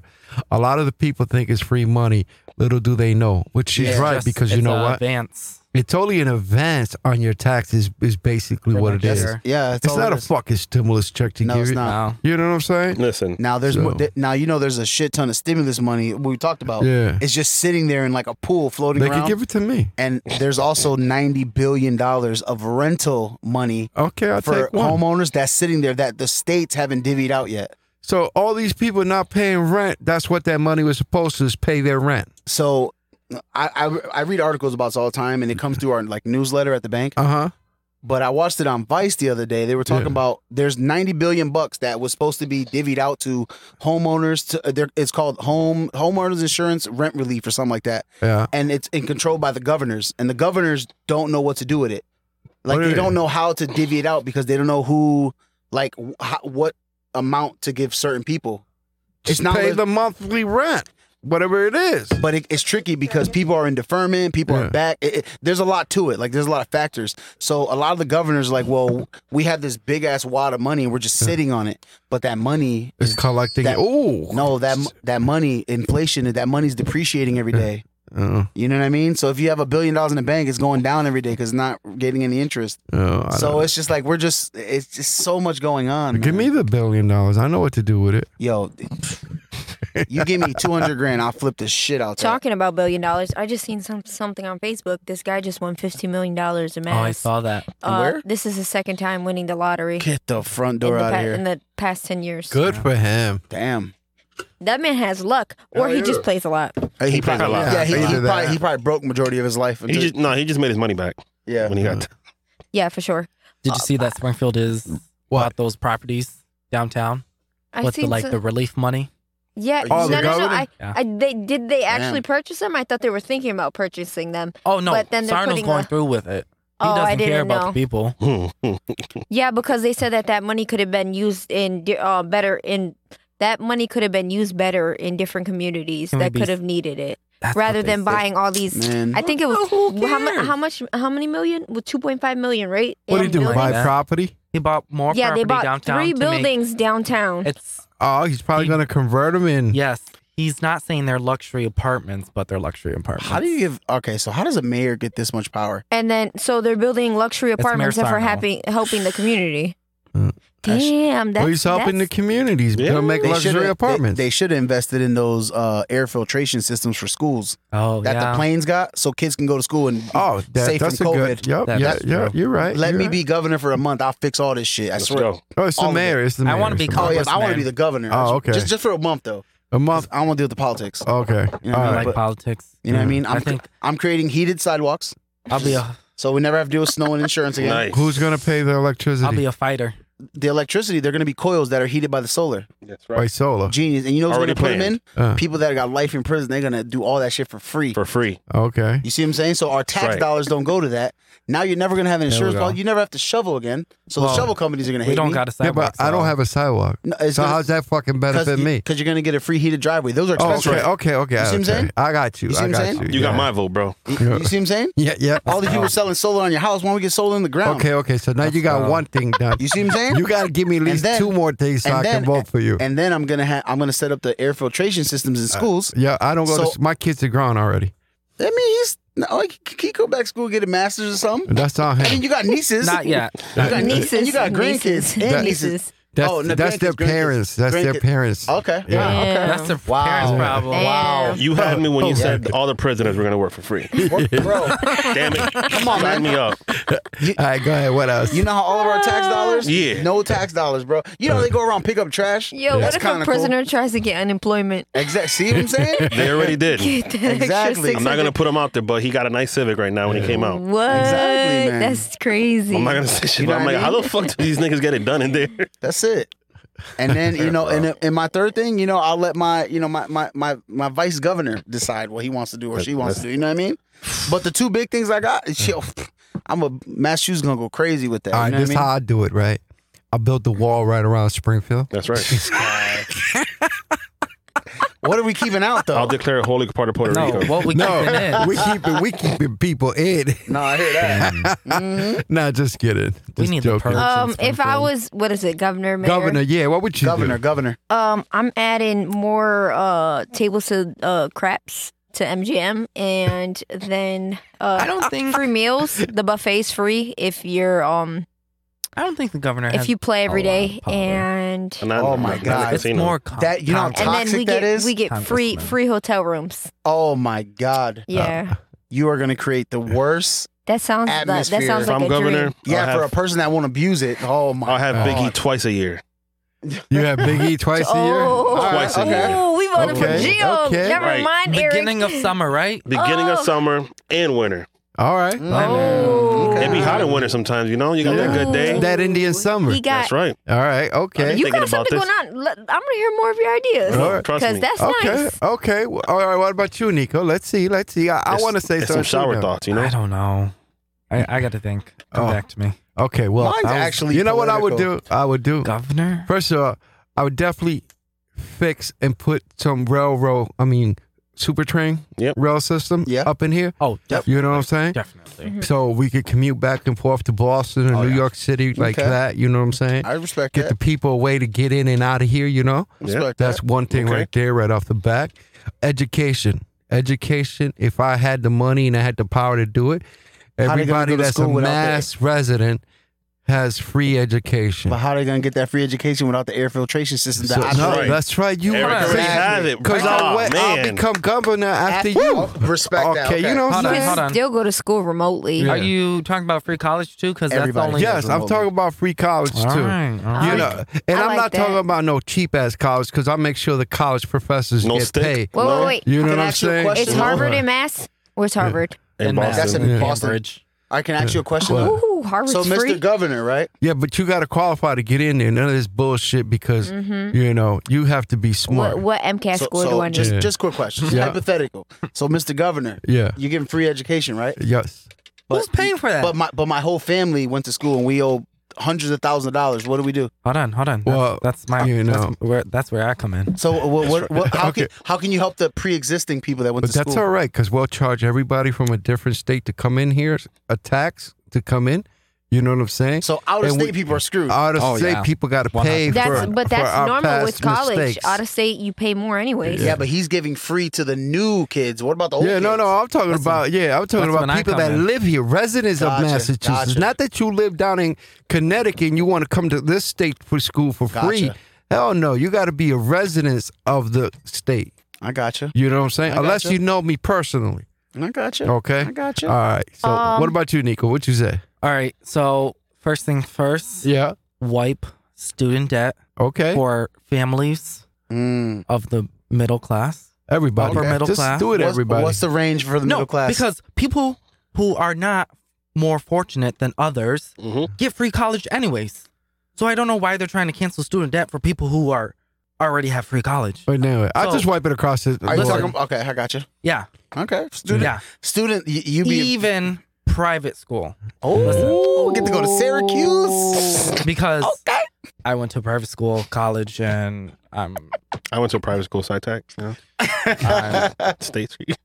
B: A lot of the people think it's free money. Little do they know, which she's
E: It's
B: right
E: just-
B: because you
E: it's
B: know
E: a
B: what?
E: Advance.
B: It's only an advance on your taxes is basically
E: Pretty
B: what
E: much,
B: it is.
E: yes.
D: yeah, it's,
B: It's
D: all
B: not
D: it
B: a
D: is.
B: fucking stimulus check to
D: No,
B: give
D: it's
B: you.
D: not.
E: Wow.
B: You know what I'm saying?
C: Listen,
D: Now there's more,
B: So-
D: th- now you know there's a shit ton of stimulus money we talked about.
B: Yeah.
D: It's just sitting there in like a pool floating
B: They could
D: around.
B: give it to me.
D: and there's also ninety billion dollars of rental money
B: Okay, I'll
D: for
B: take one.
D: homeowners that's sitting there that the states haven't divvied out yet.
B: So all these people not paying rent, that's what that money was supposed to is pay their rent.
D: So I, I I read articles about this all the time, and it comes through our like newsletter at the bank.
B: Uh-huh.
D: But I watched it on Vice the other day. They were talking
B: Yeah.
D: about there's 90 billion bucks that was supposed to be divvied out to homeowners. To uh, there- it's called home homeowners insurance rent relief or something like that,
B: Yeah.
D: and it's in control by the governors, and the governors don't know what to do with it. Like
B: What
D: they
B: is-
D: don't know how to divvy it out because they don't know who like wh- how, what amount to give certain people.
B: Just pay
D: leg-
B: the monthly rent, whatever it is.
D: but it, it's tricky because people are in deferment, people
B: Yeah.
D: are back. It, it- there's a lot to it. Like there's a lot of factors. So a lot of the governors are like, well, we have this big ass wad of money and we're just sitting on it. But that money
B: It's collecting.
D: that-
B: Oh
D: no, that m- that money, inflation, that money's depreciating every day.
B: Oh,
D: You know what I mean? So if you have a billion dollars in the bank, it's going down every day because it's not getting any interest.
B: oh, I
D: so
B: don't-
D: it's just like we're just it's just so much going on.
B: give
D: man.
B: me the billion dollars. I know what to do with it.
D: yo. you give me two hundred grand, I'll flip the shit out. that.
F: Talking about billion dollars, I just seen some something on Facebook. This guy just won fifteen million dollars in
E: Oh, I
F: mass.
E: saw that.
F: Uh,
D: Where?
F: This is his second time winning the lottery
D: Get the front
F: in
D: door
F: the,
D: out
F: pa-
D: of here.
F: in the past ten years.
B: Good for him.
D: Damn.
F: That man has luck, or he just plays a lot.
D: He,
C: plays
D: probably,
C: a lot.
D: Yeah, he,
B: Yeah,
D: he
B: either
D: probably,
B: that.
D: he probably broke majority of his life.
C: he
D: Until,
C: just no, he just made his money back
D: yeah,
C: when he got.
F: Yeah, for sure.
E: Did
D: Uh,
E: you see that Springfield is
B: What?
E: bought those properties downtown
F: I
E: with the,
F: seen
E: like
F: some-
E: the relief money?
F: yeah.
B: Oh,
F: no,
B: the
F: no, no.
B: governor?
F: I,
E: Yeah.
F: I, they did they actually
D: Damn.
F: purchase them? I thought they were thinking about purchasing them.
E: Oh no,
F: But then they're
E: Sarno's
F: putting
E: going
F: the-
E: through with it. He
F: Oh, I
E: doesn't care
F: didn't
E: about
F: know.
E: the people.
C: Hmm,
F: Yeah, because they said that that money could have been used in di- uh, better in that money could have been used better in different communities
E: Can we
F: that
E: be-
F: could have needed it
E: That's what
F: rather
E: they
F: than
E: say.
F: buying all these.
D: Man.
F: I think it was
E: Who
F: how, mu-
E: cares?
F: how much? How many million? With two point five million, right?
B: What do you
F: And
B: do?
F: buildings?
B: Buy
E: Yeah.
B: property?
E: He bought more
F: Yeah,
E: property
F: they bought
E: downtown.
F: three
E: to make-
F: buildings downtown.
E: it's
B: Oh, he's probably
E: He-
B: gonna convert him in.
E: yes. He's not saying they're luxury apartments, but they're luxury apartments.
D: How do you give? Okay, so how does a mayor get this much power?
F: And then, so they're building luxury
E: Mayor
F: apartments and for
E: Sarno.
F: happy, helping the community.
B: Mm.
F: Damn, that's,
B: Well, he's helping the
F: that's-
B: communities.
C: Yeah.
B: Gonna make
D: They shoulda-
B: luxury
D: they-
B: apartments.
D: They, should have invested in those uh, air filtration systems for schools
E: Oh
D: that
E: yeah.
D: the planes got, so kids can go to school and.
B: oh, that,
D: Safe
B: that's a
D: from
B: good.
D: COVID.
B: Yep,
E: That's
B: yeah, yeah.
E: true.
B: You're right.
D: Let
B: you're
D: me
B: right.
D: be governor for a month. I'll fix all this shit. I
C: Let's
D: swear.
C: go.
B: Oh, it's
D: all
B: the
D: of
B: mayor. It's the mayor.
E: I wanna
B: It's
E: be
B: the
E: called-
D: Oh yeah,
E: Congressman.
D: I want to be the governor.
B: Oh, okay.
D: Just just for a month though.
B: mayor. a month.
D: I don't want to deal with the politics.
B: Okay.
D: You know,
B: All
E: I
B: right.
E: like politics.
D: You know what I mean? I'm
E: Mm-hmm. I think
D: I'm creating heated sidewalks.
E: I'll be a
D: So we never have to deal with snow and insurance again.
C: Nice.
B: Who's gonna pay the electricity?
E: I'll be a fighter.
D: The electricity, they're going to be coils that are heated by the solar.
C: That's
B: by
C: right.
B: solar.
D: Genius. And you know what's going
C: Already
D: to put them in?
C: planned.
B: Uh,
D: People that got life in prison, they're going to do all that shit for free.
C: For free.
B: okay.
D: You see what I'm saying? So our tax
C: Right.
D: dollars don't go to that. Now you're never gonna have an
E: There we
D: insurance
E: go.
D: policy. You never have to shovel again. So
E: Well,
D: the shovel companies are gonna hate
E: We don't
D: me.
E: got a
B: Yeah,
E: sidewalk.
B: but I don't have a sidewalk.
D: No, it's
B: So
D: gonna-
B: how's that fucking benefit me?
D: Because you're gonna get a free heated driveway. Those are
B: Oh,
D: expensive.
B: okay, okay, okay.
D: You see what I'm
B: okay.
D: saying?
B: I got you.
D: You see
B: I
D: what I'm
B: got
D: saying?
B: you.
C: You got
B: yeah.
C: my vote, bro.
D: You, you see what I'm saying?
B: Yeah, yeah.
D: All these people selling solar on your house. Why don't we get solar in the ground?
B: Okay, okay. So now you got
E: That's, uh,
B: one thing done.
D: You see what I'm saying?
B: You gotta give me at
D: And
B: least
D: then-
B: two more things so
D: and
B: I can
D: then-
B: vote for you.
D: And then I'm gonna have I'm gonna set up the air filtration systems
B: Uh,
D: in schools.
B: Yeah, I don't go. to
D: So-
B: s my kids are grown already.
D: I mean, he's no, he can he go back to school and get a master's or something.
B: That's not
D: And
B: him.
D: you got nieces.
E: Not yet.
D: You got nieces. And you got grandkids.
F: nieces,
D: And nieces.
F: nieces.
B: That's,
D: Oh, no,
B: that's their
D: grandkids, grandkids,
B: parents. That's their
D: grandkids.
B: parents.
D: Okay.
B: Yeah.
D: Wow, Okay.
E: That's the
D: Wow.
E: parents' problem.
F: Wow.
C: You had me when you said all the prisoners were going to work for free.
D: Bro,
C: Damn it. Come
D: on,
C: Sign
D: man.
C: me up.
B: All right, go ahead. What else?
D: you know how all of our tax dollars?
C: Yeah.
D: No tax dollars, bro. You know they go around pick up trash.
F: Yo,
D: That's
F: what if a
D: kinda cool.
F: prisoner tries to get unemployment?
D: Exactly. See what I'm saying?
C: They already did.
F: Get that extra
D: Exactly.
F: six
C: I'm not going to put him out there, but he got a nice Civic right now when he came out.
F: What?
D: Exactly, man.
F: That's crazy.
C: I'm not going to say shit.
D: You know
C: but I'm
D: what
C: like,
D: I mean?
C: how the fuck do these niggas get it done in there?
D: That's it. And then you know, and and my third thing, you know, I'll let my you know my my my, my vice governor decide what he wants to do or she wants to do. You know what I mean? But the two big things I got, is, yo, I'm a Massachusetts gonna go crazy with that.
B: All right,
D: you know
B: this
D: what
B: is
D: I mean?
B: how I do it, right? I built the wall right around Springfield.
C: That's right.
D: What are we keeping out though?
C: I'll declare a holy part of Puerto
E: No,
C: Rico.
E: what we keeping
B: No,
E: in?
B: we keeping we keeping people in.
D: no, I hear that.
B: nah, just kidding. Just
E: need the
B: joking.
E: perks.
F: Mm-hmm. um, if I
E: Springfield.
F: was, what is it, governor, mayor?
B: Governor, yeah, what would you
D: governor,
B: do?
D: governor.
F: Um, I'm adding more uh tables to uh craps to MGM, and then uh,
E: I don't think-
F: free meals. The buffet's free if you're um
E: I don't think the governor has.
F: if you play every
E: a lot of
F: day,
E: power.
F: and
C: And not-
D: Oh my
C: not in the
D: God.
E: it's
C: casino.
E: more com-
D: That- you know how
E: complex.
F: and then we
D: toxic
F: get
D: that is?
F: we get free
E: Congressman.
F: free hotel rooms.
D: Oh my God,
F: Yeah,
B: Oh.
D: you are gonna create the worst.
F: that sounds like, that
D: Atmosphere.
F: sounds
C: If
F: like
C: I'm
F: a
C: governor,
F: dream.
D: Yeah,
C: I'll
D: for a
C: have,
D: person that won't abuse it. Oh my.
C: I'll have
D: God.
C: Biggie twice a year.
B: You have Big E twice a year.
F: Oh,
C: Twice a year.
F: oh, we voted
B: Okay,
F: for Geo.
B: okay.
F: Never
C: Right.
F: mind, Eric.
E: beginning of summer, right?
C: Beginning of
F: Oh.
C: summer and winter.
B: All
D: Mm.
B: right.
F: Oh,
C: It be hot in winter sometimes, you know? You got that good day.
B: It's that Indian summer.
F: He got
C: That's right.
B: All right. Okay.
C: been
F: You
C: thinking
F: got
C: about
F: something
C: this.
F: going on. Let- I'm gonna hear more of your ideas.
B: All right.
C: Trust me.
F: Because that's
B: okay.
F: nice.
B: Okay. Well, all right. What about you, Nico? Let's see. Let's see. I, I
C: It's-
B: want to say
C: it's
B: something.
C: some shower
B: too, though.
C: thoughts, you know?
E: I don't know. I, I got to think. Come
B: Oh.
E: back to me,
B: Okay. Well,
D: Mine's
B: I was-
D: actually
B: You know what I would do?
D: political.
B: I would do.
E: governor.
B: First of all, I would definitely fix and put some railroad. I mean, super train
C: Yep.
B: rail system
D: Yeah.
B: up in here.
E: Oh, definitely.
B: You know what I'm saying?
E: definitely.
B: So we could commute back and forth to Boston and
D: Oh,
B: New
D: yeah.
B: York City like
D: Okay.
B: that. You know what I'm saying?
D: I respect
B: Get
D: that.
B: the people a way to get in and out of here. You know.
D: respect
B: That's
D: that.
B: one thing
C: Okay.
B: right there, right off the back. Education, education. If I had the money and I had the power to do it,
D: they gonna
B: everybody
D: go to
B: that's a
D: school without that?
B: mass resident has free education.
D: But how are they gonna get that free education without the air filtration system?
B: So-
D: That I
B: no,
D: created?
C: right.
B: that's right. You
C: Eric
B: are
C: already
B: right.
C: has it.
B: Cause I'll,
C: Aw,
B: wait- I'll
C: man.
B: become governor after
D: After-
B: you.
D: Woo! Respect
B: okay,
D: that,
B: you
D: okay.
B: know what I'm
E: Hold on,
F: You
B: saying?
E: hold on.
F: still go to school remotely.
B: Yeah.
E: Are you talking about free college too? Because that's the
D: Everybody.
E: only.
B: Yes, I'm
D: Remotely.
B: talking about free college too.
E: All right, all
B: You
E: right.
B: know, and
F: I
B: I'm
F: like
B: not talking
F: that.
B: about no cheap ass college because I make sure the college professors
C: No
B: get
C: stick.
B: paid.
F: Wait, wait, wait.
B: You know what
D: I
B: I'm
D: ask you a
B: saying?
D: question?
F: It's Harvard and Mass. Where's Harvard?
C: In
E: And
C: Boston.
D: That's in
B: Yeah.
D: Boston.
E: Cambridge.
D: I can ask you a question.
B: What?
D: though?
F: Ooh, Harvard's
D: So, Mr.
F: free.
D: Governor, right?
B: Yeah, but you got to qualify to get in there. None of this bullshit because you know you have to be smart.
F: what, what MCAS
D: So,
F: score
D: so
F: do I need?
D: just
B: Yeah.
D: just quick question,
B: Yeah.
D: hypothetical. So, Mr. Governor,
B: Yeah.
D: you give him free education, right?
B: Yes.
E: Who's paying for that?
D: But my but my whole family went to school and we owe hundreds of thousands of dollars. What do we do?
E: hold on, hold on. That's,
B: Well,
E: that's my.
B: you know.
E: that's, where, that's where I come in.
D: So, what, what, what, how
B: Okay.
D: can how can you help the pre-existing people that went
B: But
D: to
B: that's
D: school?
B: all right because we'll charge everybody from a different state to come in here, a tax to come in. You know what I'm saying?
D: So, out of
B: And we-
D: state people are screwed.
B: out of
E: Oh,
B: state
E: yeah.
B: people got to pay
F: that's
B: for
F: but
B: for
F: that's
B: our
F: normal
B: past
F: with college.
B: mistakes.
F: Out of state, you pay more anyways.
D: yeah. but he's giving free to the new kids. What about the old?
B: yeah, no,
D: kids?
B: no. I'm talking about yeah. I'm talking
E: that's
B: about
E: when I
B: people
E: come
B: that
E: in.
B: live here, residents
D: Gotcha,
B: of Massachusetts.
D: gotcha.
B: Not that you live down in Connecticut and you want to come to this state for school for free.
D: Gotcha.
B: Hell no, you got to be a resident of the state.
D: I gotcha.
B: You know what I'm saying?
D: I
B: Unless
D: gotcha.
B: you know me personally.
D: I gotcha.
B: Okay. Uh,
D: I gotcha.
B: All right. So
F: Um,
B: what about you, Nico? What you say?
E: All right. So first thing first,
B: Yeah.
E: wipe student debt
B: Okay.
E: for families
D: Mm.
E: of the middle class.
B: everybody.
E: upper middle
B: Just
E: class.
B: do it,
D: What's,
B: everybody.
D: what's the range for the
E: no,
D: middle class?
E: because people who are not more fortunate than others
B: Mm-hmm.
C: Mhm.
E: get free college anyways. So I don't know why they're trying to cancel student debt for people who are already have free college.
B: But anyway, I
E: So-
B: just wipe it across the
D: Are you
E: Listen.
D: talking? Okay, I got you.
E: Yeah.
D: Okay, student,
E: Yeah.
D: student, y- you be
E: Even private school.
D: oh, get to go to Syracuse.
E: Because
D: Okay.
E: I went to private school, college, and I'm,
C: I went to a private school, SciTech, you know,
E: I'm
C: State Street.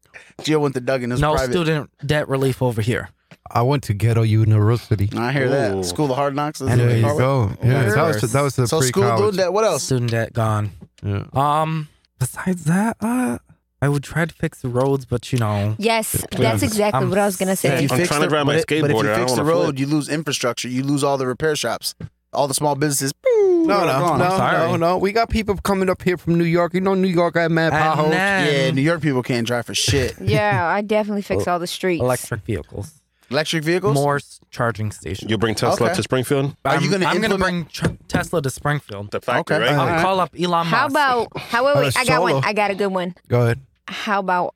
D: Gio went to Duggan. It was
E: no
D: private.
E: student debt relief over here.
B: I went to Ghetto University.
D: I hear
C: Ooh.
D: that. School of Hard Knocks. is
E: There
B: There
D: in
B: you
E: Anyways.
D: Harvard.
B: go. Yeah, that was that was the
D: So
B: free
D: school
B: college.
D: doing that. What else?
E: Student debt gone.
B: Yeah.
E: Um. Besides that, uh, I would try to fix the roads, but you know,
F: Yes,
C: Please.
F: that's exactly
E: I'm
F: what I was gonna
D: If
F: say.
D: you
C: I'm
D: fix
C: trying to
D: the-
C: grab my
D: but it- But if
C: skateboard, I
D: you
C: don't
D: fix the
C: wanna flip.
D: road, you lose infrastructure. You lose all the repair shops, all the small businesses.
B: No, no,
D: gone.
B: no,
E: sorry.
B: no, no. We got people coming up here from New York. You know, New York, I have mad
E: And
B: potholes.
E: then-
D: Yeah, New York people can't drive for shit.
F: yeah, I definitely fix all the streets.
E: electric vehicles,
D: Electric vehicles.
E: more s- charging stations.
C: You bring Tesla
D: Okay.
C: to Springfield?
D: Are
E: I'm,
D: you gonna
E: I'm gonna bring
D: implement-
E: tr- Tesla to Springfield.
C: The factory,
D: Okay.
C: right?
E: I'll
D: Uh,
E: call up Elon Musk.
F: How about? How wait,
B: Uh,
F: wait, I got
B: solo.
F: one. I got a good one.
B: Go ahead.
F: How about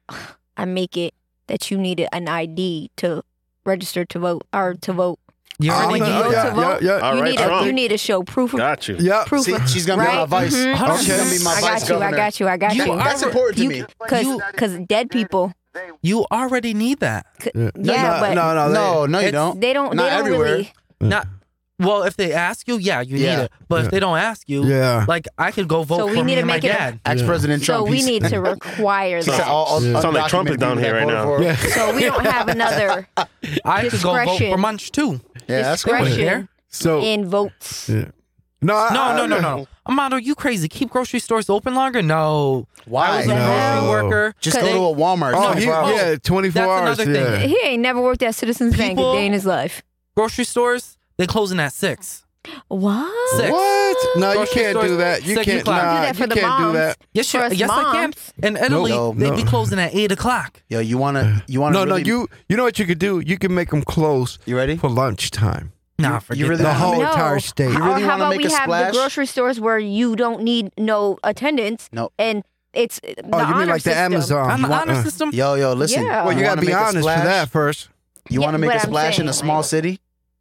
F: I make it that you needed an ID to register to vote or to vote.
E: You
F: Oh,
E: already
F: no,
E: need
F: no,
E: that.
F: yeah.
B: yeah, yeah,
C: All
F: you
C: right,
F: need a,
C: Trump.
F: you need to show proof of
C: Got you.
B: yeah.
F: proof
D: See,
F: of
D: she's gonna be
F: right?
D: my vice.
F: Mhm.
E: Hold on.
D: She's gonna be my
F: I
D: vice
F: got you. I
D: governor.
F: got you. I got
E: You
F: you.
E: are-
D: That's important to
F: you-
D: me.
F: Cause, cause dead people.
G: They
E: You already need that.
B: Yeah,
F: yeah,
B: no,
F: but
B: no, no,
D: No, no, you
E: It's-
D: don't.
F: they don't.
D: Not
F: they don't
D: everywhere.
F: really.
E: Not well. If they ask you, yeah, you need
D: Yeah.
E: it. But
B: Yeah.
E: if they don't ask you,
B: they- yeah.
E: like I could go vote
F: So
E: for
F: we need
E: me
F: to
E: and my
F: make it a-
E: dad.
D: Ex President
F: So
D: Trump.
F: we
D: he's-
F: need to require
D: He said
F: that.
D: all- all
B: Yeah.
C: Sound like Trump is
D: undocumented
C: down
D: people
C: here
D: that
C: right now.
D: voted for him.
B: Yeah.
F: So we don't have another
E: I could go vote for
F: Discretion.
E: Munch too.
D: Yeah, that's cool.
E: Right
F: Discretion.
E: there.
B: So
F: in votes.
B: yeah. no, I,
E: No,
B: I-
E: no, no, no, no. Amado, you crazy? Keep grocery stores open longer? No. I
D: Why?
E: was a grocery
B: No.
E: worker.
D: Just go
E: They-
D: to a Walmart.
B: Oh,
D: It's
B: he,
D: 24 hours.
B: yeah, twenty four
E: That's
B: hours.
E: another thing.
B: Yeah.
F: He ain't never worked at Citizens Bank a
E: People-
F: day in his life.
E: grocery stores they closing at six.
F: What?
E: Six.
B: What? No, you
E: Grocery
B: can't do
E: stores,
B: that. You
E: second
B: can't.
E: class.
B: Nah,
F: do that for
B: you
F: the
B: can't
F: moms.
B: do that.
E: Yes,
F: For
E: you-
F: us
E: yes, I can.
F: moms.
E: In Italy,
D: No,
E: they
B: no.
E: be closing at eight o'clock.
D: Yo, you wanna you wanna
B: No, no.
D: really-
B: You you know what you could do? You can make them close
D: you ready?
B: for lunchtime.
E: Nah, forget
D: really
B: The
E: that.
B: whole
F: No.
B: entire state. Oh,
D: You really
F: or how
D: wanna
F: about
D: make
F: we
D: a
F: have
D: splash?
F: the grocery stores where you don't need no attendance?
D: No.
F: And it's the
B: Oh, you
F: honor
B: mean like the
F: system.
B: Amazon?
E: on the
B: You want-
E: honor
B: uh,
E: system.
D: Yo, yo, listen.
F: Yeah.
B: Well, you
D: wanna
B: gotta be
D: make a
B: honest with
D: splash?
B: that first.
D: You
F: Yeah,
D: want to make
F: but
D: a
F: I'm
D: splash in a
F: saying,
D: small
F: like-
D: city?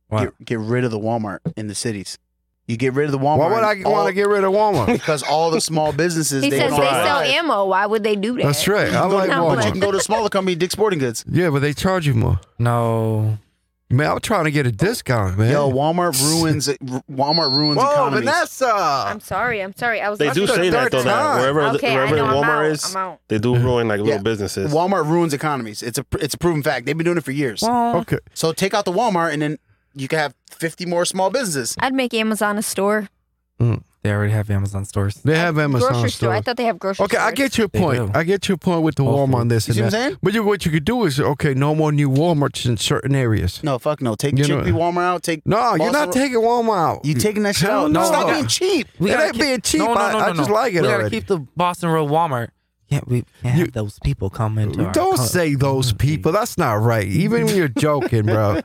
E: What?
D: Get, get rid of the Walmart in the cities. You get rid of the Walmart.
B: Why would I
D: all-
B: want to get rid of Walmart?
D: Because all the small businesses
F: He
D: they
F: says
D: don't
F: they sell
D: drive.
F: ammo. Why would they do that?
B: That's right. I
D: You
B: like
D: can go-
F: Walmart.
D: But you can go to a smaller company, Dick Sporting Goods.
B: Yeah, but they charge you more.
E: No.
B: Man, I'm trying to get a discount, man.
D: Yo, Walmart ruins Walmart ruins
B: Whoa,
D: economies.
B: Vanessa!
F: I'm sorry. I'm sorry. I was.
C: They
F: I
C: do
F: was
C: say that, though,
F: concerned.
B: time.
C: that wherever,
F: Okay, I
C: wherever
F: know, I'm
C: Walmart
F: out,
C: is,
F: I'm out.
C: they do ruin like little
D: Yeah.
C: businesses.
D: Walmart ruins economies. It's a it's a proven fact. They've been doing it for years.
E: Well,
B: Okay.
D: So take out the Walmart, and then you can have fifty more small businesses.
F: I'd make Amazon a store.
E: they already have Amazon stores.
B: They have Amazon
F: grocery store. I
B: stores.
F: thought they have grocery.
B: Okay, I
F: stores.
B: get your
E: They
B: point.
E: do.
B: I get your point with the
E: Whole
B: Walmart and this
D: You
B: and
D: see what I'm
B: that.
D: saying?
B: But you, what you could do is, okay, no more new Walmarts in certain areas.
D: No, fuck no. Take
B: You know-
D: Chickpea Walmart out. Take
B: No, you're
D: Boston
B: not
D: Ro-
B: taking Walmart out.
D: You taking that shit
B: Hell
D: out?
B: no.
D: Stop being cheap.
E: We
B: It
E: gotta
B: ain't being cheap. I- I just like it
E: We gotta
B: already.
E: keep the Boston Road Walmart. Can't we can't
B: You-
E: have those people come into our
B: Don't
E: co-
B: say those people. That's not right. Even when you're joking, bro.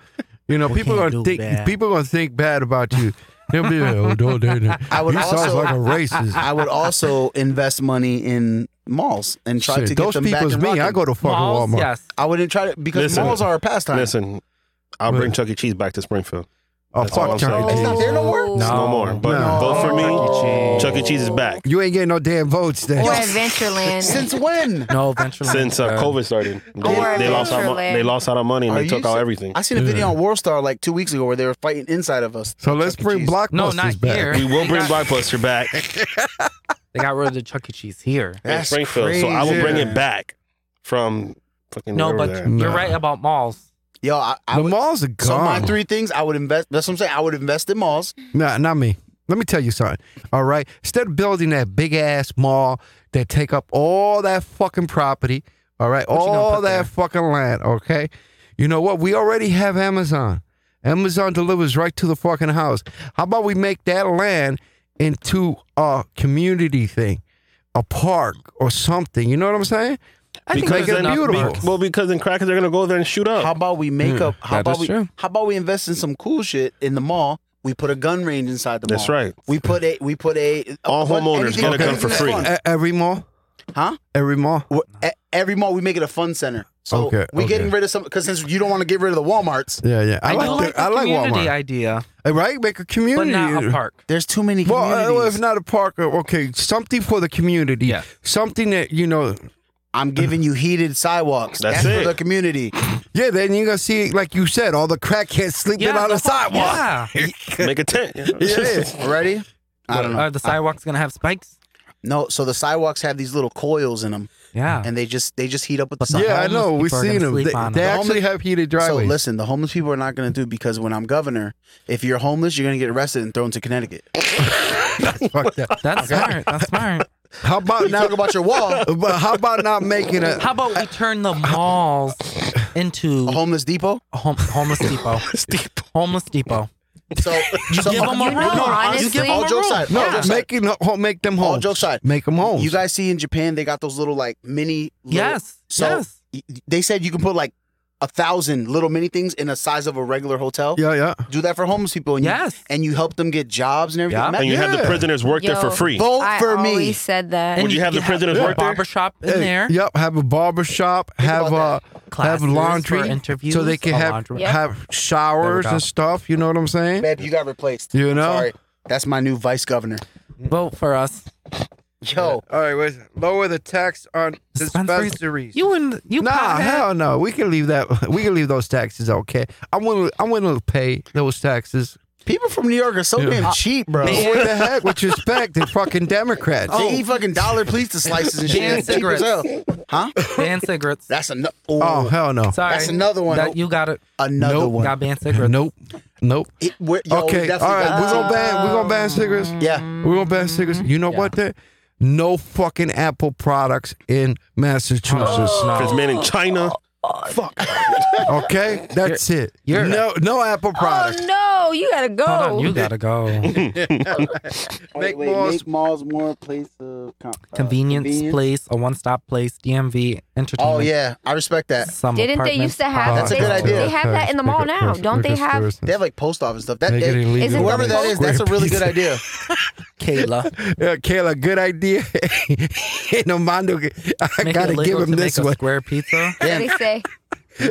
B: You know,
E: We
B: people
E: can't
B: gonna
E: do
B: think
E: that.
B: people gonna think bad about you. They'll be like, oh, don't do that.
D: I would
B: you sound
D: also-
B: like a racist.
D: I would also invest money in malls and try
B: Shit,
D: to get
B: those
D: them back
B: people's
D: and
B: me.
D: rocking.
B: I go to fucking
E: Malls,
B: Walmart.
E: yes.
D: I wouldn't try to because
C: Listen.
D: malls are a pastime.
C: Listen, I'll
B: What?
C: bring Chuck E. Cheese back to Springfield.
B: Oh,
C: That's all
B: fuck
C: I'm
B: Chuck E.
C: saying.
B: Cheese.
D: It's not there no more?
F: Oh.
C: It's no, more. But
B: No.
C: vote for
E: Oh.
C: me. Chuck E. Cheese is back
B: You ain't getting no damn votes then.
F: Or Adventureland.
D: Since when?
E: No, eventually.
C: since uh, COVID started. They,
F: Or
C: they lost out, mo-
F: Adventureland.
C: they lost out on money and
D: Are
C: they
D: you
C: took out
D: se-
C: everything.
D: I seen a video on Warstar like two weeks ago where they were fighting inside of us.
B: So let's
D: Chuck E.
B: bring
D: Cheese.
B: Blockbusters
E: No, not
B: back.
E: here.
C: We will bring
E: They got-
C: Blockbuster back
E: They got rid of the Chuck E. Cheese here.
C: in
D: That's
C: Springfield, so I will
D: crazy.
C: bring it back from fucking.
E: No, but
C: wherever
B: No.
E: you're right about malls.
D: Yo, I, I
B: The
D: would,
B: malls are gone.
D: so my three things I would invest. That's what I'm saying. I would invest in malls.
B: Nah, not me. Let me tell you something. All right. Instead of building that big ass mall that take up all that fucking property, all right,
E: you gonna
B: all
E: put
B: that
E: there?
B: fucking land, okay? You know what? We already have Amazon. Amazon delivers right to the fucking house. How about we make that land into a community thing, a park or something? You know what I'm saying?
E: I
C: they're at.
E: think
B: Because
E: there's
B: they're
E: enough
B: beautiful.
E: malls.
C: Well, because then crackers are gonna go there and shoot up.
D: How about we
C: Hmm.
D: make up? How
E: that
D: about
E: is
D: we?
E: true.
D: How about we invest in some cool shit in the mall? We put a gun range inside the mall.
C: That's right.
D: We put a. We put a.
C: All
D: a-
C: homeowners
D: anything-
C: get a gun
D: anything
C: for
D: that's
C: free.
D: fun.
B: E- every E-, mall?
D: Huh?
B: Every mall?
D: Wha- e- every mall we make it a fun center. So
B: Okay,
D: we're
B: okay.
D: getting rid of some because since you don't want to get rid of the WalMarts,
B: Yeah, yeah. I,
E: I, do
B: like,
E: like
B: the, I like
E: community
B: Walmart.
E: idea,
B: Uh, right? Make a
E: but
B: community.
E: not a park.
D: there's too many communities.
B: Well, uh, if not a park, uh, okay, something for the community.
E: Yeah.
B: Something that, you know,
D: I'm giving you heated sidewalks.
C: That's
D: for
C: it.
D: the community.
B: yeah, then you're going to see, like you said, all the crackheads sleeping
E: Yeah,
B: on the,
E: the whole-
B: sidewalk.
E: Yeah,
C: Make a tent. you know?
B: Yeah.
D: Ready? I don't know.
E: Are the sidewalks gonna have spikes?
D: No, so the sidewalks have these little coils in them,
E: Yeah,
D: and they just they just heat up with the
E: But
D: sun.
E: the
B: Yeah, I know.
E: homeless
B: We've
E: people are
B: seen
E: gonna
B: them. They,
E: sleep on
B: they
E: them.
B: actually have heated
D: So
B: driveways.
D: listen, the homeless people are not going to do because when I'm governor, if you're homeless, you're going to get arrested and thrown to Connecticut.
B: Fuck that.
E: that's smart. That's smart.
B: How about
D: Talk
B: not?
D: about your wall,
B: But how about not making a?
E: How about we turn the malls into
D: a homeless depot.
E: a home, homeless depot? Homeless depot.
D: So, so
E: give 'em
D: you
E: a room.
D: know,
E: Honestly-
D: you give- all jokes aside, all
B: No,
D: jokes aside,
B: make it, ho- make them
D: all
B: homes.
D: jokes aside.
B: Make them homes.
D: You guys see in Japan, they got those little like mini. Little,
E: Yes.
D: So-
E: yes.
D: They said you can put like a thousand little mini things in the size of a regular hotel.
B: yeah, yeah.
D: Do that for homeless people. And
E: Yes.
D: You, and you help them get jobs and everything.
E: Yeah.
D: Ma-
C: And you have the
B: Yeah.
C: prisoners work there for
F: Yo.
C: free.
D: Vote
F: I
D: for
F: always
D: me.
F: said that.
C: Would you have the
E: could
C: prisoners
E: a
C: work there?
E: barber shop in
B: Hey,
E: there.
B: Yep. Have a barber shop. have a
D: about
B: have
E: Classes
B: laundry
E: for interviews.
B: so they can
E: a
B: have
E: laundry-
F: Yep.
B: have showers
E: go.
B: and stuff. You know what I'm saying?
D: Babe, you got replaced.
B: You know?
D: Sorry. That's my new vice governor.
E: vote for us.
D: Yo,
B: All right, wait. Lower the tax on
E: Dispensaries. You wouldn't. You
B: Nah,
E: pothead.
B: hell no. We can leave that. We can leave those taxes. Okay, I'm willing. I'm willing to pay those taxes.
D: people from New York are so
B: Yeah. Uh,
D: damn cheap, bro.
B: But what the heck? What you expect? They're fucking Democrats.
D: They eat fucking dollar pizza slices and shit.
E: Damn
D: It's cheap as hell. Huh?
E: ban cigarettes.
D: That's another.
B: Oh hell no.
E: Sorry,
D: that's another one.
E: That, you got it.
D: another
B: Nope.
D: one.
E: Got ban cigarettes.
B: Nope. Nope.
D: It- we're- yo, we
B: okay.
D: definitely
B: All right.
D: got-
B: We're gonna ban. We're gonna ban cigarettes.
D: Yeah.
B: We're gonna ban cigarettes. You know what? There, no fucking Apple products in Massachusetts.
C: If it's made in China,
B: Okay, that's it.
E: you're-
B: no, no Apple
F: Oh
B: products.
F: no, you gotta go.
E: Hold on, you gotta go.
B: Make malls-
D: malls more place of com- uh,
E: Convenience place, a one-stop place, DMV, entertainment.
D: Oh yeah, I respect that.
E: Some
F: Didn't they
E: apartment
F: used to have?
E: parks.
D: That's a
F: they,
D: good idea.
F: They have that in the mall now, don't they have?
D: They have like post office stuff. That
B: Make it
D: they-
B: illegal
F: Isn't
D: whoever
F: the
D: that is, that's a really good idea.
E: Kayla.
B: Yeah, Kayla, good idea. and Armando, I
E: Make
B: gotta
E: it
B: give
E: illegal
B: him
E: to
B: this
E: make a
B: one.
E: Square pizza.
F: What do they say?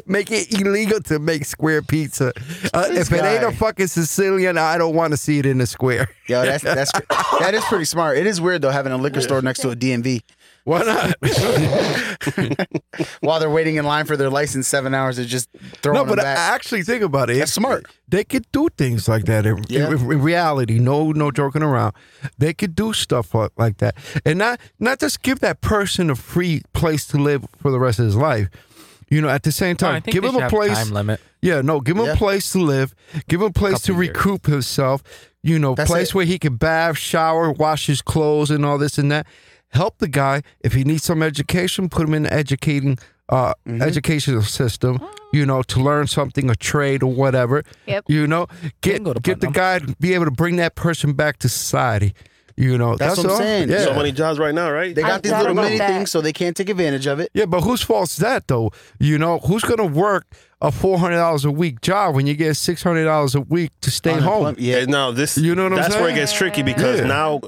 B: Make it illegal to make square pizza. Uh, if
D: This
B: it ain't a
D: guy.
B: fucking Sicilian, I don't want to see it in the square.
D: Yo, that's that's that is pretty smart. It is weird though having a liquor store next to a DMV
B: Why not?
D: while they're waiting in line for their license seven hours. They're just throwing
B: no, but
D: them
B: I
D: back.
B: actually think about it.
D: that's smart.
B: They could do things like that in,
D: Yeah.
B: in- in reality. No, no joking around. They could do stuff like- like that, and not not just give that person a free place to live for the rest of his life. You know, at the same
E: No,
B: time,
E: I think
B: give
E: they
B: him
E: should
B: a
E: have
B: place.
E: Time limit.
B: Yeah, no, give him
D: Yeah.
B: a place to live, give him a place to
E: Couple years.
B: recoup himself, you know,
D: That's
B: place
D: it.
B: where he can bath, shower, wash his clothes and all this and that. Help the guy if he needs some education, put him in the educating uh
D: Mm-hmm.
B: educational system, you know, to learn something, a trade or whatever.
F: Yep.
B: You know, get
E: go to
B: get the
E: Putnam.
B: guy to be able to bring that person back to society. You know,
D: That's
B: that's,
D: what I'm
B: all.
D: saying.
B: Yeah.
C: so many jobs right now, right?
D: They got
F: I
D: these
F: thought
D: little
F: about
D: mini
F: that.
D: things, so they can't take advantage of it.
B: Yeah, but whose fault's that though? You know, who's gonna work a four hundred dollars a week job when you get six hundred dollars a week to stay home?
D: Unemployment- Yeah,
C: And now this,
B: You know what I'm
C: that's where it
B: saying?
C: gets tricky because
B: Yeah.
C: now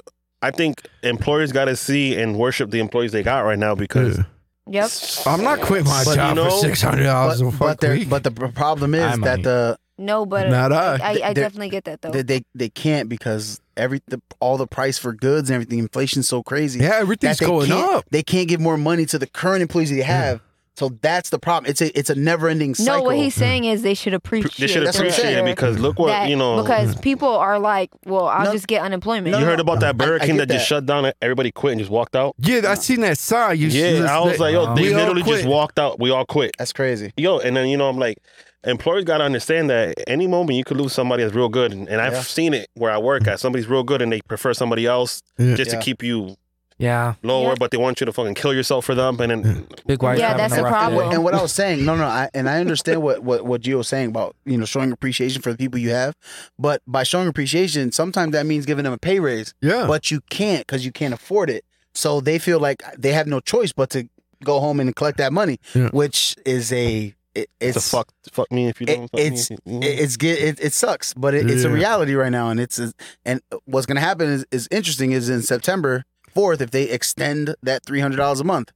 C: I think employers got to see and worship the employees they got right now because
B: Yeah.
F: Yep.
B: I'm not quitting my
C: But
B: job
C: you know-
B: for six hundred dollars a
D: but, but,
B: fucking
D: they're-
B: week.
D: but the pr- problem is
E: I
D: that
E: might.
D: the
F: No, but
B: Not I.
F: I, I
D: They-
F: definitely get that though.
D: they, they they can't because every the, all the price for goods and everything inflation's so crazy.
B: yeah,
D: that
B: everything's
D: they
B: going
D: can't-
B: up.
D: They can't give more money to the current employees they have. So that's the problem. It's a it's a never ending cycle.
F: No, what he's saying is they should appreciate.
C: they should
D: that's what I'm
C: appreciate it
F: their-
C: because look what
F: that-
C: you know.
B: Hmm.
F: Because people are like, well, I'll
D: No.
F: just get unemployment.
D: No,
C: you heard about that
D: I- I
C: Burger King
D: get
C: that just
D: that.
C: shut down and everybody quit and just walked out.
B: Yeah, I seen that sign. You
C: yeah, I was like, yo,
E: Wow.
C: they
B: We all
C: literally just
B: quit.
C: walked out. We all quit.
D: that's crazy.
C: Yo, and then you know, I'm like, employers gotta understand that any moment you could lose somebody that's real good, and, and I've
D: Yeah.
C: seen it where I work at. Somebody's real good, and they prefer somebody else
B: Yeah.
C: just
D: Yeah.
C: to keep you
E: Yeah,
C: lower,
F: Yeah.
C: but they want you to fucking kill yourself for them. And then
E: big white.
F: Yeah,
E: having
F: that's a
E: rough
F: problem.
E: day.
D: And what I was saying, no, no, I, and I understand what what what Gio was saying about you know showing appreciation for the people you have, but by showing appreciation, sometimes that means giving them a pay raise,
B: yeah,
D: but you can't because you can't afford it. So they feel like they have no choice but to go home and collect that money,
B: Yeah.
D: which is a it,
C: it's
D: it's
C: a fuck, fuck me if you
D: it-
C: don't. fuck me Mm-hmm.
D: it's-
C: if you-
D: it- it's get it, it sucks, but it, it's a
B: Yeah.
D: reality right now, and it's a, and what's gonna happen is, is interesting. Is in September fourth if they extend that three hundred dollars a month,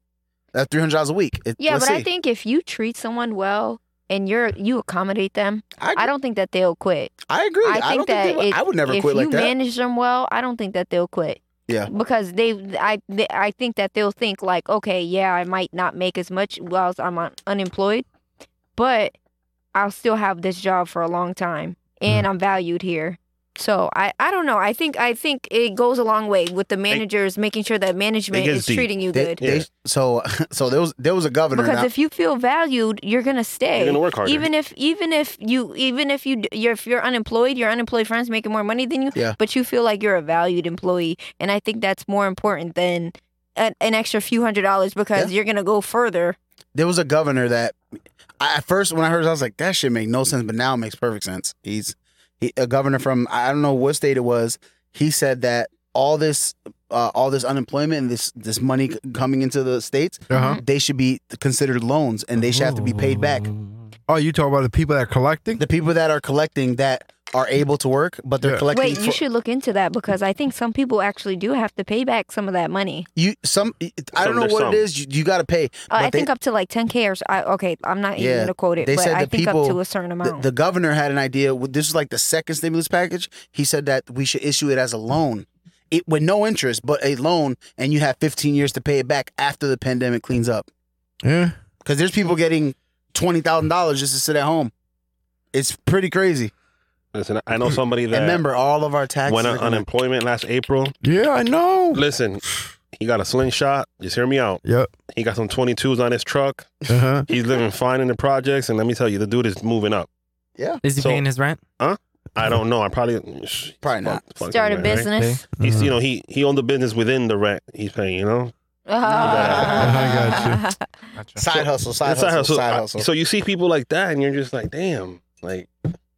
D: That's three hundred dollars a week. It-
F: Yeah,
D: let's
F: but I
D: see.
F: think if you treat someone well and you're you accommodate them,
D: I,
F: I don't think that they'll quit.
D: I agree. I,
F: I
D: don't think
F: think that
D: they would-
F: it-
D: I would never
F: if
D: quit
F: you
D: like that.
F: manage them well, I don't think that they'll quit.
D: Yeah.
F: Because they, I, they, I think that they'll think like, okay, yeah, I might not make as much whilst I'm un- unemployed, but I'll still have this job for a long time,
D: Mm-hmm.
F: and I'm valued here. So I, I don't know. I think, I think it goes a long way with the managers making sure that management
C: gets
F: is
C: deep.
F: treating you
D: They-
F: good.
D: they- so so there was there was a governor.
F: because
D: now-
F: if you feel valued, you're gonna stay.
C: You're gonna work harder.
F: Even if even if you even if you d- you're if you're unemployed, your unemployed friends making more money than you.
D: Yeah.
F: But you feel like you're a valued employee, and I think that's more important than an, an extra few hundred dollars because you're gonna go further.
D: there was a governor that I, at first when I heard it, I was like that shit make no sense, but now it makes perfect sense. He's he, a governor from I don't know what state it was. He said that all this uh, all this unemployment and this this money c- coming into the states,
B: Uh-huh.
D: they should be considered loans and they should have to be paid back.
B: Oh, you talking about the people that are collecting?
D: The people that are collecting that are able to work, but they're
B: Yeah.
D: collecting.
F: Wait, you
D: for-
F: should look into that because I think some people actually do have to pay back some of that money.
D: you some. I don't know
C: there's
D: what
C: some.
D: it is. You, you got to pay.
F: Uh, I
D: but they-
F: think up to like 10k or s- I, okay, I'm not
D: Yeah,
F: even gonna quote it,
D: they
F: but
D: said
F: I
D: that
F: think
D: people-
F: up to a certain
D: the,
F: amount.
D: the governor had an idea. w- This was like the second stimulus package. He said that we should issue it as a loan, it with no interest, but a loan, and you have 15 years to pay it back after the pandemic cleans up.
B: Yeah.
D: Because there's people getting twenty thousand dollars just to sit at home. It's pretty crazy.
C: Listen, I know somebody that
D: And remember, all of our taxes.
C: went
D: are
C: on
D: gonna-
C: unemployment last April.
B: Yeah, I know.
C: Listen, he got a slingshot. Just hear me out.
B: Yep.
C: He got some 22s on his truck.
B: Uh-huh.
C: He's living fine in the projects. And let me tell you, the dude is moving up.
E: Is he
C: So-
E: paying his rent?
C: I don't know. I probably
D: Probably not.
C: Fuck- fuck
F: Start a
C: him, right?
F: business.
B: Uh-huh.
C: He's
B: Mm-hmm.
C: you know he he owned the business within the rent he's paying. You know
B: I got
A: Gotcha.
D: Side hustle, side
C: That's side
D: hustle,
C: hustle.
D: side
C: I-
D: hustle.
C: So you see people like that, and you're just like, damn, like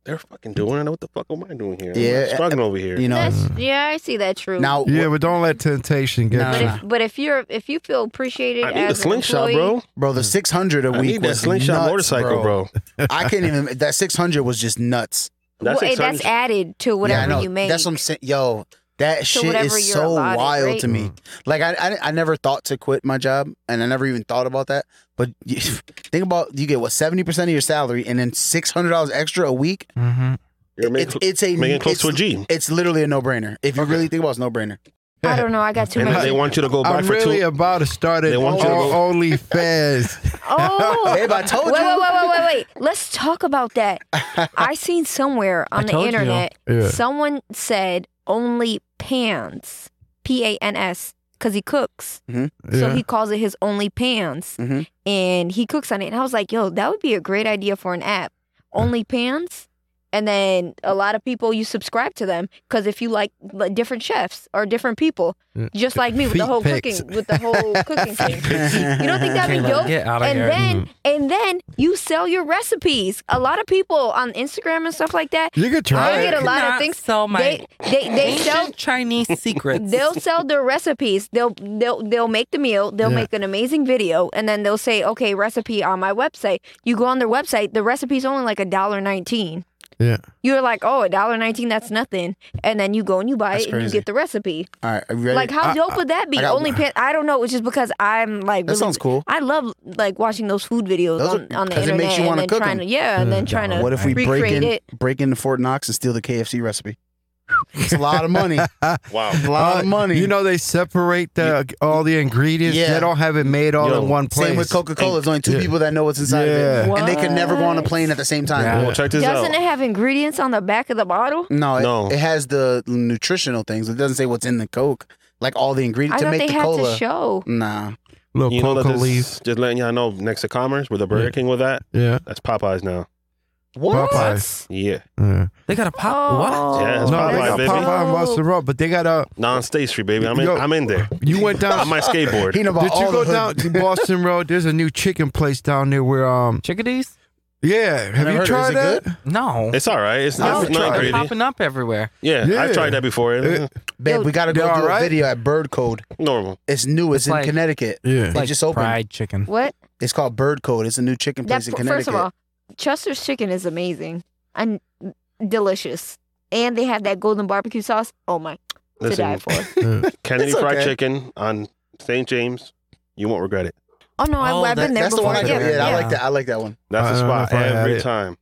C: they're fucking doing it. What the fuck am I doing here? I'm
D: Yeah,
C: struggling over here.
D: you know
F: That's, yeah, I see that true.
D: now.
B: Yeah, but don't let temptation get
D: Nah.
F: But
B: you.
E: Uh-huh.
F: if but if you're if you feel appreciated
C: I need a
F: as an
C: slingshot,
F: employee,
C: bro.
D: bro, the six hundred a
C: I
D: week
C: need that
D: was
C: slingshot
D: nuts,
C: motorcycle, bro.
D: I can't even. That six hundred was just nuts.
C: That's
F: well,
C: exciting.
F: that's added to
D: Yeah, I
F: whatever
D: know.
F: you make.
D: That's what I'm saying. Yo, that shit
F: whatever
D: is
F: you're
D: so
F: allotted,
D: wild
F: right?
D: to
C: Mm.
D: me. Like I, I, I never thought to quit my job, and I never even thought about that. But you, think about you get what seventy percent of your salary, and then six hundred dollars extra a week.
E: Mm-hmm.
C: You're making,
D: It's it's a
C: making close
D: it's,
C: to a G.
D: It's literally a no brainer. If you really think about it, it's no brainer.
F: I don't know. I got too
C: And
F: much.
C: they want you to go back
B: I'm
C: for
B: really
C: two.
B: about to start an
C: They want you to go-
B: OnlyFans.
F: oh,
D: Babe, I told
F: wait, wait,
D: you.
F: wait, wait, wait, wait. Let's talk about that. I seen somewhere on the
E: told you.
F: internet
B: Yeah.
F: someone said only pans, p a n s, because he cooks. So
B: yeah. Mm-hmm.
F: he calls it his only pans,
D: Mhm.
F: and he cooks on it. And I was like, yo, that would be a great idea for an app, only pans. And then a lot of people you subscribe to them because if you like like, different chefs or different people,
B: Yeah.
F: just like me with the
B: Feet
F: whole
B: pics.
F: cooking with the whole cooking thing. You don't think that'd be
E: Caleb,
F: dope?
E: get out of
F: Oh, and
E: here.
F: then
B: Mm-hmm.
F: and then you sell your recipes. A lot of people on Instagram and stuff like that.
B: You could try
F: I
B: it.
F: get a lot of
E: cannot
F: things.
E: sell my
F: they they they sell
E: Ancient Chinese secrets.
F: they'll sell their recipes. They'll they'll they'll make the meal. They'll
B: Yeah.
F: make an amazing video, and then they'll say, "Okay, recipe on my website." You go on their website. The recipe's only like a dollar nineteen.
B: Yeah.
F: You're like, "Oh, a dollar nineteen, that's nothing." And then you go and you buy
D: That's
F: it and
D: crazy.
F: you get the recipe.
D: All right, are you ready?
F: Like, how
B: I-
F: dope would that be?
D: I got-
F: Only pan- I don't know. It's just because I'm like
D: that
F: really
D: sounds cool.
F: I love like watching those food videos
D: Those are-
F: on, on the
D: 'cause it
F: internet
D: makes you wanna
F: and then
D: cook
F: trying
D: 'em.
F: to yeah, and then trying to
D: What if we break
F: recreate
D: in
F: it.
D: break into Fort Knox and steal the KFC recipe? It's a lot of money. A
C: Wow.
D: lot
B: Uh,
D: of money.
B: You know they separate the uh, all the ingredients.
D: Yeah.
B: They don't have it made all
C: Yo,
B: in one place.
D: Same with Coca Cola. There's only two
B: Yeah.
D: people that know what's inside of it,
F: Yeah.
D: and they could never go on a
F: What?
D: plane at the same time.
E: Yeah.
C: Well, check this
F: Doesn't
C: out.
F: it have ingredients on the back of the bottle?
D: No, it,
C: No.
D: it has the nutritional things. It doesn't say what's in the Coke, like all the
F: I
D: ingredients to
F: thought
D: make
F: they
D: the
F: had
D: cola.
F: to show.
D: Nah,
B: Little
C: You know that
B: Coca leaves.
C: this, just letting y'all know next to Commerce with the Burger
B: Yeah.
C: King with that.
B: Yeah.
C: That's Popeyes now.
B: What? Popeyes.
F: Popeyes.
C: Yeah.
B: yeah.
E: they got a pop.
F: Oh,
E: What?
C: Yeah,
B: No,
C: That's
B: they
C: Popeye,
B: got
C: baby.
B: Popeye Buster Rob, but they got a.
C: Non State Street, baby. I'm in
B: Yo.
C: I'm in there.
B: You went down.
C: On my skateboard.
D: he know about
B: Did
D: all
B: you go
D: the
B: down
D: hood.
B: to Boston Road? There's a new chicken place down there where um
E: Chickadees?
B: yeah. Have
D: I
B: you
D: heard it. Is
B: tried
D: it
B: that?
E: No.
C: It's all right. It's
E: No,
C: not, not
E: they're
C: crazy.
E: popping up everywhere.
C: Yeah,
B: Yeah.
C: I've tried that before. Mm,
B: Uh,
D: Babe, we gotta go
B: They're
D: do
B: all right?
D: a video at Bird Code.
C: Normal.
D: It's new. It's,
E: It's
D: in
E: like-
D: Connecticut.
B: Yeah.
D: They just opened.
E: fried chicken.
F: What?
D: It's called Bird Code. It's a new chicken
F: That,
D: place in Connecticut.
F: first of all, Chester's chicken is amazing and delicious. And they have that golden barbecue sauce. Oh my, to die
C: Listen,
F: for.
B: Yeah.
C: Kennedy
D: It's
C: Fried
D: okay.
C: Chicken on St. James. You won't regret it.
F: Oh no, I've,
D: Oh,
F: I've
D: that-
F: been there
D: that's
F: before.
D: the one I
F: yeah,
D: go- yeah, I
F: yeah.
D: like that. I like that one.
C: That's
B: I
C: the
B: don't know
C: spot
B: if I had
C: every
B: it.
C: time.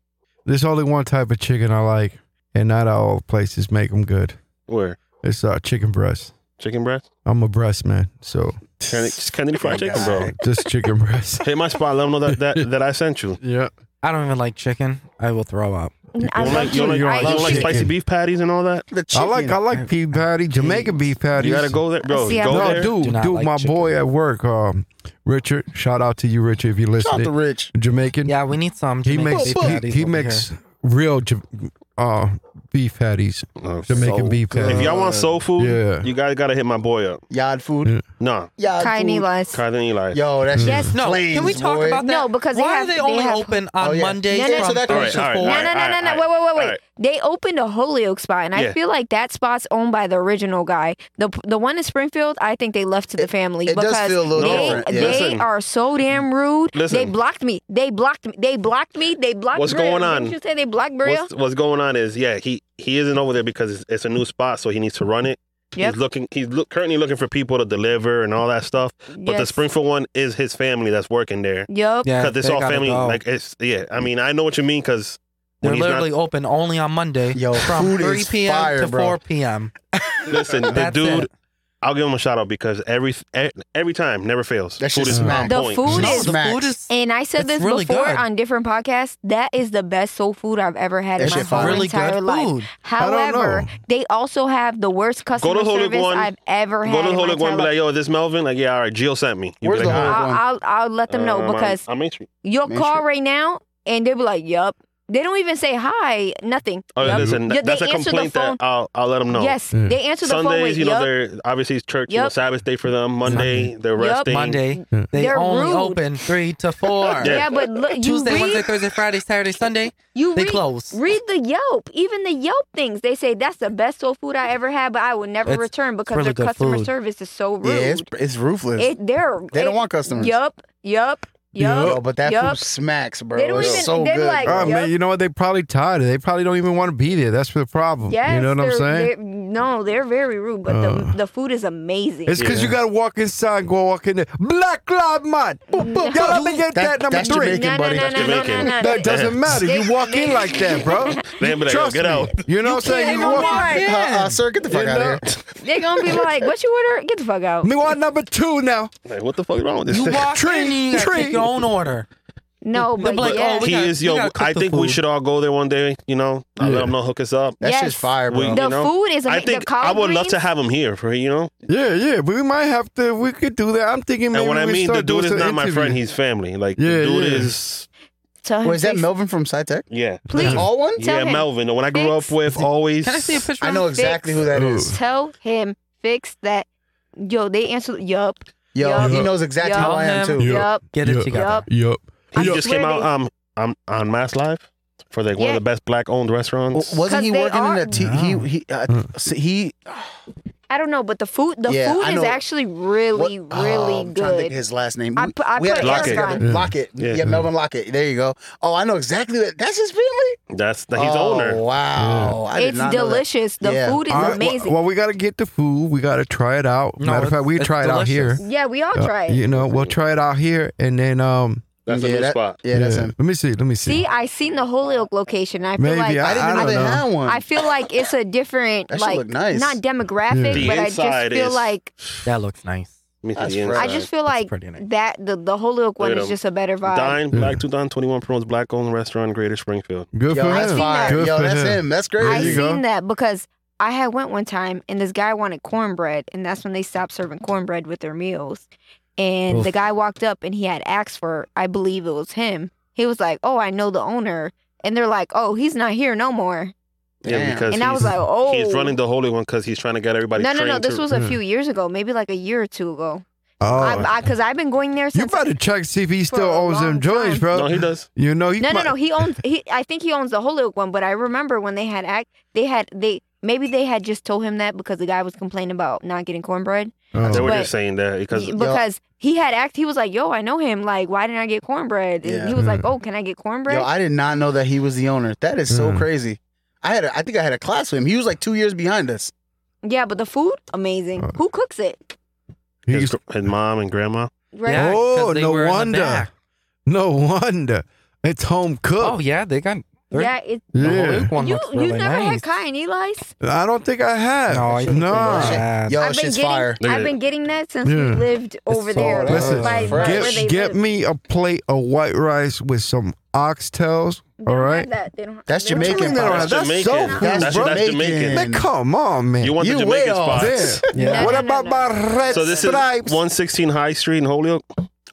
B: There's only one type of chicken I like, and not all places make them good.
C: Where
B: It's uh, chicken breast.
C: chicken breast,
B: I'm a breast man, so
C: Kennedy, just Kennedy fried chicken, bro.
B: just chicken breast.
C: Hit my spot. Let them know that, that, that I sent you.
B: Yeah.
E: I don't even like chicken. I will throw up.
F: I
C: You don't like,
F: love
C: you don't like,
F: chicken.
C: you
F: I
C: don't
F: eat
C: like
F: chicken.
C: spicy beef patties and all that.
D: The
B: I
D: chicken.
B: like I like beef patty, Jamaican beef patty.
C: You gotta go there, bro.
F: See, I
C: go
F: love
B: No,
C: there.
B: dude,
E: Do not
B: dude,
E: like
B: my
E: chicken.
B: boy at work, um, Richard. Shout out to you, Richard, if you
D: Shout out to
B: listen.
D: Rich.
B: Jamaican.
E: Yeah, we need some.
B: he
E: Jamaican
B: makes
E: beef
B: he,
E: patties
B: he
E: over
B: makes
E: here.
B: real Ja- uh beef patties,
C: Oh,
B: Jamaican beef
D: good.
B: patties.
C: If y'all want soul food,
B: Yeah.
C: you guys gotta hit my boy up.
D: Yard food.
B: Yeah.
C: Nah,
D: Yard
F: Kind
D: food.
F: Eli's.
C: Kaizen Eli.
D: Yo, that's
B: Mm.
F: Yes.
E: No,
D: Flames,
E: can we talk
D: boy.
E: about that?
F: No, because they
E: why
F: have-
E: are they
F: they
E: only
F: have-
E: open on
D: Oh, yeah.
E: Mondays
F: Yeah, so
E: from
D: that
E: three
D: goes
E: to
D: to
E: four?
C: four. All
F: No, no,
C: right,
F: no,
C: all
F: no, no.
C: right,
F: Wait, wait, wait, wait.
C: all right.
F: They opened a Holyoke spot, and I
C: Yeah.
F: feel like that spot's owned by the original guy. the The one in Springfield, I think they left to the family
D: it does
F: because
D: feel a little
F: they
D: different, yeah.
F: they
C: Listen.
F: are so damn rude. They
C: Listen.
F: blocked me. They blocked me. They blocked me. They blocked.
C: What's
F: Bria.
C: going on?
F: Didn't you say they blocked Bria?
C: What's, what's going on is yeah he he isn't over there because it's, it's a new spot so he needs to run it.
F: Yep.
C: He's looking he's look, currently looking for people to deliver and all that stuff. But the
F: Yes.
C: Springfield one is his family that's working there
F: Yup.
E: Yeah,
C: because it's
E: they
C: all
E: gotta
C: family.
E: go.
C: Like it's yeah. I mean I know what you mean because when
E: They're
C: he's not
E: literally open only on Monday
D: Yo,
E: from
D: food
E: 3
D: is
E: p.m.
D: fire,
E: to
D: bro.
E: 4 p.m.
C: listen the
E: That's
C: dude.
E: it.
C: I'll give him a shout out because every e- every time never fails.
D: That
C: food
D: shit
C: is on
D: smack.
F: The
C: point.
F: food
E: No,
F: is
E: the
D: Smacks.
E: food is
F: And I said
E: It's
F: this
E: really
F: before
E: good.
F: on different podcasts. That is the best soul food I've ever had
D: That
F: in my
D: shit
F: whole
D: fire.
E: really
F: entire
E: good
F: life.
E: food.
B: don't
F: However,
B: know.
F: they also have the worst customer
C: Holy
F: service
C: One.
F: I've ever
C: Go
F: had.
C: to
F: in
C: the
F: my
C: Holy
F: entire
C: One and be
F: life.
C: like, yo, is this Melvin? Like, yeah, all right, Jill sent me. You'd
D: Where's
C: be like,
D: the
C: "Ah,
D: Holy
F: I'll,
D: One. Uh,
F: I'll, I'll let them know
C: um,
F: because
C: I'm, I'm interested.
F: you'll
D: Make
F: call
D: sure.
F: right now and they'll be like, yup. They don't even say hi, nothing.
C: Oh,
F: Yup.
C: listen,
F: Yeah,
C: that's
F: they
C: a
F: answer the
C: complaint
F: phone.
C: that I'll I'll let them know.
F: Yes,
B: Yeah.
F: they answer the phone with
C: Sundays, you know,
F: yup.
C: they're obviously it's church, you know,
F: Yep.
C: Sabbath day for them. Monday, they're
F: Yep.
C: resting.
E: Monday.
B: Yeah.
E: They
F: They're
E: only
F: rude.
E: open 3 to 4.
C: Yeah.
F: Yeah, but look, you
E: Tuesday,
F: read,
E: Wednesday, Thursday, Friday, Saturday, Sunday,
F: you
E: they
F: read,
E: close.
F: read the Yelp, even the Yelp things. They say that's the best soul food I ever had, but I will never
E: It's
F: return because
E: really
F: their
E: good
F: customer
E: food.
F: service is so rude.
D: Yeah, it's, it's ruthless.
F: It, they're
D: they
F: it-
D: don't want customers.
F: Yup, yup, yup.
D: Yo, but that
F: yup.
D: food smacks, bro.
F: They don't
D: it's
F: even-
D: so
F: they're
D: good.
F: like-
D: bro.
B: Oh
F: Yep.
B: man, you know what? They probably tired. They probably don't even want to be there. That's the problem.
F: Yes,
B: you know what I'm
F: they're-
B: saying?
F: they're- No, they're very rude, but
B: Uh.
F: the the food is amazing.
B: It's because you gotta walk inside, and go walk in there. Black Lives Matter. Boop, boop. Y'all let me get that,
D: That-
B: number
D: that's
B: three.
D: Jamaican, buddy.
F: No, no, no, no, no,
C: Jamaican.
F: no, no.
B: That doesn't matter. You walk in like that, bro.
C: They'll be like, yo,
B: Trust
C: get
B: me.
C: out.
B: You know what I'm
F: can't
B: saying? You
F: even
B: walk in-
F: walk.
D: Uh, uh, sir, get the fuck
B: You
D: out
B: know?
D: of here.
F: They're gonna be like, "What you order? Get the fuck out."
B: Me want number two now.
C: Like, what the fuck is wrong with this?
E: You
C: thing?
E: walk
B: Tree,
E: in and you gotta
B: tree.
E: take your own order.
F: No,
E: They'll
F: but
E: be like,
F: yes.
E: "Oh, we
C: he
E: gotta-
C: is,
E: we
C: yo.
E: gotta cook
C: I
E: the
C: think we
E: food.
C: should all go there one day. You know, I'll
B: Yeah.
C: let them know, hook us up.
D: That's
F: Yes.
D: just fire,
C: We-
D: bro.
F: the
C: you know,
F: food is
C: I
F: amazing.
C: think
F: the collard
C: I would love
F: greens-
C: to have him here for you know.
B: Yeah, yeah, but we might have to. We could do that. I'm thinking maybe
C: and when I
B: we
C: mean the
B: start
C: dude
B: doing
C: is
B: some
C: not my
B: interview.
C: friend, he's family. Like
B: Yeah,
C: the dude
B: yeah.
C: is
F: Tell him
D: Wait, is that
F: please-
D: Melvin from SciTech?
C: yeah,
F: Please
D: All one?
F: Tell
C: yeah.
F: him.
C: Melvin, the one I grew up
F: Fix-
C: with, always.
E: Can I see a picture?
D: I
E: of
D: know
E: him?
D: exactly who that
B: Ooh.
D: is.
F: tell him fix that. Yo, they answer. Yup,
D: Yo,
F: Yeah.
D: he knows exactly
F: Yeah.
D: how I am
E: Tell
B: him.
D: too.
B: Yeah.
F: yup.
E: Get it
B: Yeah.
E: together.
B: Yup.
F: I
C: He just
F: swear
C: came out
F: they-
C: um um on Mass Live for like one of
F: Yeah.
C: the best black owned restaurants.
D: W- Wasn't he
F: 'Cause they
D: working
F: are-
D: in a t- he he uh, s- he
F: I don't know, but the food, the
D: Yeah,
F: food
D: I
F: is
D: know.
F: actually really,
D: What- oh,
F: really
D: I'm trying to think
F: good.
D: of his last name.
F: I
D: We-
F: put- I
D: we had
F: put
D: a class
C: Lockett.
D: together.
B: Yeah.
D: Lockett.
C: Yeah.
D: Yeah, Melvin Lockett. There you go. Oh, I know exactly. What, that's his family.
C: That's the, he's
D: oh,
C: owner.
D: Wow, I did
F: It's
D: not know that.
F: delicious. The
D: Yeah.
F: food is
B: All right, well-
F: amazing.
B: Well, we gotta get the food. We gotta try it out.
E: No,
B: Matter of
E: it's-
B: fact, we
E: it's
B: try it out here.
E: delicious.
F: yeah, we all
B: Uh,
F: try. it.
B: You know, we'll try it out here, and then um.
C: That's a
D: yeah,
C: new
D: that-
C: spot.
D: Yeah, that's him.
B: Let me see. Let me see.
F: See, I seen the Holyoke location. and I feel
B: Maybe
F: like
B: I-
D: I didn't
B: I
D: know
B: don't
D: they
B: know.
D: had one.
F: I feel like it's a different,
D: That should
F: like,
D: look nice.
F: not demographic,
B: Yeah.
F: but
C: The
F: I just
C: inside
F: feel
C: is-
F: like
E: That looks nice.
C: Let me see
D: That's
C: the
D: fresh.
F: I
C: inside.
F: just feel
E: That's
F: like
E: pretty nice.
F: that the the Holyoke one
C: Look at
F: is
C: him.
F: just a better vibe.
C: Dine
B: Yeah.
C: Black 2021 promotes black owned restaurant in Greater Springfield.
B: Good
D: Yo,
B: for
D: that's
F: seen
B: him.
D: fire.
B: Good
D: Yo,
B: for
D: that's him. That's crazy.
F: I
B: you
F: seen
B: go.
F: that because I had went one time and this guy wanted cornbread, and that's when they stopped serving cornbread with their meals. And the
E: Oof.
F: guy walked up and he had asked for, I believe it was him. He was like, "Oh, I know the owner," and they're like, "Oh, he's not here no more."
C: Yeah,
D: Damn.
C: because
F: And I
C: he's,
F: was like, "Oh,
C: he's running the holy one because he's trying to get everybody
F: No, no,
C: trained.
F: no. This
C: to-
F: was a
B: Yeah.
F: few years ago, maybe like a year or two ago.
B: Oh,
F: I because I've been going there
B: you
F: since.
B: better check see if he
F: For
B: still
F: a
B: owns them
F: long
B: joints,
F: time.
B: bro.
C: no, he does.
B: You know, he
F: no, no,
B: might-
F: no. He owns. He, I think he owns the Holyoke one. But I remember when they had act. They had they maybe they had just told him that because the guy was complaining about not getting cornbread
B: Oh.
C: They were
F: But-
C: just saying that because
F: Y- because he had act. He was like, "Yo, I know him. Like, why didn't I get cornbread?" And
D: Yeah.
F: he was like,
B: Mm.
F: "Oh, can I get cornbread?"
D: Yo, I did not know that he was the owner. That is so
B: Mm.
D: crazy. I had, a, I think I had a class with him. He was like two years behind us.
F: yeah, but the food amazing.
B: Uh,
F: Who cooks it?
B: He
C: his,
B: used-
C: gr- his mom and grandma.
F: Right.
B: Yeah. Oh,
E: 'cause they
B: no
E: were in the
B: wonder.
E: back.
B: No wonder. It's home
E: Oh
B: cooked.
E: yeah, they got. they're-
F: Yeah, it,
E: the whole
B: yeah.
E: Luke one
F: you
E: looks
F: you
E: really
F: never
E: nice.
F: had Kai and Eli's.
B: I don't think I have.
E: No, I-
B: Nah.
E: Yeah.
D: Yo,
F: I've been
D: shit's
F: getting
D: fire.
C: Look at
F: I've
C: it.
F: been getting that since we
B: Yeah.
F: lived over
E: so
F: there.
E: good.
B: Listen,
F: by
D: fresh.
F: where they
B: Get, get
F: live.
B: me a plate of white rice with some oxtails.
F: They
B: All
F: don't have
B: right.
F: that. They don't-
D: That's
F: they don't have
D: Jamaican
F: that.
B: They don't have-
C: That's
B: That's
C: Jamaican.
B: so
F: That's-
B: cool,
C: that's
B: bro.
C: Jamaican.
B: Man, come on, man.
C: You want the
B: You're
C: Jamaican
B: way off
C: spots.
B: there.
E: Yeah.
F: No,
B: What
F: no, no,
B: about
F: no.
B: my red
C: So this is
B: stripes?
C: 116 High Street in Holyoke.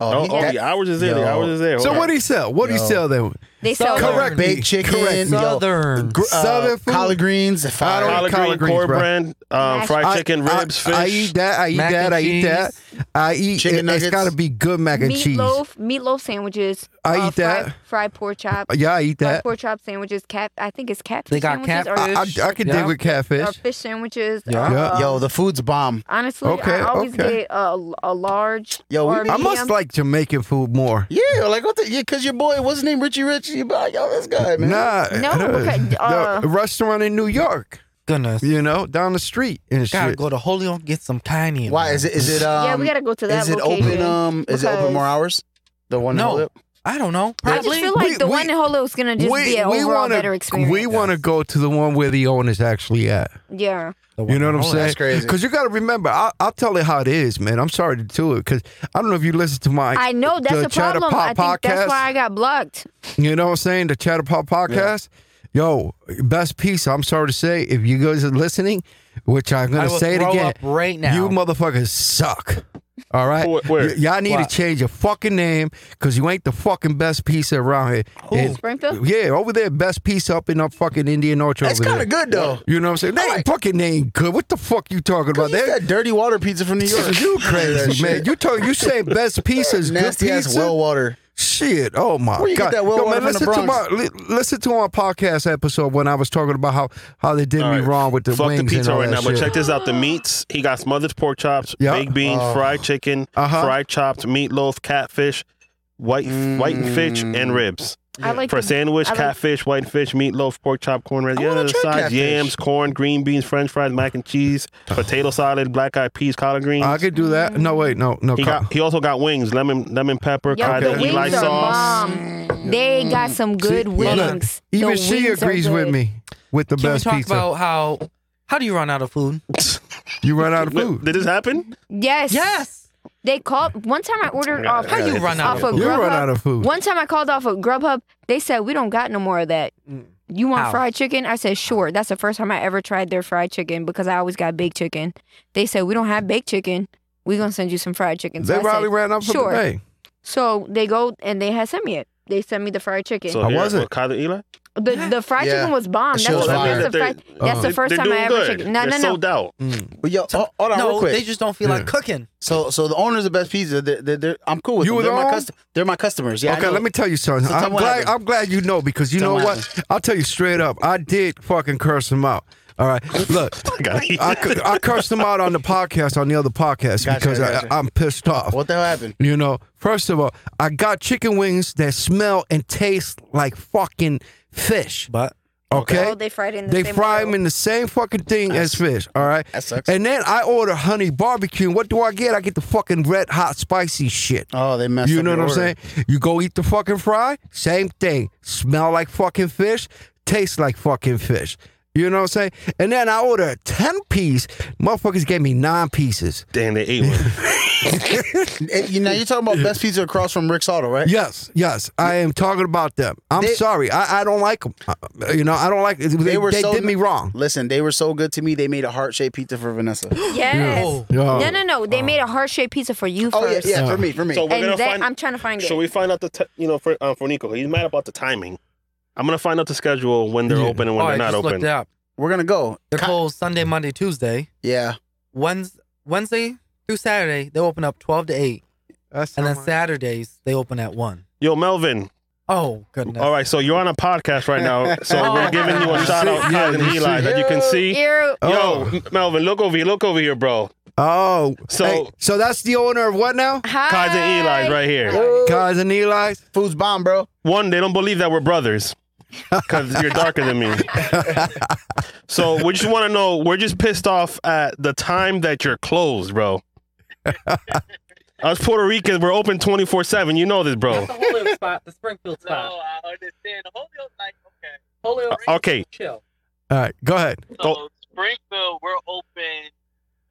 C: Oh,
D: he-
C: oh,
D: that-
C: the hours is there. The
D: Yo.
C: hours is there.
B: so
C: Hold
B: what
C: on.
B: do you sell? What do you
D: Yo.
B: sell then?
F: They sell
E: Southern.
B: Correct me.
D: baked chicken,
B: Correct me.
E: Southern.
D: Gr- uh,
B: Southern food.
D: collard greens, the fire.
B: don't-
C: collard,
B: collard
C: green,
B: greens, bro.
C: cornbread, um,
F: Mashed
C: fried
B: I-
C: chicken,
B: I-
C: ribs,
B: I
C: fish.
B: eat that. I eat
E: mac
B: that.
E: and
B: I eat that. I eat.
D: Chicken
B: it, it's
D: nuggets.
B: got to be good mac and cheese.
F: meatloaf, meatloaf sandwiches. uh,
B: I eat
F: fried-
B: that.
F: Fried pork chop.
B: Yeah, I eat
F: Fried
B: that.
F: pork chop sandwiches. Cat. I think it's catfish.
E: They got
F: sandwiches or-
B: I,
E: catfish.
B: I, I can
E: Yeah.
B: dig with
F: Or,
B: catfish.
F: fish sandwiches. Um,
E: Yeah.
B: Yeah.
D: Yo, the food's bomb.
F: Honestly,
B: Okay,
F: I always
B: okay.
F: get a, a large.
D: Yo, we
F: or
D: be-
F: a
B: I must
F: medium.
B: like Jamaican food more.
D: Yeah, like what the? Yeah, cause your boy, what's his name? Richie Rich. You be like, yo, this guy, man.
B: Nah,
F: No,
B: uh,
F: because,
B: the
F: uh,
B: restaurant in New York,
E: Goodness.
B: you know, down the street and
E: Gotta
B: shit.
E: go to Holyoke get some tiny.
D: Why is it? Is it? Um,
F: Yeah, we gotta go to that
D: Is it
F: location.
D: open? Um, is it open
F: because-
D: more hours? The one.
E: No.
D: hold up?
E: I don't know.
F: I
E: Probably.
F: just feel like
B: We-
F: the
B: we-
F: one in Holo is gonna just be an overall
B: wanna,
F: better experience.
B: We want to go to the one where the owner's actually at.
F: Yeah.
E: The
B: You know what
E: one-
B: I'm
E: oh,
B: saying?
D: that's crazy.
B: Because you got to remember, I'll, I'll tell you how it is, man. I'm sorry to do it because I don't know if you listen to my,
F: I know that's
B: the
F: the problem.
B: Chatter Pop
F: I think
B: podcast.
F: that's why I got blocked.
B: you know what I'm saying, the Chatter Pop podcast. Yo, best piece. I'm sorry to say, if you guys are listening, which I'm
E: I
B: gonna
E: will
B: say it
E: throw
B: again,
E: up right now.
B: you motherfuckers suck. All right,
C: Wh- where?
B: Y- y'all need
E: What?
B: to change your fucking name because you ain't the fucking best piece around here.
E: Who?
B: And-
F: Springfield?
B: yeah, over there, best piece up in up fucking Indian Orchard.
D: That's
B: over
D: kind
B: there.
D: of good though.
B: You know what I'm saying? They ain't fucking they ain't good. What the fuck you talking about?
D: They
B: They
D: that dirty water pizza from New York.
B: you
D: That
B: crazy
D: shit.
B: man. You talking you saying best pizza is good
D: Nasty ass
B: pizza?
D: well water.
B: Shit! Oh my
D: Where you
B: god!
D: get that well
B: Yo,
D: water
B: man,
D: from the
B: listen to my
D: Bronx?
B: li- listen to our podcast episode when I was talking about how how they did
C: All
B: me
C: right.
B: wrong with the
C: Fuck
B: wings
C: the
B: and
C: pizza
B: all
C: right
B: that
C: now, but
B: shit.
C: check this out. The meats, he got smothered pork chops,
B: Yeah.
C: baked beans,
D: Oh.
C: fried chicken,
B: Uh-huh.
C: fried chopped meatloaf, catfish, white white and fish,
B: Mm.
C: and ribs.
F: I like
C: For a
F: the-
C: sandwich,
F: I like-
C: catfish, white fish, meatloaf, pork chop, cornbread.
D: I
C: Yeah,
D: wanna
C: the
D: try
C: sides,
D: catfish.
C: yams, corn, green beans, french fries, mac and cheese, potato salad, black eyed peas, collard greens.
B: I could do that. No wait, no no.
C: he,
B: co-
C: got, he also got wings, lemon lemon pepper,
F: Yo,
C: kind
F: the
C: of
F: wings
C: Eli
F: are
C: sauce.
F: bomb. They got some good
B: Mm. See, look,
F: wings. The
B: Even she
F: wings are
B: agrees with
F: good.
B: me with the
E: Can we
B: best
E: talk
B: pizza.
E: about how how do you run out of food?
B: you run out of
C: Wait,
B: food.
C: Did this happen?
F: Yes.
E: Yes.
F: They called one time. I ordered off.
E: How you run out
F: off
E: of
F: of
E: food?
B: You
F: Grubhub.
B: run out of food.
F: One time I called off of Grubhub. They said we don't got no more of that. You want
E: How?
F: fried chicken? I said sure. That's the first time I ever tried their fried chicken because I always got baked chicken. They said we don't have baked chicken. We gonna send you some fried chicken. So
B: They
F: I said,
B: probably ran out for
F: sure.
B: the day.
F: So they go and they had sent me it. They sent me the fried chicken.
C: So
B: I
C: here,
B: wasn't.
C: what, Kyle Eli?
F: the the fried
D: Yeah.
F: chicken was bomb.
D: That
F: That's,
D: shit was
F: the,
D: fire.
F: that's, the,
C: They're-
F: fir- that's the
B: Oh.
C: They're-
F: 1st
C: Uh-huh. they're
F: time I
C: doing
F: ever
C: good.
F: chicken. No,
C: They're
F: no, no.
C: sold out.
D: But yo, hold, hold on real
E: No,
D: quick.
E: they just don't feel like cooking.
D: so, so the owners of Best Pizza, they're, they're, they're, I'm cool with
B: You
D: them.
B: with
D: They're my,
B: all?
D: custom, they're my customers. Yeah, I
B: okay,
D: know.
B: let me tell you something.
D: So tell
B: I'm
D: me what
B: glad.
D: happened.
B: I'm glad you know because you
D: Tell me
B: know
D: what
B: what? I'll tell you straight up. I did fucking curse him out. All right, look,
C: Gotta eat.
B: I, cu- I cursed him out on the podcast on the other podcast
D: Gotcha,
B: because
D: gotcha.
B: I, I'm pissed off.
D: What the hell happened?
B: You know, first of all, I got chicken wings that smell and taste like fucking fish.
E: But
B: Okay,
F: Oh, they fried it in the
B: they
F: same
B: fry them
F: oil.
B: in the same fucking thing as fish. All right,
D: That sucks.
B: And then I order honey barbecue. And what do I get? I get the fucking red hot spicy shit.
D: Oh, they messed
B: You
D: up
B: know what
D: your
B: I'm
D: order.
B: saying? You go eat the fucking fry, same thing. Smell like fucking fish, taste like fucking fish. You know what I'm saying? And then I order a 10 piece. Motherfuckers gave me nine pieces.
C: Damn, they ate one.
D: And you, now you're talking about Best Pizza across from Rick's Auto, right?
B: Yes, yes. I am talking about them. I'm
D: They-
B: sorry. I, I don't like them. You know, I don't like They,
D: were
B: they
D: so-
B: did me wrong.
D: Listen, they were so good to me. They made a heart shaped pizza for Vanessa.
F: Yes.
E: Oh.
B: Yo.
F: No, no, no. They made a heart shaped pizza for you
D: Oh yeah,
F: first.
D: yeah, for me, for me.
C: So we're gonna
F: And that,
C: find.
F: I'm trying to find it.
C: so we find out the t- you know for uh, for Nico, he's mad about the timing. I'm gonna find out the schedule when they're
B: Yeah.
C: open and
E: oh,
C: when
E: I
C: they're
E: just
C: not
E: looked
C: open.
E: it up.
D: we're gonna go.
E: They're
D: Ki-
E: closed Sunday, Monday, Tuesday.
D: Yeah,
E: Wednesday, Wednesday through Saturday they open up twelve to eight,
B: That's
E: and
B: not
F: Oh
E: then
B: my-
E: Saturdays they open at one.
C: Yo, Melvin.
E: Oh goodness.
C: All right, so you're on a podcast right now, so we're giving you a
B: You
C: shout out,
B: see?
C: Kyle and
B: Yeah, you
C: Eli,
B: see.
C: that you can see.
F: Ew.
C: Yo, M- Melvin, look over here, look over here, bro.
B: Oh, so
C: So-
B: so that's the owner of what now?
C: Kyle and
F: Hi.
C: Eli's right here.
B: Guys and Eli's.
D: food's bomb, bro.
C: One, they don't believe that we're brothers because you're darker than me. So we just want to know. We're just pissed off at the time that you're closed, bro. Us Puerto Ricans, we're open 24 7. You know this, bro.
I: That's the Holyoke spot, the Springfield
H: No,
I: spot.
H: I understand. Holyoke, like, okay.
I: Holyoke,
C: Okay,
I: chill.
B: All right, go ahead.
H: So
C: Oh.
H: Springfield, we're open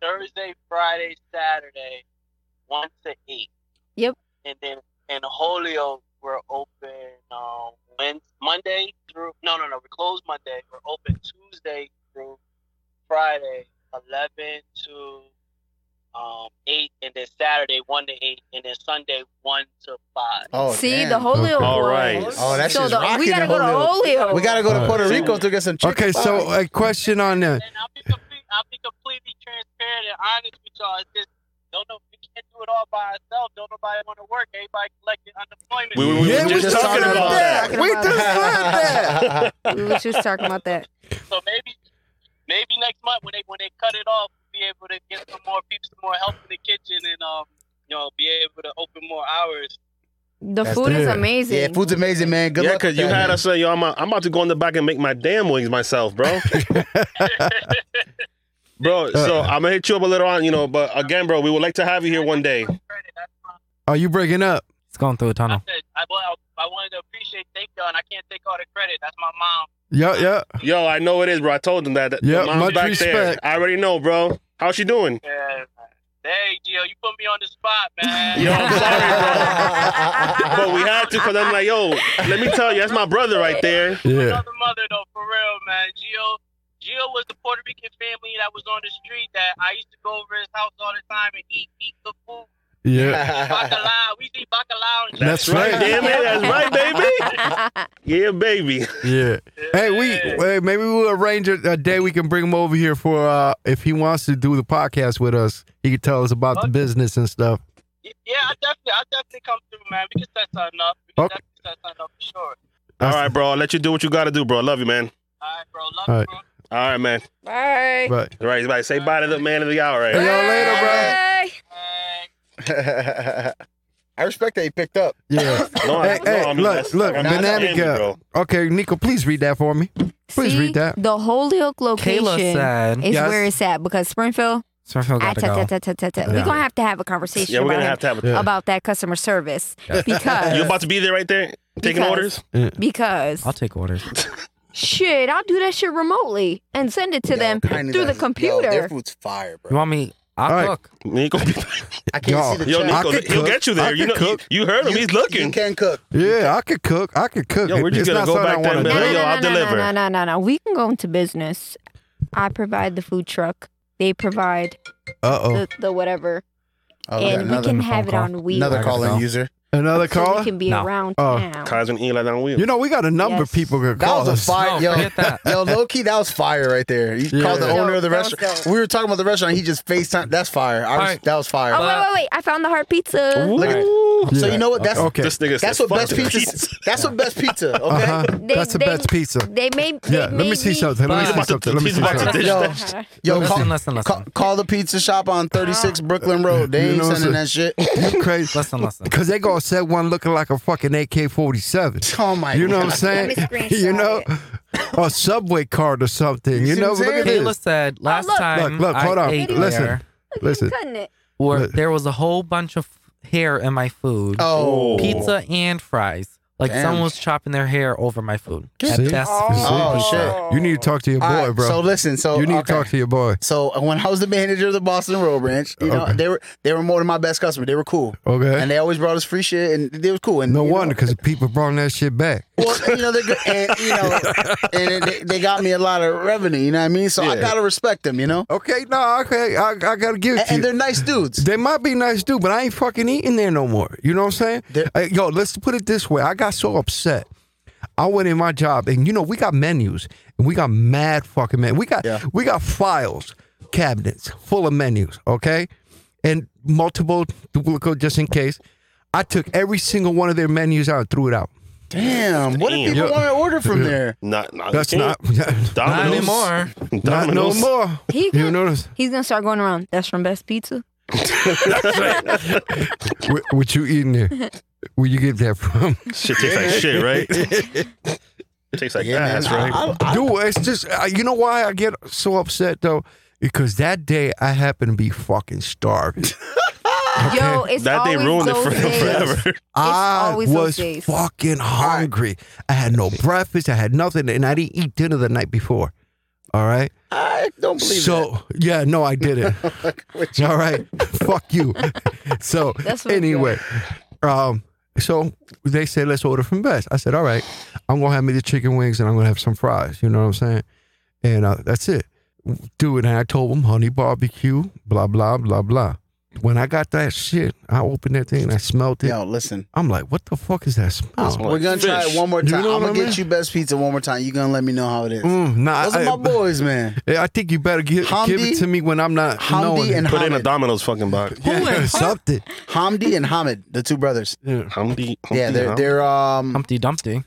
H: Thursday, Friday, Saturday, one to eight.
F: Yep.
H: And then in Holyoke, we're open um, Wednesday, Monday through. No, no, no. We close Monday. We're open Tuesday through Friday, eleven to um, eight, and then Saturday one to eight, and then Sunday one to five.
D: Oh,
F: See
D: damn.
F: the Holyoke.
C: All
F: one.
C: right.
D: Oh, that's
F: so
D: just
F: the,
D: rocking.
F: we
D: the
F: gotta go to
D: Holyoke.
F: Holyoke.
D: We gotta go to
B: All
D: Puerto
B: right.
D: Rico to get some chicken.
B: Okay, so
D: fries.
B: a question on uh,
H: And I'll be complete, I'll be completely transparent and honest with y'all. It's just don't know. We can't do it all by ourselves. Don't nobody want to work. Everybody collecting unemployment.
C: We- we- we
B: yeah,
C: were
B: we
C: just
B: just talking
C: talking
B: about
C: about
B: that.
F: that.
B: We just had that.
F: we was just talking about that.
H: So maybe, maybe next month when they when they cut it off, we'll be able to get some more people, some more help in the kitchen, and um, you know, be able to open more hours.
F: The
B: That's
F: food is
B: good.
F: amazing.
D: yeah, food's amazing, man. Good
C: yeah,
D: luck.
C: because you had us say, yo, I'm, I'm about to go in the back and make my damn wings myself, bro. bro,
B: Uh.
C: so I'm going to hit you up a little on, you know, but again, bro, we would like to have you here one day.
B: Are you breaking up?
E: It's going through a
H: I
E: tunnel.
H: said I, well, I wanted to appreciate, thank y'all, and I can't take all the credit. That's my mom.
B: Yeah, yeah.
C: Yo, I know it is, bro. I told him that. that
B: Yeah,
C: mom's
B: much
C: back there.
B: respect.
C: I already know, bro. How's she doing?
H: Yeah. Hey, Gio, you put me on the spot, man.
C: Yo, I'm sorry, But we had to because I'm like, yo, let me tell you, that's my brother right there.
B: Yeah.
H: Another mother though, for real, man. Gio, Gio was the Puerto Rican family that was on the street that I used to go over his house all the time and eat, eat good food.
B: Yeah.
H: Bacalao, we see bacalao. And
B: That's right.
C: Damn it, that's right, baby. Yeah, baby.
B: Yeah. Hey, we hey, maybe we'll arrange a, a day we can bring him over here for uh if he wants to do the podcast with us. He can tell us about the business and stuff.
H: Yeah, I definitely, I definitely come through, man. We can set something up. We can
B: Okay.
H: definitely set something up for sure.
C: All right, bro. I'll let you do what you got to do, bro. I love you, man.
H: All right, bro. Love
B: All
H: you,
B: right.
H: bro.
C: All right, man.
F: Bye.
B: But
C: All right, everybody. Say bye to the man of the hour,
B: hey,
C: right?
B: y'all later, bro.
F: Bye.
H: Hey.
D: us. I respect that he picked up.
B: Yeah.
C: No,
B: Hey, hey, look,
C: that's-
B: look,
C: that's
B: banana
C: family,
B: girl.
C: bro.
B: Okay, Nico, please read that for me. Please
F: See,
B: read that.
F: The Holyoke location
E: Kayla said,
F: is
B: Yes.
F: where it's at because Springfield.
E: Springfield
F: ah,
E: got to
F: ta-
E: go.
F: ta- ta- ta- ta- ta.
E: Yeah.
F: We're gonna have to have a conversation
C: Yeah, we're
F: about,
C: gonna
F: him-
C: have to have. A,
B: Yeah.
F: about that customer service because
C: You about to be there right there, taking
F: Because-
C: orders?
F: because
E: I'll take orders.
F: shit, I'll do that shit remotely and send it to
D: Yo,
F: them
D: kinda
F: through the
D: does. Yo,
F: computer.
D: their food's fire,
E: You
D: bro.
E: want me? I'll
B: All right.
E: cook.
C: Nico,
D: I can't
B: Yo,
D: see the
C: yo,
D: chat.
B: I
C: Nico,
B: could
C: he'll
B: cook.
C: get you
B: I
C: there. You
B: could
C: know, you,
B: cook.
C: you heard him.
D: You-
C: He's
D: You
C: looking.
D: can cook.
B: Yeah, I could cook. I could cook.
C: Yo, we're
B: It's
C: just gonna
B: not
C: go
B: something
C: back
B: I
C: there
B: wanna
C: and be
F: no,
C: like,
B: do.
F: no,
C: yo,
F: no,
C: I'll
F: no,
C: deliver.
F: no, no, no, no, no. We can go into business. I provide the food truck. They provide
B: Uh
F: the, the whatever,
D: Oh, we got
F: and we
D: another
F: can
E: phone
F: have it
E: call.
F: on wheels.
D: another
E: I
D: call in
E: know.
D: user.
B: oh. Another
F: so
B: caller?
F: we can be
E: No.
F: around
B: Oh.
F: town.
C: Kai's and Eli down wheel.
B: You know, we got a number
F: Yes.
B: of people could
D: That
B: call
D: was a
B: us.
D: fire,
E: No,
D: yo,
E: forget that.
D: yo, low key, that was fire right there. You
B: Yeah.
D: called the
B: That
F: was
D: owner of the
F: dope. That was
D: restaurant.
F: dope.
D: We were talking about the restaurant. He just Facetime. That's fire. I was,
E: Alright.
D: That was fire.
F: Oh wait, wait, wait! I found the heart pizza.
D: Look at
B: Yeah.
D: So you know what? That's
B: Okay.
C: This nigga
D: that's
C: says,
D: what
C: fuck
D: best
C: the
D: pizza.
C: pizza.
D: That's what best pizza. Okay.
B: Uh-huh.
F: They-
B: That's the
F: they-
B: best pizza.
F: They made.
B: Yeah, let me see something. Let me
E: He's
B: see
E: about
C: to-
B: something. Let me
C: he's
B: see
C: about to
B: something.
C: dish
D: Yo, Yo,
E: Listen,
D: call,
E: listen, listen.
D: call, call the pizza shop on 36 Brooklyn Road. They
B: Ah. You
D: ain't
B: know what
D: sending
B: I'm
D: that shit.
B: You crazy?
E: Listen, listen.
B: Because they gonna set one looking like a fucking AK forty seven.
D: Oh my!
B: You know what I'm
D: God.
B: saying?
F: Let me
B: You
F: screenshot
B: know, a subway card or something. You
D: see
B: know,
D: what
B: look
D: I'm
B: at
D: saying?
E: Kayla
B: this.
E: said last
F: look.
E: time
B: Look, look, hold
E: I
B: on.
E: ate
B: Listen.
E: there,
B: Listen.
F: Couldn't it?
E: where
B: Look.
E: there was a whole bunch of hair in my food,
D: Oh,
E: pizza and fries. Like
D: Damn.
E: someone was chopping their hair over my food. At
B: See?
E: best
B: Oh,
E: food.
D: shit.
B: You need to talk to your boy,
D: All right,
B: bro.
D: So listen, so
B: you need
D: okay.
B: to talk to your boy.
D: So uh, when I was the manager of the Boston Road Branch, you know
B: Okay.
D: they were they were more than my best customer. They were cool,
B: Okay.
D: and they always brought us free shit, and they was cool. And
B: no
D: you know,
B: wonder, because people brought that shit back.
D: Well, you know, they're good. And, you know, and it, they, they got me a lot of revenue, you know what I mean? So I
C: Yeah.
D: got to respect them, you know?
B: Okay, no, okay, I, I gotta give it
D: And,
B: to
D: and
B: you.
D: they're nice dudes.
B: They might be nice dude, but I ain't fucking eating there no more. You know what I'm saying?
D: They're-
B: Uh, yo, let's put it this way. I got so upset. I went in my job, and you know we got menus, and we got mad fucking men. We got
D: Yeah.
B: we got files, cabinets full of menus. Okay, and multiple duplicate just in case. I took every single one of their menus out and threw it out.
D: Damn, what if
C: Damn.
D: people
B: Yeah.
D: want to order from
B: Yeah.
D: there?
C: Not, not,
B: That's not
E: Not
C: Domino's.
E: anymore.
B: not no
C: Domino's.
B: more.
F: He
B: You
F: could,
B: notice?
F: he's gonna start going around. That's from Best Pizza.
B: What, what you eating there? Where you get that from?
C: Shit tastes like shit, right? tastes like
D: Yeah,
C: ass,
D: man,
C: right?
D: I- I-
B: Dude, it's just uh, you know why I get so upset though, because that day I happen to be fucking starving.
F: Yo, it's
C: that they
F: always
C: ruined it
F: those
C: for them
F: days.
C: forever.
B: I
F: always those
B: was
F: days.
B: fucking hungry. I had no breakfast. I had nothing, and I didn't eat dinner the night before. All right.
D: I don't believe
B: so yeah, no, I didn't.
D: that. Which-
B: All right. Fuck you. So
F: That's what I'm
B: anyway, um, so they said let's order from Best. I said all right. I'm gonna have me the chicken wings and I'm gonna have some fries. You know what I'm saying? And uh, that's it. Dude, and I told them honey barbecue, blah blah blah blah. When I got that shit, I opened that thing and I smelled it.
D: Yo, listen.
B: I'm like, what the fuck is that smell?
D: We're gonna try it
C: fish.
D: one more
B: You
D: time.
B: know
D: I'm
B: what
D: gonna
B: I mean?
D: get you best pizza one more time. You gonna let me know how it is.
B: Mm, nah,
D: Those are my
B: I,
D: boys, man.
B: I think you better give, give
D: Hamdi-
B: it to me when I'm not knowing.
D: Hamdi and
C: Put in a
D: Hamid.
C: Domino's fucking box.
B: yeah, something.
D: Hamdi and Hamid, the two brothers.
B: Yeah.
C: Humpty, Humpty,
D: Yeah, they're they're um.
E: Humpty Dumpty.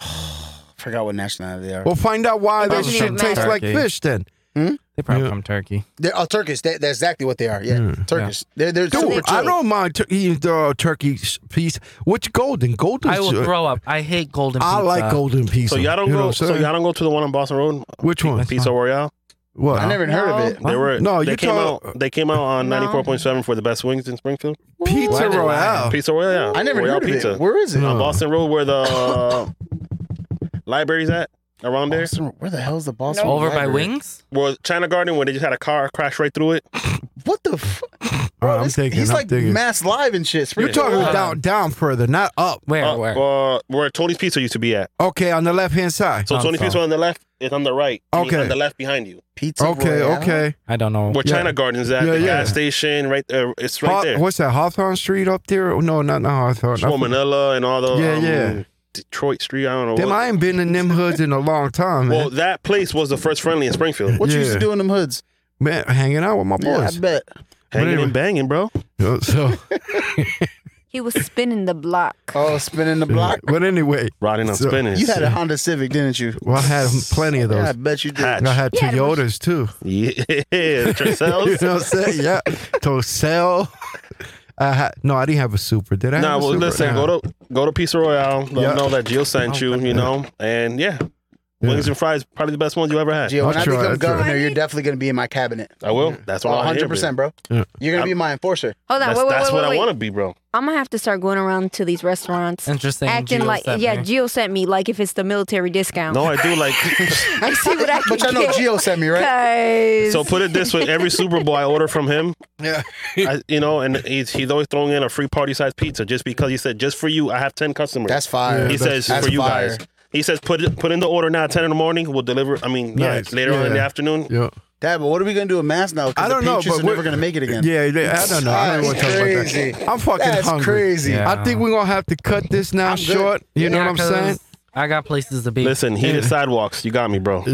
D: I forgot what nationality they are.
B: We'll find out why
F: It
B: that
F: doesn't
B: shit
F: even
B: tastes
F: matter.
B: like
E: Turkey.
B: fish then.
E: They probably
B: Yeah.
E: from Turkey.
D: They're oh, Turkish. That, that's exactly what they are. Yeah,
B: Mm.
D: Turkish. They're they're super
B: Dude, I
D: chill.
B: don't mind tur- eating the uh, turkey s- piece. Which golden? Golden.
E: I will throw up. I hate golden.
B: I
E: pizza.
B: like golden pizza.
C: So y'all don't
B: You know
C: go.
B: what I'm
C: So
B: saying?
C: y'all don't go to the one on Boston Road,
B: Which one?
C: Pizza Royale.
B: What?
D: I never even heard of it.
C: They were
B: No,
C: They
B: you're
C: came
B: talking-
C: out. They came out on
F: No.
C: ninety four point seven for the best wings in Springfield.
B: Pizza
E: did I-
B: Royale.
C: Pizza Royale.
D: I never
C: Royale
D: heard of
C: pizza.
D: it. Where is it?
B: No.
C: on Boston Road where the uh, library's at around there.
D: Boston- where the hell is the Boston?
E: Over by
D: Library?
E: Wings.
C: Well, China Garden where they just had a car crash right through it.
D: What the? F-
B: All right, I'm
D: This-
B: thinking.
D: He's
B: I'm
D: like
B: thinking.
D: mass live and shit.
B: You're talking
E: Hold
B: down,
E: on.
B: down further, not up.
E: Where?
C: Uh,
E: where?
C: uh, where Tony's Pizza used to be at.
B: Okay, on the left hand side.
C: So
E: Oh,
C: Tony's
E: so-
C: Pizza on the left is on the right. and
B: Okay.
C: On the left behind you.
D: pizza.
B: Okay,
D: Royale?
B: okay.
E: I don't know.
C: Where
B: Yeah.
C: China Garden's at.
B: Yeah,
C: the
B: yeah.
C: gas station right there. It's right
B: Haw-
D: Oh,
C: there.
B: What's that? Hawthorne Street up there? No, not, not Hawthorne. I
C: Shmo Manila and all the
B: Yeah,
C: um,
B: yeah.
C: Detroit Street. I don't know.
B: Damn,
C: what-
B: I ain't been in them hoods in a long time, man.
C: well, that place was the first friendly in Springfield.
D: What you used
B: Yeah.
D: to do in them hoods?
B: man, hanging out with my
D: Yeah, I
B: boys.
D: bet.
C: Hanging
B: anyway.
C: and banging, bro.
B: so,
F: He was spinning the block.
D: Oh, spinning the block.
B: but anyway,
C: Riding on
B: So-
C: spinach.
D: You had a Honda Civic, didn't you?
B: well, I had plenty of those.
D: Yeah, I bet you did.
C: Hatch.
B: And I had
F: Yeah,
B: Toyotas too.
C: Yeah.
B: You
C: Tricells.
B: know what I'm saying? Yeah, Tosel. I had no, I didn't have a Super. Did I?
C: Nah,
B: have a
C: well,
B: Supra?
C: listen,
B: Nah.
C: go to go to Pizza Royale. Let
B: Yeah. Oh,
C: them know that Jill sent you, you know, and yeah, wings and fries probably the best ones you ever had.
D: Gio, when
B: I'll
D: I become
B: try, I'll try.
D: governor, you're definitely going to be in my cabinet.
C: I will. That's what Oh, I want to
D: 100,
C: hear. bro.
D: Oh, percent bro.
B: Yeah.
D: You're going
C: I'm-
D: to be my enforcer.
F: Hold on,
C: That's,
F: wait, wait,
C: that's
F: wait,
C: what
F: wait.
C: I want to be, bro.
F: I'm gonna have to start going around to these restaurants,
E: Interesting.
F: acting
E: Gio
F: like
E: sent
F: yeah,
E: me.
F: Geo sent me like if it's the military discount.
C: No, I do like.
F: I see what I can
D: But y'all know
F: get.
D: Gio sent me, right?
F: Guys.
C: so put it this way: every Super Bowl I order from him,
B: Yeah.
C: I, you know, and he's he's always throwing in a free party size pizza just because he said just for you I have ten customers.
D: That's fire.
C: he says
D: that's
C: for you
D: fire.
C: guys. He says put it, put in the order now, ten in the morning. We'll deliver. I mean,
B: Nice.
C: yeah, later on in the
B: Yeah.
C: afternoon.
B: Yeah.
D: Dad, but what are we going to do with mass now? 'Cause
B: I don't
D: the
B: know,
D: Patriots
B: but
D: are never
B: we're-
D: going to make it again.
B: Yeah, they- I don't know. I don't want to talk about
D: That's
B: that.
D: crazy.
B: I'm fucking
D: That's
B: hungry.
D: crazy.
E: Yeah.
B: I think we're gonna have to cut this now
D: I'm good.
B: short. You know
E: Yeah,
B: what I'm
E: 'cause
B: saying?
E: I got places to be.
C: Listen, heated sidewalks. You got me, bro.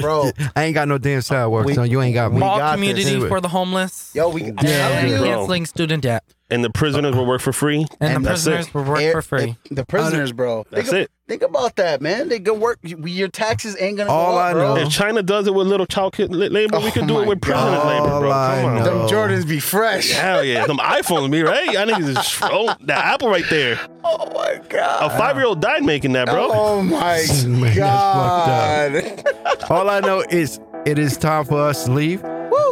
D: Bro,
B: I ain't got no damn sidewalks.
D: We-
B: no, you ain't got me.
E: All
D: got
E: communities
B: this.
E: for the homeless.
D: yo, we.
E: Yeah,
D: I'm telling you,
C: Bro.
E: canceling student debt,
C: And the prisoners will work for free.
E: and,
D: And
E: the
C: that's it.
E: prisoners will work
D: air-
E: for free.
D: The, the prisoners, bro.
C: That's
D: think,
C: it.
D: Think about that, man. They go work. Your taxes ain't going to
B: All
D: go up,
B: I
D: bro.
B: know-
C: If China does it with little child kid li- labor, we
D: Uh-huh. Oh
C: could do it
D: my
C: with president
B: God.
C: labor, bro.
B: I
C: Come on.
B: know.
D: Them Jordans be fresh.
C: Hell yeah, them iPhones, me right? I niggas is oh that Apple right there.
D: Oh my god.
C: A five year old died making that, bro.
D: Oh my
B: Man, that's
D: god.
B: fucked All I know is it is time for us to leave.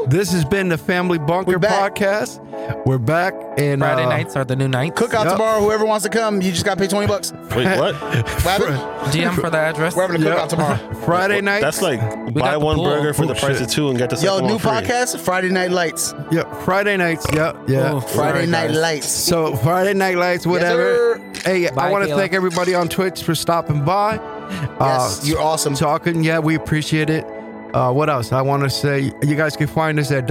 B: This has been the Family Bunker
D: We're back.
B: podcast. We're back and
E: Friday
B: uh,
E: nights are the new nights.
D: Cookout
B: Yep.
D: tomorrow. Whoever wants to come, you just got to pay twenty bucks.
C: Wait, what?
D: What happened?
E: DM for the address.
D: We're having a cookout tomorrow.
B: Friday night.
C: That's like buy
E: got the
C: one
E: pool.
C: burger for the
B: Oh,
C: price
B: shit.
C: of two and get the
D: Yo,
C: second
D: new
C: one free.
D: podcast. Friday Night Lights.
B: yeah. Friday nights. Yeah, yeah.
E: Oh,
D: Friday
E: Sorry,
D: Night
E: guys.
D: Lights.
B: So Friday night lights, whatever. hey, I
E: Bye,
B: want to
E: Kayla.
B: thank everybody on Twitch for stopping by. Uh,
D: Yes, you're awesome.
B: talking. Yeah, we appreciate it. Uh, what else? I want to say you guys can find us at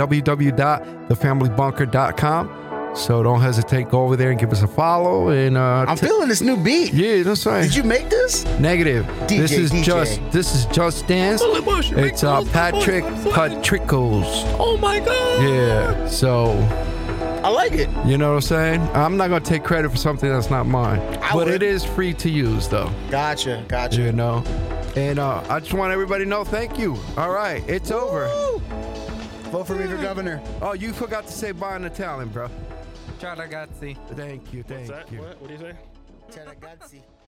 B: www.thefamilybunker.com. So don't hesitate. Go over there and give us a follow. And uh,
D: I'm
B: t-
D: feeling this new beat.
B: yeah, that's right.
D: Did you make this?
B: Negative.
D: DJ,
B: this is
D: DJ.
B: just this is just dance. It's uh, Patrick Patrickos.
E: Oh my god.
B: Yeah. So
D: I like it.
B: you know what I'm saying? I'm not gonna take credit for something that's not mine,
D: I
B: but
D: would.
B: it is free to use though.
D: Gotcha. Gotcha.
B: You know. And uh, I just want everybody to know. Thank you. All right, it's over.
D: Vote for me for governor.
B: Oh, you forgot to say bye in Italian, bro.
E: Ciao ragazzi.
B: Thank you. Thank
C: What's that?
B: you.
C: What? What do you say?
D: Terragazzi.